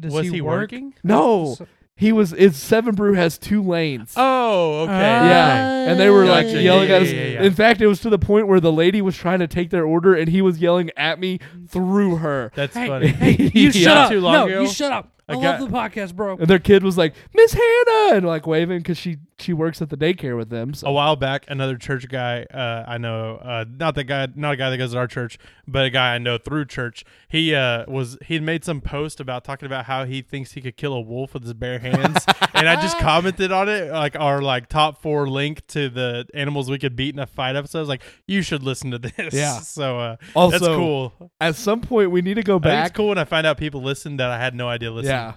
[SPEAKER 4] Does
[SPEAKER 1] was he,
[SPEAKER 4] work?
[SPEAKER 1] working?
[SPEAKER 3] No,
[SPEAKER 4] So-
[SPEAKER 3] he was. It's Seven Brew has two lanes.
[SPEAKER 1] Oh, okay.
[SPEAKER 4] Uh,
[SPEAKER 3] yeah, and they were like
[SPEAKER 1] Gotcha.
[SPEAKER 3] yelling
[SPEAKER 1] Yeah,
[SPEAKER 3] at
[SPEAKER 1] yeah,
[SPEAKER 3] us.
[SPEAKER 1] yeah, yeah.
[SPEAKER 3] In fact, it was to the point where the lady was trying to take their order, and he was yelling at me through her.
[SPEAKER 1] That's
[SPEAKER 4] Hey,
[SPEAKER 1] funny.
[SPEAKER 4] hey,
[SPEAKER 3] [LAUGHS]
[SPEAKER 4] you
[SPEAKER 1] Yeah.
[SPEAKER 4] shut up.
[SPEAKER 1] Too long
[SPEAKER 4] no,
[SPEAKER 1] ago.
[SPEAKER 4] you shut up.
[SPEAKER 1] I
[SPEAKER 4] I,
[SPEAKER 1] got-
[SPEAKER 4] love the podcast, bro.
[SPEAKER 3] And their kid was like, "Miss Hannah," and like waving because she she works at the daycare with them. So
[SPEAKER 1] a while back another church guy uh, i know uh, not the guy not a guy that goes to our church but a guy i know through church he uh, was he had made some post about talking about how he thinks he could kill a wolf with his bare
[SPEAKER 4] [LAUGHS]
[SPEAKER 1] hands and i just commented on it like our like top four link to the animals we could beat in a fight episode I was like you should listen to this [LAUGHS]
[SPEAKER 3] Yeah.
[SPEAKER 1] so uh,
[SPEAKER 3] Also,
[SPEAKER 1] that's cool
[SPEAKER 3] at some point, we need to go
[SPEAKER 1] I think it's
[SPEAKER 3] back.
[SPEAKER 1] cool when i find out people listen that i had no idea listened
[SPEAKER 3] Yeah.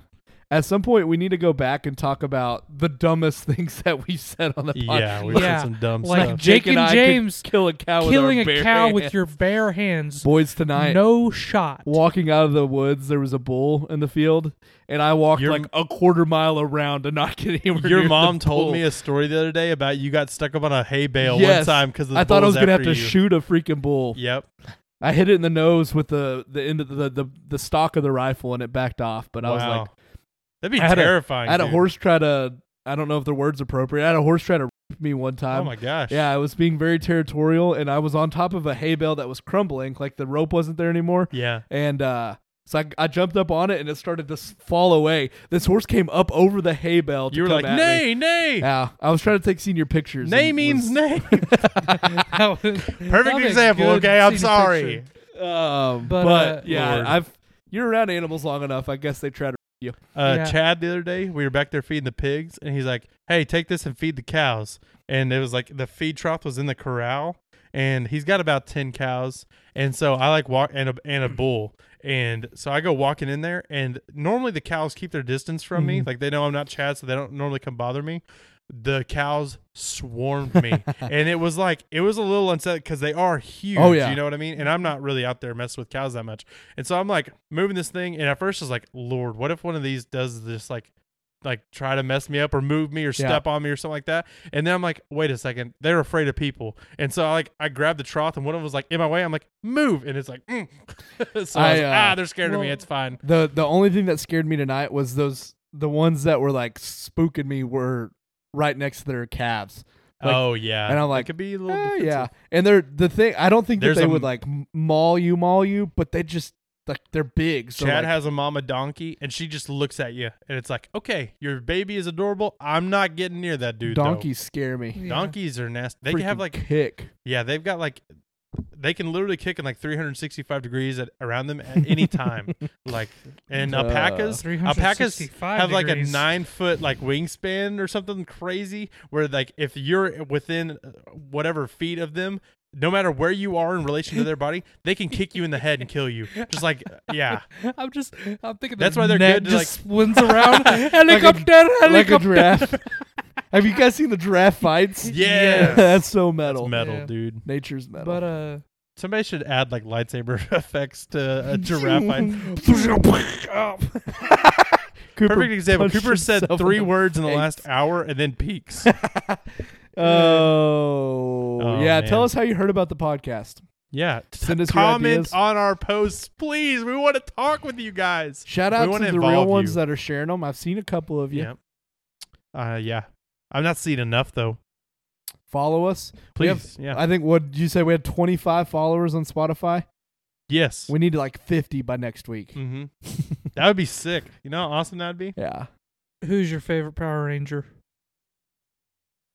[SPEAKER 3] At some point, we need to go back and talk about the dumbest [LAUGHS] things that we said on the podcast.
[SPEAKER 1] yeah we
[SPEAKER 4] Yeah.
[SPEAKER 1] said some dumb
[SPEAKER 4] Like
[SPEAKER 3] [LAUGHS]
[SPEAKER 1] stuff
[SPEAKER 4] Jake and
[SPEAKER 3] I could
[SPEAKER 4] James
[SPEAKER 3] kill a cow.
[SPEAKER 4] Killing
[SPEAKER 3] with our
[SPEAKER 4] a
[SPEAKER 3] bare
[SPEAKER 4] cow
[SPEAKER 3] hands.
[SPEAKER 4] with your
[SPEAKER 3] [LAUGHS]
[SPEAKER 4] bare hands.
[SPEAKER 3] boys tonight.
[SPEAKER 4] No shot. [LAUGHS]
[SPEAKER 3] Walking out of the woods, there was a bull in the field, and I walked
[SPEAKER 1] Your-
[SPEAKER 3] like a quarter mile around to not [LAUGHS] get anywhere.
[SPEAKER 1] Your
[SPEAKER 3] near
[SPEAKER 1] mom
[SPEAKER 3] the
[SPEAKER 1] told
[SPEAKER 3] bull.
[SPEAKER 1] me a story the other day about you got stuck up on a hay bale
[SPEAKER 3] Yes.
[SPEAKER 1] one time because
[SPEAKER 3] I thought I was
[SPEAKER 1] going
[SPEAKER 3] gonna have to shoot a freaking bull.
[SPEAKER 1] Yep.
[SPEAKER 3] I hit it in the nose with the the end of the the, the stock of the rifle, and it backed off. But I was
[SPEAKER 1] Wow.
[SPEAKER 3] like,
[SPEAKER 1] That'd be
[SPEAKER 3] I had a-
[SPEAKER 1] terrifying.
[SPEAKER 3] I had a
[SPEAKER 1] dude.
[SPEAKER 3] horse try to. I don't know if the word's appropriate. I had a horse try to rip me one time.
[SPEAKER 1] Oh my gosh.
[SPEAKER 3] Yeah, I was being very territorial, and I was on top of a hay bale that was crumbling. Like the rope wasn't there anymore,
[SPEAKER 1] Yeah.
[SPEAKER 3] and uh, so I, I jumped up on it, and it started to s- fall away. This horse came up over the hay bale. To
[SPEAKER 1] You were
[SPEAKER 3] come
[SPEAKER 1] like,
[SPEAKER 3] at
[SPEAKER 1] nay,
[SPEAKER 3] me.
[SPEAKER 1] nay.
[SPEAKER 3] Yeah, I was trying to take senior pictures.
[SPEAKER 1] Nay
[SPEAKER 3] and
[SPEAKER 1] means
[SPEAKER 3] was- [LAUGHS]
[SPEAKER 1] nay.
[SPEAKER 4] Perfect
[SPEAKER 1] Perfect example. Okay, I'm sorry.
[SPEAKER 3] Um,
[SPEAKER 4] But,
[SPEAKER 3] but,
[SPEAKER 4] uh,
[SPEAKER 3] yeah,
[SPEAKER 1] Lord.
[SPEAKER 3] I've you're around animals long enough. I guess they try to.
[SPEAKER 1] Uh,
[SPEAKER 4] Yeah.
[SPEAKER 1] Chad the other day, we were back there feeding the pigs, and he's like, "Hey, take this and feed the cows." And it was like the feed trough was in the corral, and he's got about ten cows, and so I like walk and a, and a bull, and so I go walking in there, and normally the cows keep their distance from me, like they know I'm not Chad, so they don't normally come bother me. The cows swarmed
[SPEAKER 3] [LAUGHS]
[SPEAKER 1] me, and it was like it was a little unsettling because they are huge.
[SPEAKER 3] Oh, yeah.
[SPEAKER 1] you know what I mean. And I'm not really out there messing with cows that much. And so I'm like moving this thing, and at first I was like, Lord, what if one of these does this like like try to mess me up or move me or step on me or something like that? And then I'm like, wait a second, they're afraid of people. And so I like I grabbed the trough and one of them was like in my way. I'm like, move, and it's like, mm. [LAUGHS] so I,
[SPEAKER 3] I,
[SPEAKER 1] was like,
[SPEAKER 3] uh,
[SPEAKER 1] ah, they're scared of me.
[SPEAKER 4] well-
[SPEAKER 1] It's fine.
[SPEAKER 3] The the only thing that scared me tonight was those the ones that were like spooking me were right next to their calves. Like-
[SPEAKER 1] oh yeah,
[SPEAKER 3] and I'm
[SPEAKER 1] It
[SPEAKER 3] like,
[SPEAKER 1] could be a little
[SPEAKER 3] Eh,
[SPEAKER 1] defensive.
[SPEAKER 3] yeah, and they're the thing. I don't think
[SPEAKER 1] There's
[SPEAKER 3] that they
[SPEAKER 1] a-
[SPEAKER 3] would like m- maul you, maul you, but they just like they're big. So
[SPEAKER 1] Chad
[SPEAKER 3] like,
[SPEAKER 1] has a mama donkey, and she just looks at you, and it's like, okay, your baby is adorable. I'm not getting near that dude. though."
[SPEAKER 3] donkeys scare me.
[SPEAKER 1] donkeys are nasty. They can have
[SPEAKER 3] Freaking
[SPEAKER 1] like
[SPEAKER 3] kick.
[SPEAKER 1] Yeah, they've got like they can literally kick in like 365 degrees at, around them at any
[SPEAKER 3] [LAUGHS]
[SPEAKER 1] time. like and
[SPEAKER 3] Duh.
[SPEAKER 1] alpacas, alpacas
[SPEAKER 4] 365
[SPEAKER 1] have like a
[SPEAKER 4] degrees.
[SPEAKER 1] nine foot like wingspan or something crazy. Where like if you're within uh, whatever feet of them, no matter where you are in relation to their body, they can kick you in the head and kill you. Just
[SPEAKER 3] [LAUGHS]
[SPEAKER 1] like yeah,
[SPEAKER 4] I'm just. I'm thinking
[SPEAKER 1] That's
[SPEAKER 4] their
[SPEAKER 1] why they're
[SPEAKER 4] neck
[SPEAKER 1] good to,
[SPEAKER 4] just spins [LAUGHS] around. helicopter,
[SPEAKER 3] Like a
[SPEAKER 4] helicopter. [LAUGHS]
[SPEAKER 3] giraffe. [LAUGHS] have you guys seen the giraffe fights?
[SPEAKER 1] Yes.
[SPEAKER 3] [LAUGHS] that's so metal.
[SPEAKER 1] metal
[SPEAKER 4] Yeah.
[SPEAKER 1] dude.
[SPEAKER 3] Nature's metal.
[SPEAKER 4] But uh,
[SPEAKER 1] Somebody should add like lightsaber [LAUGHS] effects
[SPEAKER 3] [LAUGHS]
[SPEAKER 1] to a giraffe. fight.
[SPEAKER 3] Cooper
[SPEAKER 1] Perfect example.
[SPEAKER 3] punched
[SPEAKER 1] Cooper said
[SPEAKER 3] himself in
[SPEAKER 1] three
[SPEAKER 3] the
[SPEAKER 1] words in the
[SPEAKER 3] face.
[SPEAKER 1] last hour and then
[SPEAKER 3] [LAUGHS]
[SPEAKER 1] peaks.
[SPEAKER 3] Oh,
[SPEAKER 1] Oh,
[SPEAKER 3] yeah. Tell
[SPEAKER 1] man.
[SPEAKER 3] us how you heard about the podcast.
[SPEAKER 1] Yeah.
[SPEAKER 3] Send us your
[SPEAKER 1] comment
[SPEAKER 3] ideas.
[SPEAKER 1] on our posts, please. We want to talk with you guys.
[SPEAKER 3] Shout
[SPEAKER 1] We
[SPEAKER 3] out
[SPEAKER 1] wanna
[SPEAKER 3] to the
[SPEAKER 1] involve
[SPEAKER 3] real ones
[SPEAKER 1] you.
[SPEAKER 3] that are sharing them. I've seen a couple of you.
[SPEAKER 1] Yeah. Uh, yeah. I've not seen enough though.
[SPEAKER 3] Follow us.
[SPEAKER 1] Please.
[SPEAKER 3] We have-
[SPEAKER 1] yeah.
[SPEAKER 3] I think what did you say we had 25 followers on Spotify.
[SPEAKER 1] yes.
[SPEAKER 3] We need like 50 by next week.
[SPEAKER 1] hmm that would be sick. You know how awesome that'd be?
[SPEAKER 3] [LAUGHS] Yeah.
[SPEAKER 4] who's your favorite Power Ranger?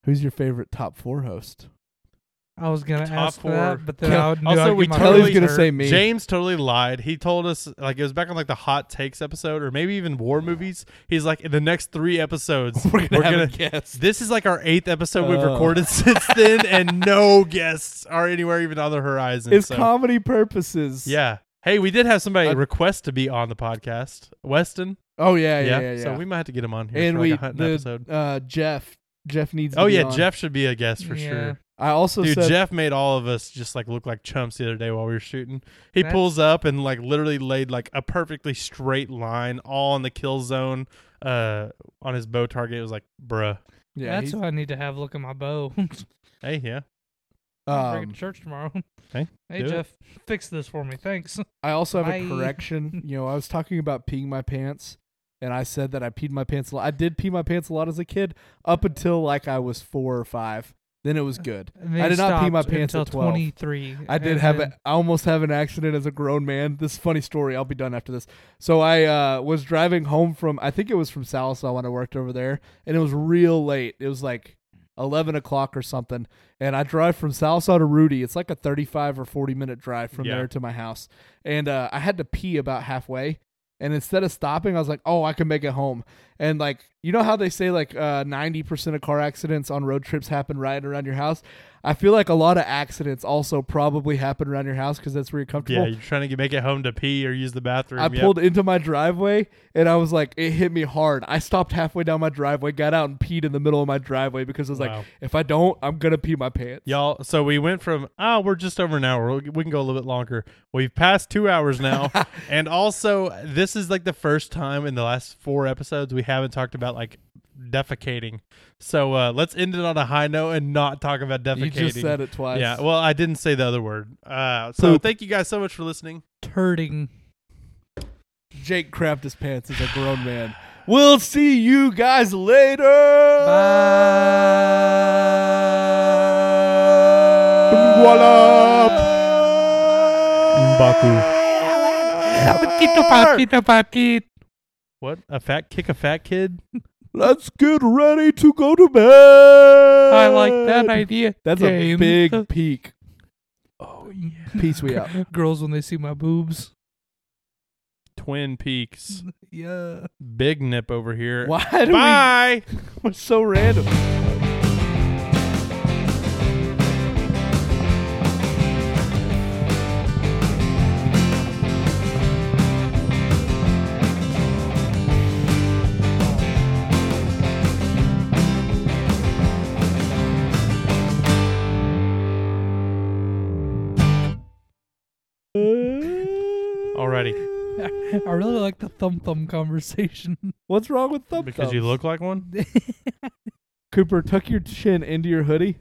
[SPEAKER 3] Who's your favorite top four host?
[SPEAKER 4] I was gonna
[SPEAKER 1] Top
[SPEAKER 4] ask
[SPEAKER 1] four.
[SPEAKER 4] that,
[SPEAKER 3] [LAUGHS]
[SPEAKER 4] but then
[SPEAKER 3] Yeah.
[SPEAKER 4] I would knew
[SPEAKER 1] Also,
[SPEAKER 4] I'd get
[SPEAKER 1] we
[SPEAKER 4] my
[SPEAKER 1] totally-
[SPEAKER 4] feelings
[SPEAKER 3] Kelly's gonna
[SPEAKER 4] hurt.
[SPEAKER 3] say me.
[SPEAKER 1] James totally lied. He told us like it was back on like the hot takes episode or maybe even war movies. He's like in the next three [LAUGHS] episodes
[SPEAKER 3] [LAUGHS] We're gonna have a
[SPEAKER 1] guest. This is like our eighth episode we've
[SPEAKER 3] Oh.
[SPEAKER 1] recorded since then, and no guests are anywhere even on the horizon.
[SPEAKER 3] [LAUGHS] It's
[SPEAKER 1] so.
[SPEAKER 3] comedy purposes.
[SPEAKER 1] Yeah. Hey, we did have somebody
[SPEAKER 3] Uh,
[SPEAKER 1] request to be on the podcast, Weston.
[SPEAKER 3] Oh yeah, yeah, yeah. yeah,
[SPEAKER 1] So we might have to get him on here
[SPEAKER 3] and
[SPEAKER 1] for
[SPEAKER 3] we
[SPEAKER 1] like a hunting
[SPEAKER 3] the,
[SPEAKER 1] episode.
[SPEAKER 3] uh, Jeff. Jeff needs. to
[SPEAKER 1] Oh
[SPEAKER 3] be
[SPEAKER 1] yeah,
[SPEAKER 3] on.
[SPEAKER 1] Jeff should be a guest for
[SPEAKER 4] Yeah.
[SPEAKER 1] sure.
[SPEAKER 3] I also
[SPEAKER 1] Dude,
[SPEAKER 3] said
[SPEAKER 1] Jeff made all of us just like look like chumps the other day while we were shooting. He
[SPEAKER 4] That's-
[SPEAKER 1] pulls up and like literally laid like a perfectly straight line all in the kill zone uh on his bow target. It was like, bruh.
[SPEAKER 3] Yeah,
[SPEAKER 4] That's
[SPEAKER 3] he's-
[SPEAKER 4] what I need to have look at my bow. [LAUGHS]
[SPEAKER 1] Hey, yeah.
[SPEAKER 4] I'll bring it
[SPEAKER 3] um,
[SPEAKER 4] to church tomorrow.
[SPEAKER 1] Hey,
[SPEAKER 4] hey
[SPEAKER 1] do it.
[SPEAKER 4] Jeff, fix this for me, thanks. [LAUGHS]
[SPEAKER 3] I also have
[SPEAKER 4] Bye.
[SPEAKER 1] [LAUGHS]
[SPEAKER 3] a correction. You know, I was talking about peeing my pants, and I said that I peed my pants a lot. I did pee my pants a lot as a kid, up until like I was four or five. Then it was good.
[SPEAKER 4] And they
[SPEAKER 3] I did not pee my
[SPEAKER 4] stopped
[SPEAKER 3] pants
[SPEAKER 4] until
[SPEAKER 3] at 12.
[SPEAKER 4] 23.
[SPEAKER 3] I did
[SPEAKER 4] and
[SPEAKER 3] have
[SPEAKER 4] then-
[SPEAKER 3] a, I almost have an accident as a grown man. This is a funny story. I'll be done after this. So I uh, was driving home from I think it was from Salisaw when I worked over there, and it was real late. It was like eleven o'clock or something. And I drive from Salisaw to Rudy. It's like a thirty-five or forty-minute drive from
[SPEAKER 1] Yeah.
[SPEAKER 3] there to my house. And uh, I had to pee about halfway. And instead of stopping, I was like, "Oh, I can make it home." And like, you know how they say like uh, ninety percent of car accidents on road trips happen right around your house. I feel like a lot of accidents also probably happen around your house because that's where you're
[SPEAKER 1] Yeah,
[SPEAKER 3] comfortable.
[SPEAKER 1] you're trying to get, make it home to pee or use the bathroom.
[SPEAKER 3] I
[SPEAKER 1] Yep.
[SPEAKER 3] pulled into my driveway and I was like, it hit me hard. I stopped halfway down my driveway, got out and peed in the middle of my driveway because I was
[SPEAKER 1] Wow.
[SPEAKER 3] like, if I don't, I'm gonna pee my pants.
[SPEAKER 1] Y'all, so we went from, oh, we're just over an hour. We we can go a little bit longer. We've passed two hours
[SPEAKER 3] [LAUGHS]
[SPEAKER 1] now. and also, this is like the first time in the last four episodes we haven't talked about like defecating. So uh, let's end it on a high note and not talk about defecating.
[SPEAKER 3] You just said it twice.
[SPEAKER 1] Yeah, well, I didn't say the other word. Uh, so
[SPEAKER 4] Poop.
[SPEAKER 1] thank you guys so much for listening.
[SPEAKER 3] [LAUGHS]
[SPEAKER 4] Turding.
[SPEAKER 3] Jake crapped his pants as a grown man. We'll see you guys later. Bye.
[SPEAKER 4] Papito, papito.
[SPEAKER 1] What? A fat kick a fat kid?
[SPEAKER 2] Let's get ready to go to bed.
[SPEAKER 4] I like that idea.
[SPEAKER 3] That's a
[SPEAKER 4] James. [LAUGHS]
[SPEAKER 3] big peak.
[SPEAKER 1] Oh, yeah.
[SPEAKER 3] Peace we out.
[SPEAKER 4] Girls when they see my boobs.
[SPEAKER 1] Twin
[SPEAKER 3] [LAUGHS]
[SPEAKER 1] Peaks.
[SPEAKER 4] Yeah.
[SPEAKER 1] Big nip over here.
[SPEAKER 3] Why do
[SPEAKER 1] Bye.
[SPEAKER 3] we? [LAUGHS] It's so random. [LAUGHS]
[SPEAKER 1] Alrighty.
[SPEAKER 4] I really like the thumb thumb conversation. [LAUGHS]
[SPEAKER 3] What's wrong with thumb
[SPEAKER 1] Because
[SPEAKER 3] thumbs?
[SPEAKER 1] you look like one?
[SPEAKER 3] Cooper, tuck your chin into your hoodie.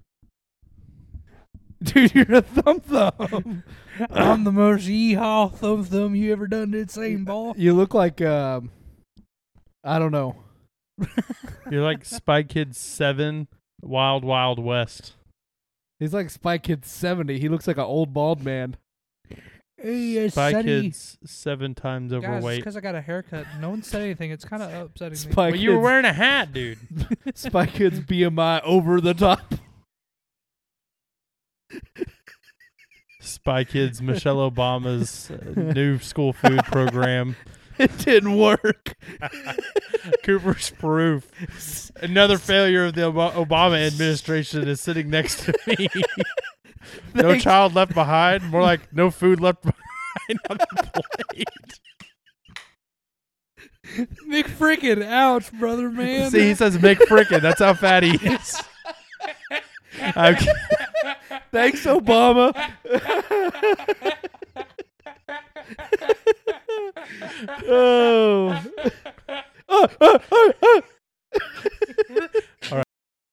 [SPEAKER 3] [LAUGHS] Dude, you're a thumb thumb.
[SPEAKER 4] I'm the most yeehaw thumb thumb you ever done did same ball.
[SPEAKER 3] You look like um, I don't know.
[SPEAKER 1] You're like Spy Kids 7 Wild Wild West.
[SPEAKER 3] He's like Spy Kid seventy. He looks like an old bald man.
[SPEAKER 4] Hey, it's
[SPEAKER 1] Spy
[SPEAKER 4] sunny.
[SPEAKER 1] Kids 7 times
[SPEAKER 4] Guys, it's
[SPEAKER 1] overweight.
[SPEAKER 4] because I got a haircut. No one said anything. It's kind of
[SPEAKER 1] [LAUGHS]
[SPEAKER 4] upsetting me.
[SPEAKER 3] Spy
[SPEAKER 1] Well, you were
[SPEAKER 3] Kids-
[SPEAKER 1] wearing a hat, dude.
[SPEAKER 3] Spy Kids BMI over the top.
[SPEAKER 1] Spy Kids Michelle Obama's uh, new school food program.
[SPEAKER 3] It didn't
[SPEAKER 4] [LAUGHS]
[SPEAKER 3] work.
[SPEAKER 1] [LAUGHS] Cooper's proof. Another failure of the Ob- Obama administration is sitting next to [LAUGHS] me. no
[SPEAKER 3] Thanks.
[SPEAKER 1] child left behind. More like no food left behind on the plate.
[SPEAKER 4] Mick freaking ouch, brother
[SPEAKER 1] [LAUGHS]
[SPEAKER 4] man.
[SPEAKER 1] See, he says Mick Frickin. That's how fat he [LAUGHS] is. I'm kid-
[SPEAKER 3] [LAUGHS] Thanks, [LAUGHS] Obama. [LAUGHS]
[SPEAKER 1] oh.
[SPEAKER 3] Uh,